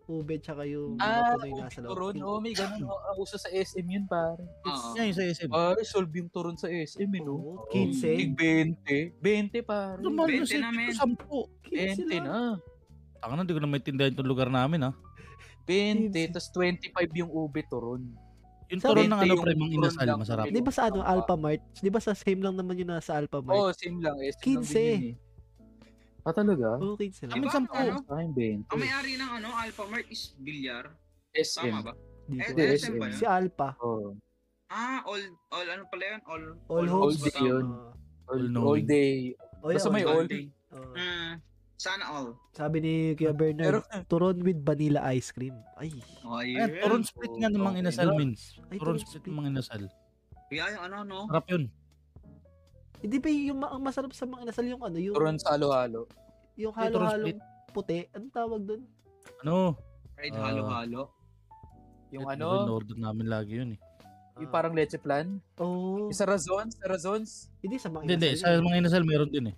Speaker 1: Ube tsaka yung mga
Speaker 2: Ah,
Speaker 1: puno yung nasa loob.
Speaker 2: turon.
Speaker 1: Yung-
Speaker 2: Oo, may ganun. Oo, Ang uso sa SM yun, pare.
Speaker 4: Oo.
Speaker 3: yan yung sa SM.
Speaker 2: Pare, solve yung turon sa SM, eh, no? Oh,
Speaker 1: Oo,
Speaker 2: Tig
Speaker 1: 15.
Speaker 2: 20. 20, pare.
Speaker 3: Dumal yung sa
Speaker 4: 20 na, men.
Speaker 3: 10.
Speaker 1: 15
Speaker 2: 20
Speaker 1: lang.
Speaker 2: na.
Speaker 3: Taka na, hindi ko na maintindihan itong lugar namin, ah. ha?
Speaker 2: 20, tapos 25 yung ube turon.
Speaker 3: Yung
Speaker 1: Sa
Speaker 3: turon ng
Speaker 2: 20
Speaker 3: ano,
Speaker 2: yung
Speaker 3: pre, mang
Speaker 2: turon
Speaker 3: inasal,
Speaker 2: lang.
Speaker 3: masarap.
Speaker 1: Di ba sa
Speaker 2: Ah,
Speaker 1: ano, Alpha Mart? Di ba sa same lang naman yun nasa Alpha Mart?
Speaker 2: Oo, same lang. Eh.
Speaker 1: 15.
Speaker 2: Same 15. Ah, talaga?
Speaker 1: Oo, 15 lang.
Speaker 3: Kami
Speaker 4: Diba,
Speaker 3: sampu.
Speaker 4: ano?
Speaker 2: Sa akin, 20.
Speaker 4: Ang may-ari ng ano, Alpha Mart is Bilyar.
Speaker 2: SM.
Speaker 4: Tama ba?
Speaker 1: Di ko
Speaker 4: Eh,
Speaker 1: alam.
Speaker 2: SM ba
Speaker 4: yun?
Speaker 1: Si Alpha.
Speaker 2: Oo.
Speaker 4: Ah, all, all ano pala yun? All,
Speaker 1: All
Speaker 2: All
Speaker 1: Hopes.
Speaker 2: day
Speaker 4: ba tama?
Speaker 2: yun.
Speaker 1: Oo.
Speaker 2: All,
Speaker 3: All-knowing.
Speaker 2: all day.
Speaker 1: Oh, yeah,
Speaker 2: Basta may
Speaker 1: all-
Speaker 2: all.
Speaker 4: Monday.
Speaker 1: Oo.
Speaker 4: Ah, sana all.
Speaker 1: Sabi ni Kuya Bernard,
Speaker 2: Ah, Pero,
Speaker 1: turon with vanilla ice cream. Ay.
Speaker 4: Oh,
Speaker 3: Ayan,
Speaker 4: ayun.
Speaker 3: turon split nga ng mang inasal, min.
Speaker 1: Ay,
Speaker 3: Turon split ng mang inasal.
Speaker 4: Kaya yung ano, no?
Speaker 3: Sarap yun.
Speaker 1: Hindi ba yung ma- ang masarap sa mga inasal yung ano, yung,
Speaker 2: turon sa halo-halo.
Speaker 1: yung
Speaker 3: Hindi, turon
Speaker 1: halo-halong puti. Anong tawag doon?
Speaker 3: Ano?
Speaker 4: Fried
Speaker 3: Ah.
Speaker 4: halo-halo.
Speaker 2: Yung
Speaker 3: Ito,
Speaker 2: ano,
Speaker 3: in-order namin lagi yun, eh.
Speaker 2: yung parang leche plan.
Speaker 1: Oo.
Speaker 2: Yung sa razons, sa razons.
Speaker 1: Hindi sa mga
Speaker 3: Hindi, hindi. Sa
Speaker 1: inasal. yun.
Speaker 3: mga inasal, meron din, eh.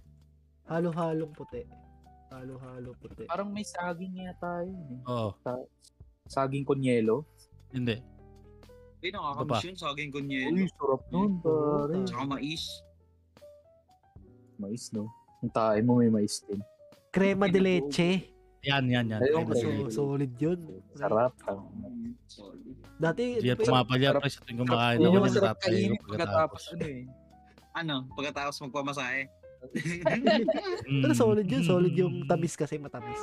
Speaker 1: Halo-halong puti. Halo-halo puti.
Speaker 2: Parang may saging yata yun. eh.
Speaker 3: Oo,
Speaker 2: Saging konyelo.
Speaker 3: hindi.
Speaker 4: Ay,
Speaker 3: Ano ba?
Speaker 4: nakakamiss yun. Saging kunyelo.
Speaker 2: Uy, sarap nun,
Speaker 1: Oo,
Speaker 2: pare.
Speaker 1: tayo.
Speaker 4: Saka mais.
Speaker 2: Mais, no? Yung tayo mo may mais din.
Speaker 1: Crema de leche.
Speaker 3: Yan, yan, yan.
Speaker 2: Ayun,
Speaker 3: Ayun,
Speaker 2: pre.
Speaker 1: So, solid yun.
Speaker 2: Sarap.
Speaker 4: Oh,
Speaker 2: tama.
Speaker 4: solid.
Speaker 1: Dati,
Speaker 3: Diyan
Speaker 1: pa-
Speaker 3: pumapalya,
Speaker 2: sarap-
Speaker 3: pre, sa tuwing kumakain
Speaker 2: Yun
Speaker 3: ako
Speaker 2: yung
Speaker 3: ng
Speaker 2: masarap
Speaker 3: tatay ko
Speaker 2: kainin eh, pagkatapos.
Speaker 3: pagkatapos.
Speaker 2: Ano eh.
Speaker 4: Ano, pagkatapos magpamasahe.
Speaker 1: pero
Speaker 3: Mm.
Speaker 1: Ano, solid yun. Solid yung tamis kasi matamis.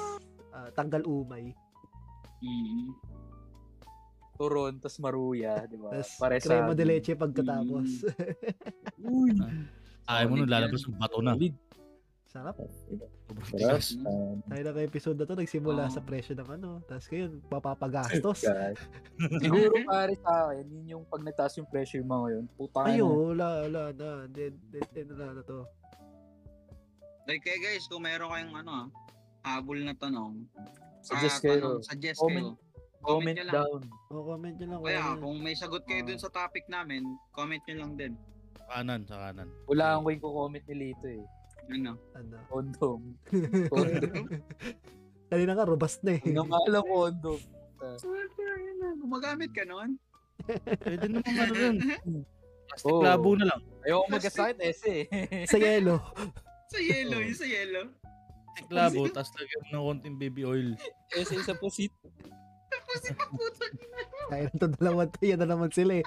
Speaker 1: Ah, tanggal umay.
Speaker 4: Mm.
Speaker 2: Turon, tas maruya, di ba?
Speaker 1: Tapos
Speaker 2: Pare
Speaker 1: crema de
Speaker 2: saging.
Speaker 1: leche pagkatapos.
Speaker 2: Hmm. Uy,
Speaker 3: Ay mo nun,
Speaker 4: Solid yan.
Speaker 3: lalabas yung bato na.
Speaker 2: solid.
Speaker 1: Sarap.
Speaker 3: Sobrang
Speaker 2: Sarap.
Speaker 3: tigas.
Speaker 2: Um,
Speaker 1: Tayo na kay episode na to, nagsimula
Speaker 2: Ah.
Speaker 4: Oo.
Speaker 1: sa presyo ng ano. Tapos ngayon, mapapagastos.
Speaker 2: God. Siguro pare sa akin, yun yung pag nagtaas yung pressure yung mga yun, puta
Speaker 1: Ayo,
Speaker 2: na.
Speaker 1: wala, wala na. Dead, dead, dead na na to.
Speaker 4: Like, kaya guys, kung meron kayong ano, ah, habol na tanong,
Speaker 2: Suggest
Speaker 4: ah,
Speaker 2: kayo.
Speaker 4: tanong, suggest
Speaker 2: Comment,
Speaker 4: kayo.
Speaker 2: comment
Speaker 4: nyo lang.
Speaker 2: down.
Speaker 1: O, Oh, comment nyo lang.
Speaker 4: Kaya
Speaker 1: comment nyo.
Speaker 4: kung may sagot kayo dun sa topic namin, comment nyo lang din.
Speaker 3: Sa kanan, sa kanan.
Speaker 2: Wala akong ko comment ni Lito eh.
Speaker 4: Ano?
Speaker 1: Ano.
Speaker 2: Condom. Condom.
Speaker 1: Kanina ka, robust na eh.
Speaker 2: Hindi Ano nga alam condom.
Speaker 4: Gumagamit ka nun?
Speaker 3: Pwede naman ano yun. Plastic
Speaker 2: Oo.
Speaker 3: labo na lang.
Speaker 2: Ayoko mag-assign ese eh.
Speaker 1: sa yelo.
Speaker 4: Sa yellow,
Speaker 3: Oo.
Speaker 4: yung sa yellow.
Speaker 3: Plastic labo, tapos lagyan mo ng konting baby oil.
Speaker 2: Ese sa pusit.
Speaker 4: Kasi paputang
Speaker 1: Kaya na to, dalawan to. Yan na naman sila eh.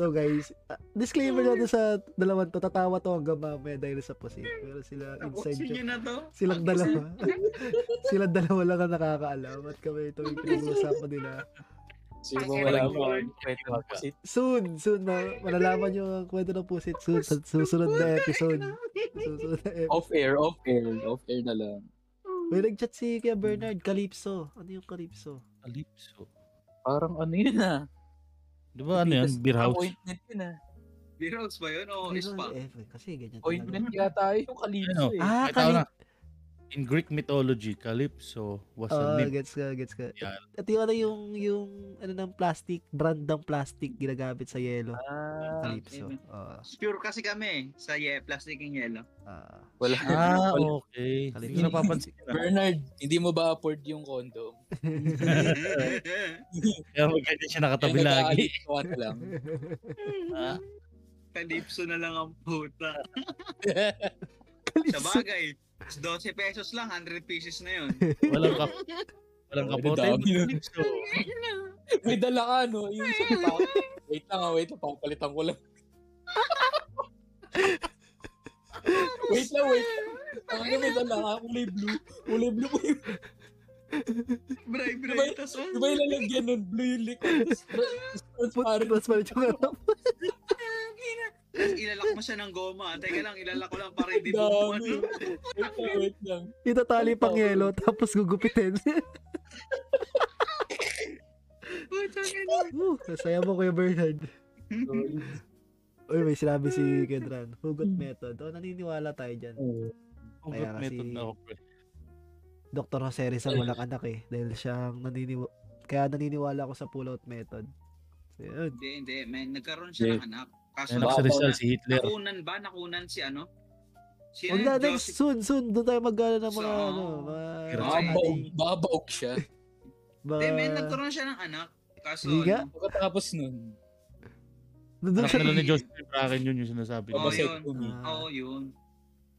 Speaker 1: So guys, ah, disclaimer natin sa dalawan to. Tatawa to hanggang mamaya dahil sa pusit. Pero sila inside
Speaker 4: Tapusin nyo
Speaker 1: joke.
Speaker 4: na to.
Speaker 1: Silang dalawa. silang dalawa lang ang nakakaalam at kami ito yung pinag-uusapan nila.
Speaker 2: Sino
Speaker 4: Ay,
Speaker 2: wala
Speaker 4: Lord.
Speaker 2: mo kwento ng pusit?
Speaker 1: Soon, soon, ma- malalaman nyo ang kwento ng pusit soon sa susunod na episode. Susunod na episode.
Speaker 2: Off air, off air, off air na lang.
Speaker 1: May nag-chat si Kuya Bernard, Calypso. Ano yung Calypso?
Speaker 3: Calypso.
Speaker 2: Parang ano yun ah.
Speaker 3: Di ba ano yan? Beer house.
Speaker 2: Ointment yun ah.
Speaker 4: Beer house ba yun?
Speaker 3: Oh,
Speaker 4: O
Speaker 1: Ano yung
Speaker 4: spa?
Speaker 1: F eh? Kasi ganyan
Speaker 2: Ointment
Speaker 1: talaga.
Speaker 2: yata yung kalipso
Speaker 3: Ano?
Speaker 2: eh.
Speaker 1: Ah,
Speaker 3: Ay, tao
Speaker 1: Calypso.
Speaker 3: na. In Greek mythology, Calypso was a
Speaker 1: Ah,
Speaker 3: nymph.
Speaker 1: gets ka, gets ka.
Speaker 3: Yeah.
Speaker 1: At yun na yung, yung, ano ng plastic, brand ng plastic ginagamit sa yelo.
Speaker 2: Ah,
Speaker 1: Calypso.
Speaker 4: okay.
Speaker 1: Ah,
Speaker 4: Pure kasi kami eh, sa ye, plastic and yellow.
Speaker 1: ah.
Speaker 2: wala.
Speaker 3: Ah,
Speaker 2: Wala.
Speaker 3: okay. Hindi ko
Speaker 1: Calypso.
Speaker 3: napapansin na.
Speaker 2: Bernard, hindi mo ba afford yung condom?
Speaker 3: Kaya magkanya siya nakatabi
Speaker 2: Yung
Speaker 3: lagi.
Speaker 2: nag-aalis, kawan na lang.
Speaker 3: Ah,
Speaker 4: Kalipso na lang ang puta. Sa
Speaker 1: Calypso.
Speaker 4: bagay, 12 pesos lang, 100 pieces na yun.
Speaker 3: walang kap walang
Speaker 2: Ang
Speaker 3: kapote.
Speaker 2: dami.
Speaker 3: Calypso.
Speaker 2: May dala ka, no? Yung isang tao. Wait lang, ah, wait lang. Papalitan ko lang. wait lang, wait lang. Ang ano, may dala ka. Kulay blue. Kulay blue po yung...
Speaker 4: Bray,
Speaker 2: Diba
Speaker 4: bray,
Speaker 2: yun?
Speaker 4: tas
Speaker 2: Di ba yung lalagyan nun? Blue yung likod. Tapos, Transparent.
Speaker 1: Transparent yung harap.
Speaker 4: Tas ilalagay ilalak mo siya ng goma. Teka lang, ilalak ko lang para hindi
Speaker 5: Dami.
Speaker 4: mo ano.
Speaker 5: Wait lang, wait lang.
Speaker 1: Itatali pang yelo, tapos gugupitin.
Speaker 4: Putang ina.
Speaker 1: Woo, Nasaya mo, Kuya Bernard. Uy, may sinabi si Kedran. Hugot method. O, naniniwala tayo dyan.
Speaker 3: Kung
Speaker 1: Kaya
Speaker 3: ba't method
Speaker 1: kasi-
Speaker 3: na ako, pre.
Speaker 1: Dr. Jose Rizal walang anak eh. Dahil siyang naniniwala. Kaya naniniwala ako sa pull-out method. So, yun.
Speaker 4: Hindi, hindi. Man, nagkaroon siya ng anak. Kaso
Speaker 3: Anak si
Speaker 5: Babaw
Speaker 3: Rizal, si Hitler.
Speaker 4: nakunan ba? Nakunan si ano? Si
Speaker 1: Huwag na, next, soon, soon. Doon tayo magkala ng mga,
Speaker 4: So,
Speaker 1: ano, mga,
Speaker 3: Grabe.
Speaker 5: Babaw, babaw siya.
Speaker 1: mga,
Speaker 4: Hindi, man, nagkaroon siya ng anak. Kaso,
Speaker 1: Hindi nga.
Speaker 4: ano,
Speaker 5: Pagkatapos nun,
Speaker 1: doon
Speaker 3: Anak
Speaker 1: siya,
Speaker 3: na lang ni Joseph Bracken yun yung sinasabi.
Speaker 4: Oo,
Speaker 3: ko.
Speaker 4: Oh, yun.
Speaker 5: vasectomy.
Speaker 4: oo, yun.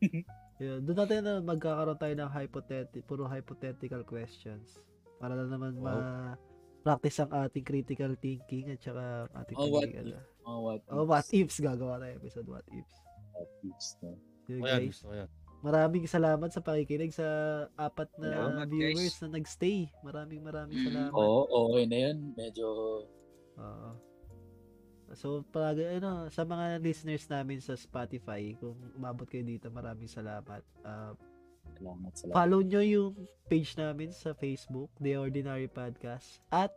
Speaker 1: yun, Ah, doon natin na magkakaroon tayo ng hypothetical, puro hypothetical questions. Para na naman
Speaker 3: Wow.
Speaker 1: ma-practice ang ating critical thinking at saka ang ating
Speaker 5: Oh, what
Speaker 1: pagiging,
Speaker 5: if?
Speaker 1: ano.
Speaker 5: Oh, what?
Speaker 1: Oh, what ifs. Gagawa tayo episode what ifs.
Speaker 2: What ifs na.
Speaker 1: Yun,
Speaker 3: Ayan,
Speaker 1: guys.
Speaker 3: gusto ko yan.
Speaker 1: Maraming salamat sa pakikinig sa apat na
Speaker 4: Salamat,
Speaker 1: viewers na nagstay. Maraming maraming
Speaker 4: Mm,
Speaker 1: salamat.
Speaker 2: Oh.
Speaker 5: Oo, okay na yun. Medyo,
Speaker 1: Oo. So, pag, ano, sa mga listeners namin sa Spotify, kung umabot kayo dito, maraming salamat. Ah,
Speaker 5: salamat, salamat.
Speaker 1: follow nyo yung page namin sa Facebook, The Ordinary Podcast, at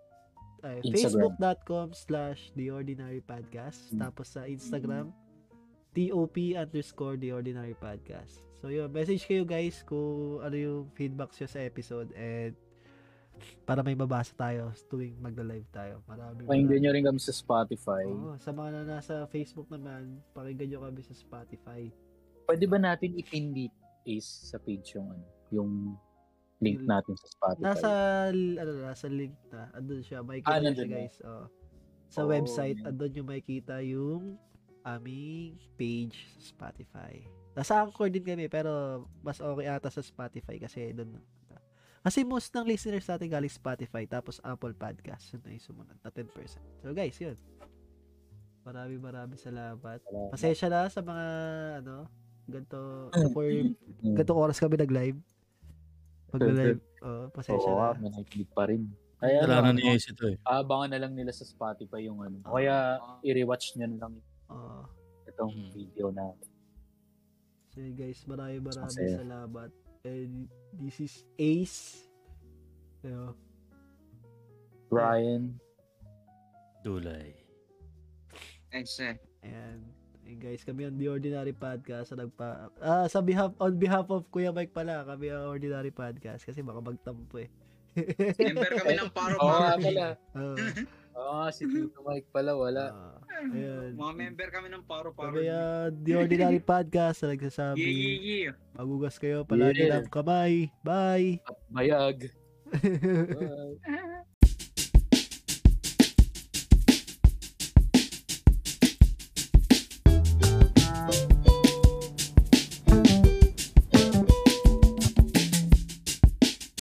Speaker 1: ay,
Speaker 5: Instagram.
Speaker 1: facebook.com slash The Ordinary Podcast.
Speaker 2: Hmm.
Speaker 5: Mm.
Speaker 1: Tapos sa Instagram, TOP underscore The Ordinary Podcast. So yun, message kayo guys kung ano yung feedbacks nyo sa episode and para may mabasa tayo tuwing magla-live tayo. Maraming
Speaker 2: Pakinggan nyo rin kami sa Spotify.
Speaker 1: Oo, sa mga na nasa Facebook naman, pakinggan nyo kami sa Spotify.
Speaker 2: Pwede ba natin ipindit is sa page yung ano, yung link
Speaker 1: Yung-
Speaker 2: natin sa Spotify?
Speaker 1: Mm. Nasa ano nasa link na. Andun siya, makikita
Speaker 5: Ah,
Speaker 1: niyo
Speaker 5: nandun
Speaker 1: siya
Speaker 5: na.
Speaker 1: guys. Oh. Sa
Speaker 2: Oo,
Speaker 1: website
Speaker 2: yun.
Speaker 1: andun yung makikita yung aming page sa Spotify. Nasa Anchor din kami pero mas okay ata sa Spotify kasi doon kasi most ng listeners natin galing Spotify tapos Apple Podcast. Yun na yung sumunod na 10%. So guys, yun. Maraming maraming salamat.
Speaker 2: Salamat.
Speaker 1: Pasensya na sa mga ano, ganto for
Speaker 2: Mm.
Speaker 1: ganto oras kami nag-live. Pag-live, oh, pasensya
Speaker 2: Oo, ah.
Speaker 1: na.
Speaker 2: may nakikinig pa rin. Kaya
Speaker 3: Kailangan
Speaker 2: ano,
Speaker 3: niya is ito eh.
Speaker 2: abangan na lang nila sa Spotify yung
Speaker 1: Ah.
Speaker 2: ano. O Kaya
Speaker 4: Oo.
Speaker 2: i-rewatch nyo na lang
Speaker 1: Oo.
Speaker 2: itong
Speaker 3: Mm.
Speaker 2: video na
Speaker 1: So yun, guys, maraming maraming
Speaker 2: Masaya.
Speaker 1: salamat. And this is Ace. Ayun.
Speaker 2: Ryan.
Speaker 3: Dulay.
Speaker 4: Eh, siya.
Speaker 1: And, and guys, kami ang The Ordinary Podcast sa nagpa ah, sa behalf on behalf of Kuya Mike pala, kami ang Ordinary Podcast kasi baka magtampo eh.
Speaker 4: Member kami ng
Speaker 5: Oo nga
Speaker 4: paro-paro.
Speaker 5: pala.
Speaker 1: Oo.
Speaker 5: Oo nga, si Tito Mike pala, wala.
Speaker 1: Ah, ayun.
Speaker 4: Mga member kami ng paro-paro.
Speaker 1: Kami ang The Ordinary Podcast na
Speaker 4: Yeah, yeah,
Speaker 1: nagsasabi,
Speaker 4: yeah.
Speaker 1: magugas kayo palagi Ah.
Speaker 5: Yeah.
Speaker 1: ng kamay. Bye!
Speaker 5: At bayag. Bye.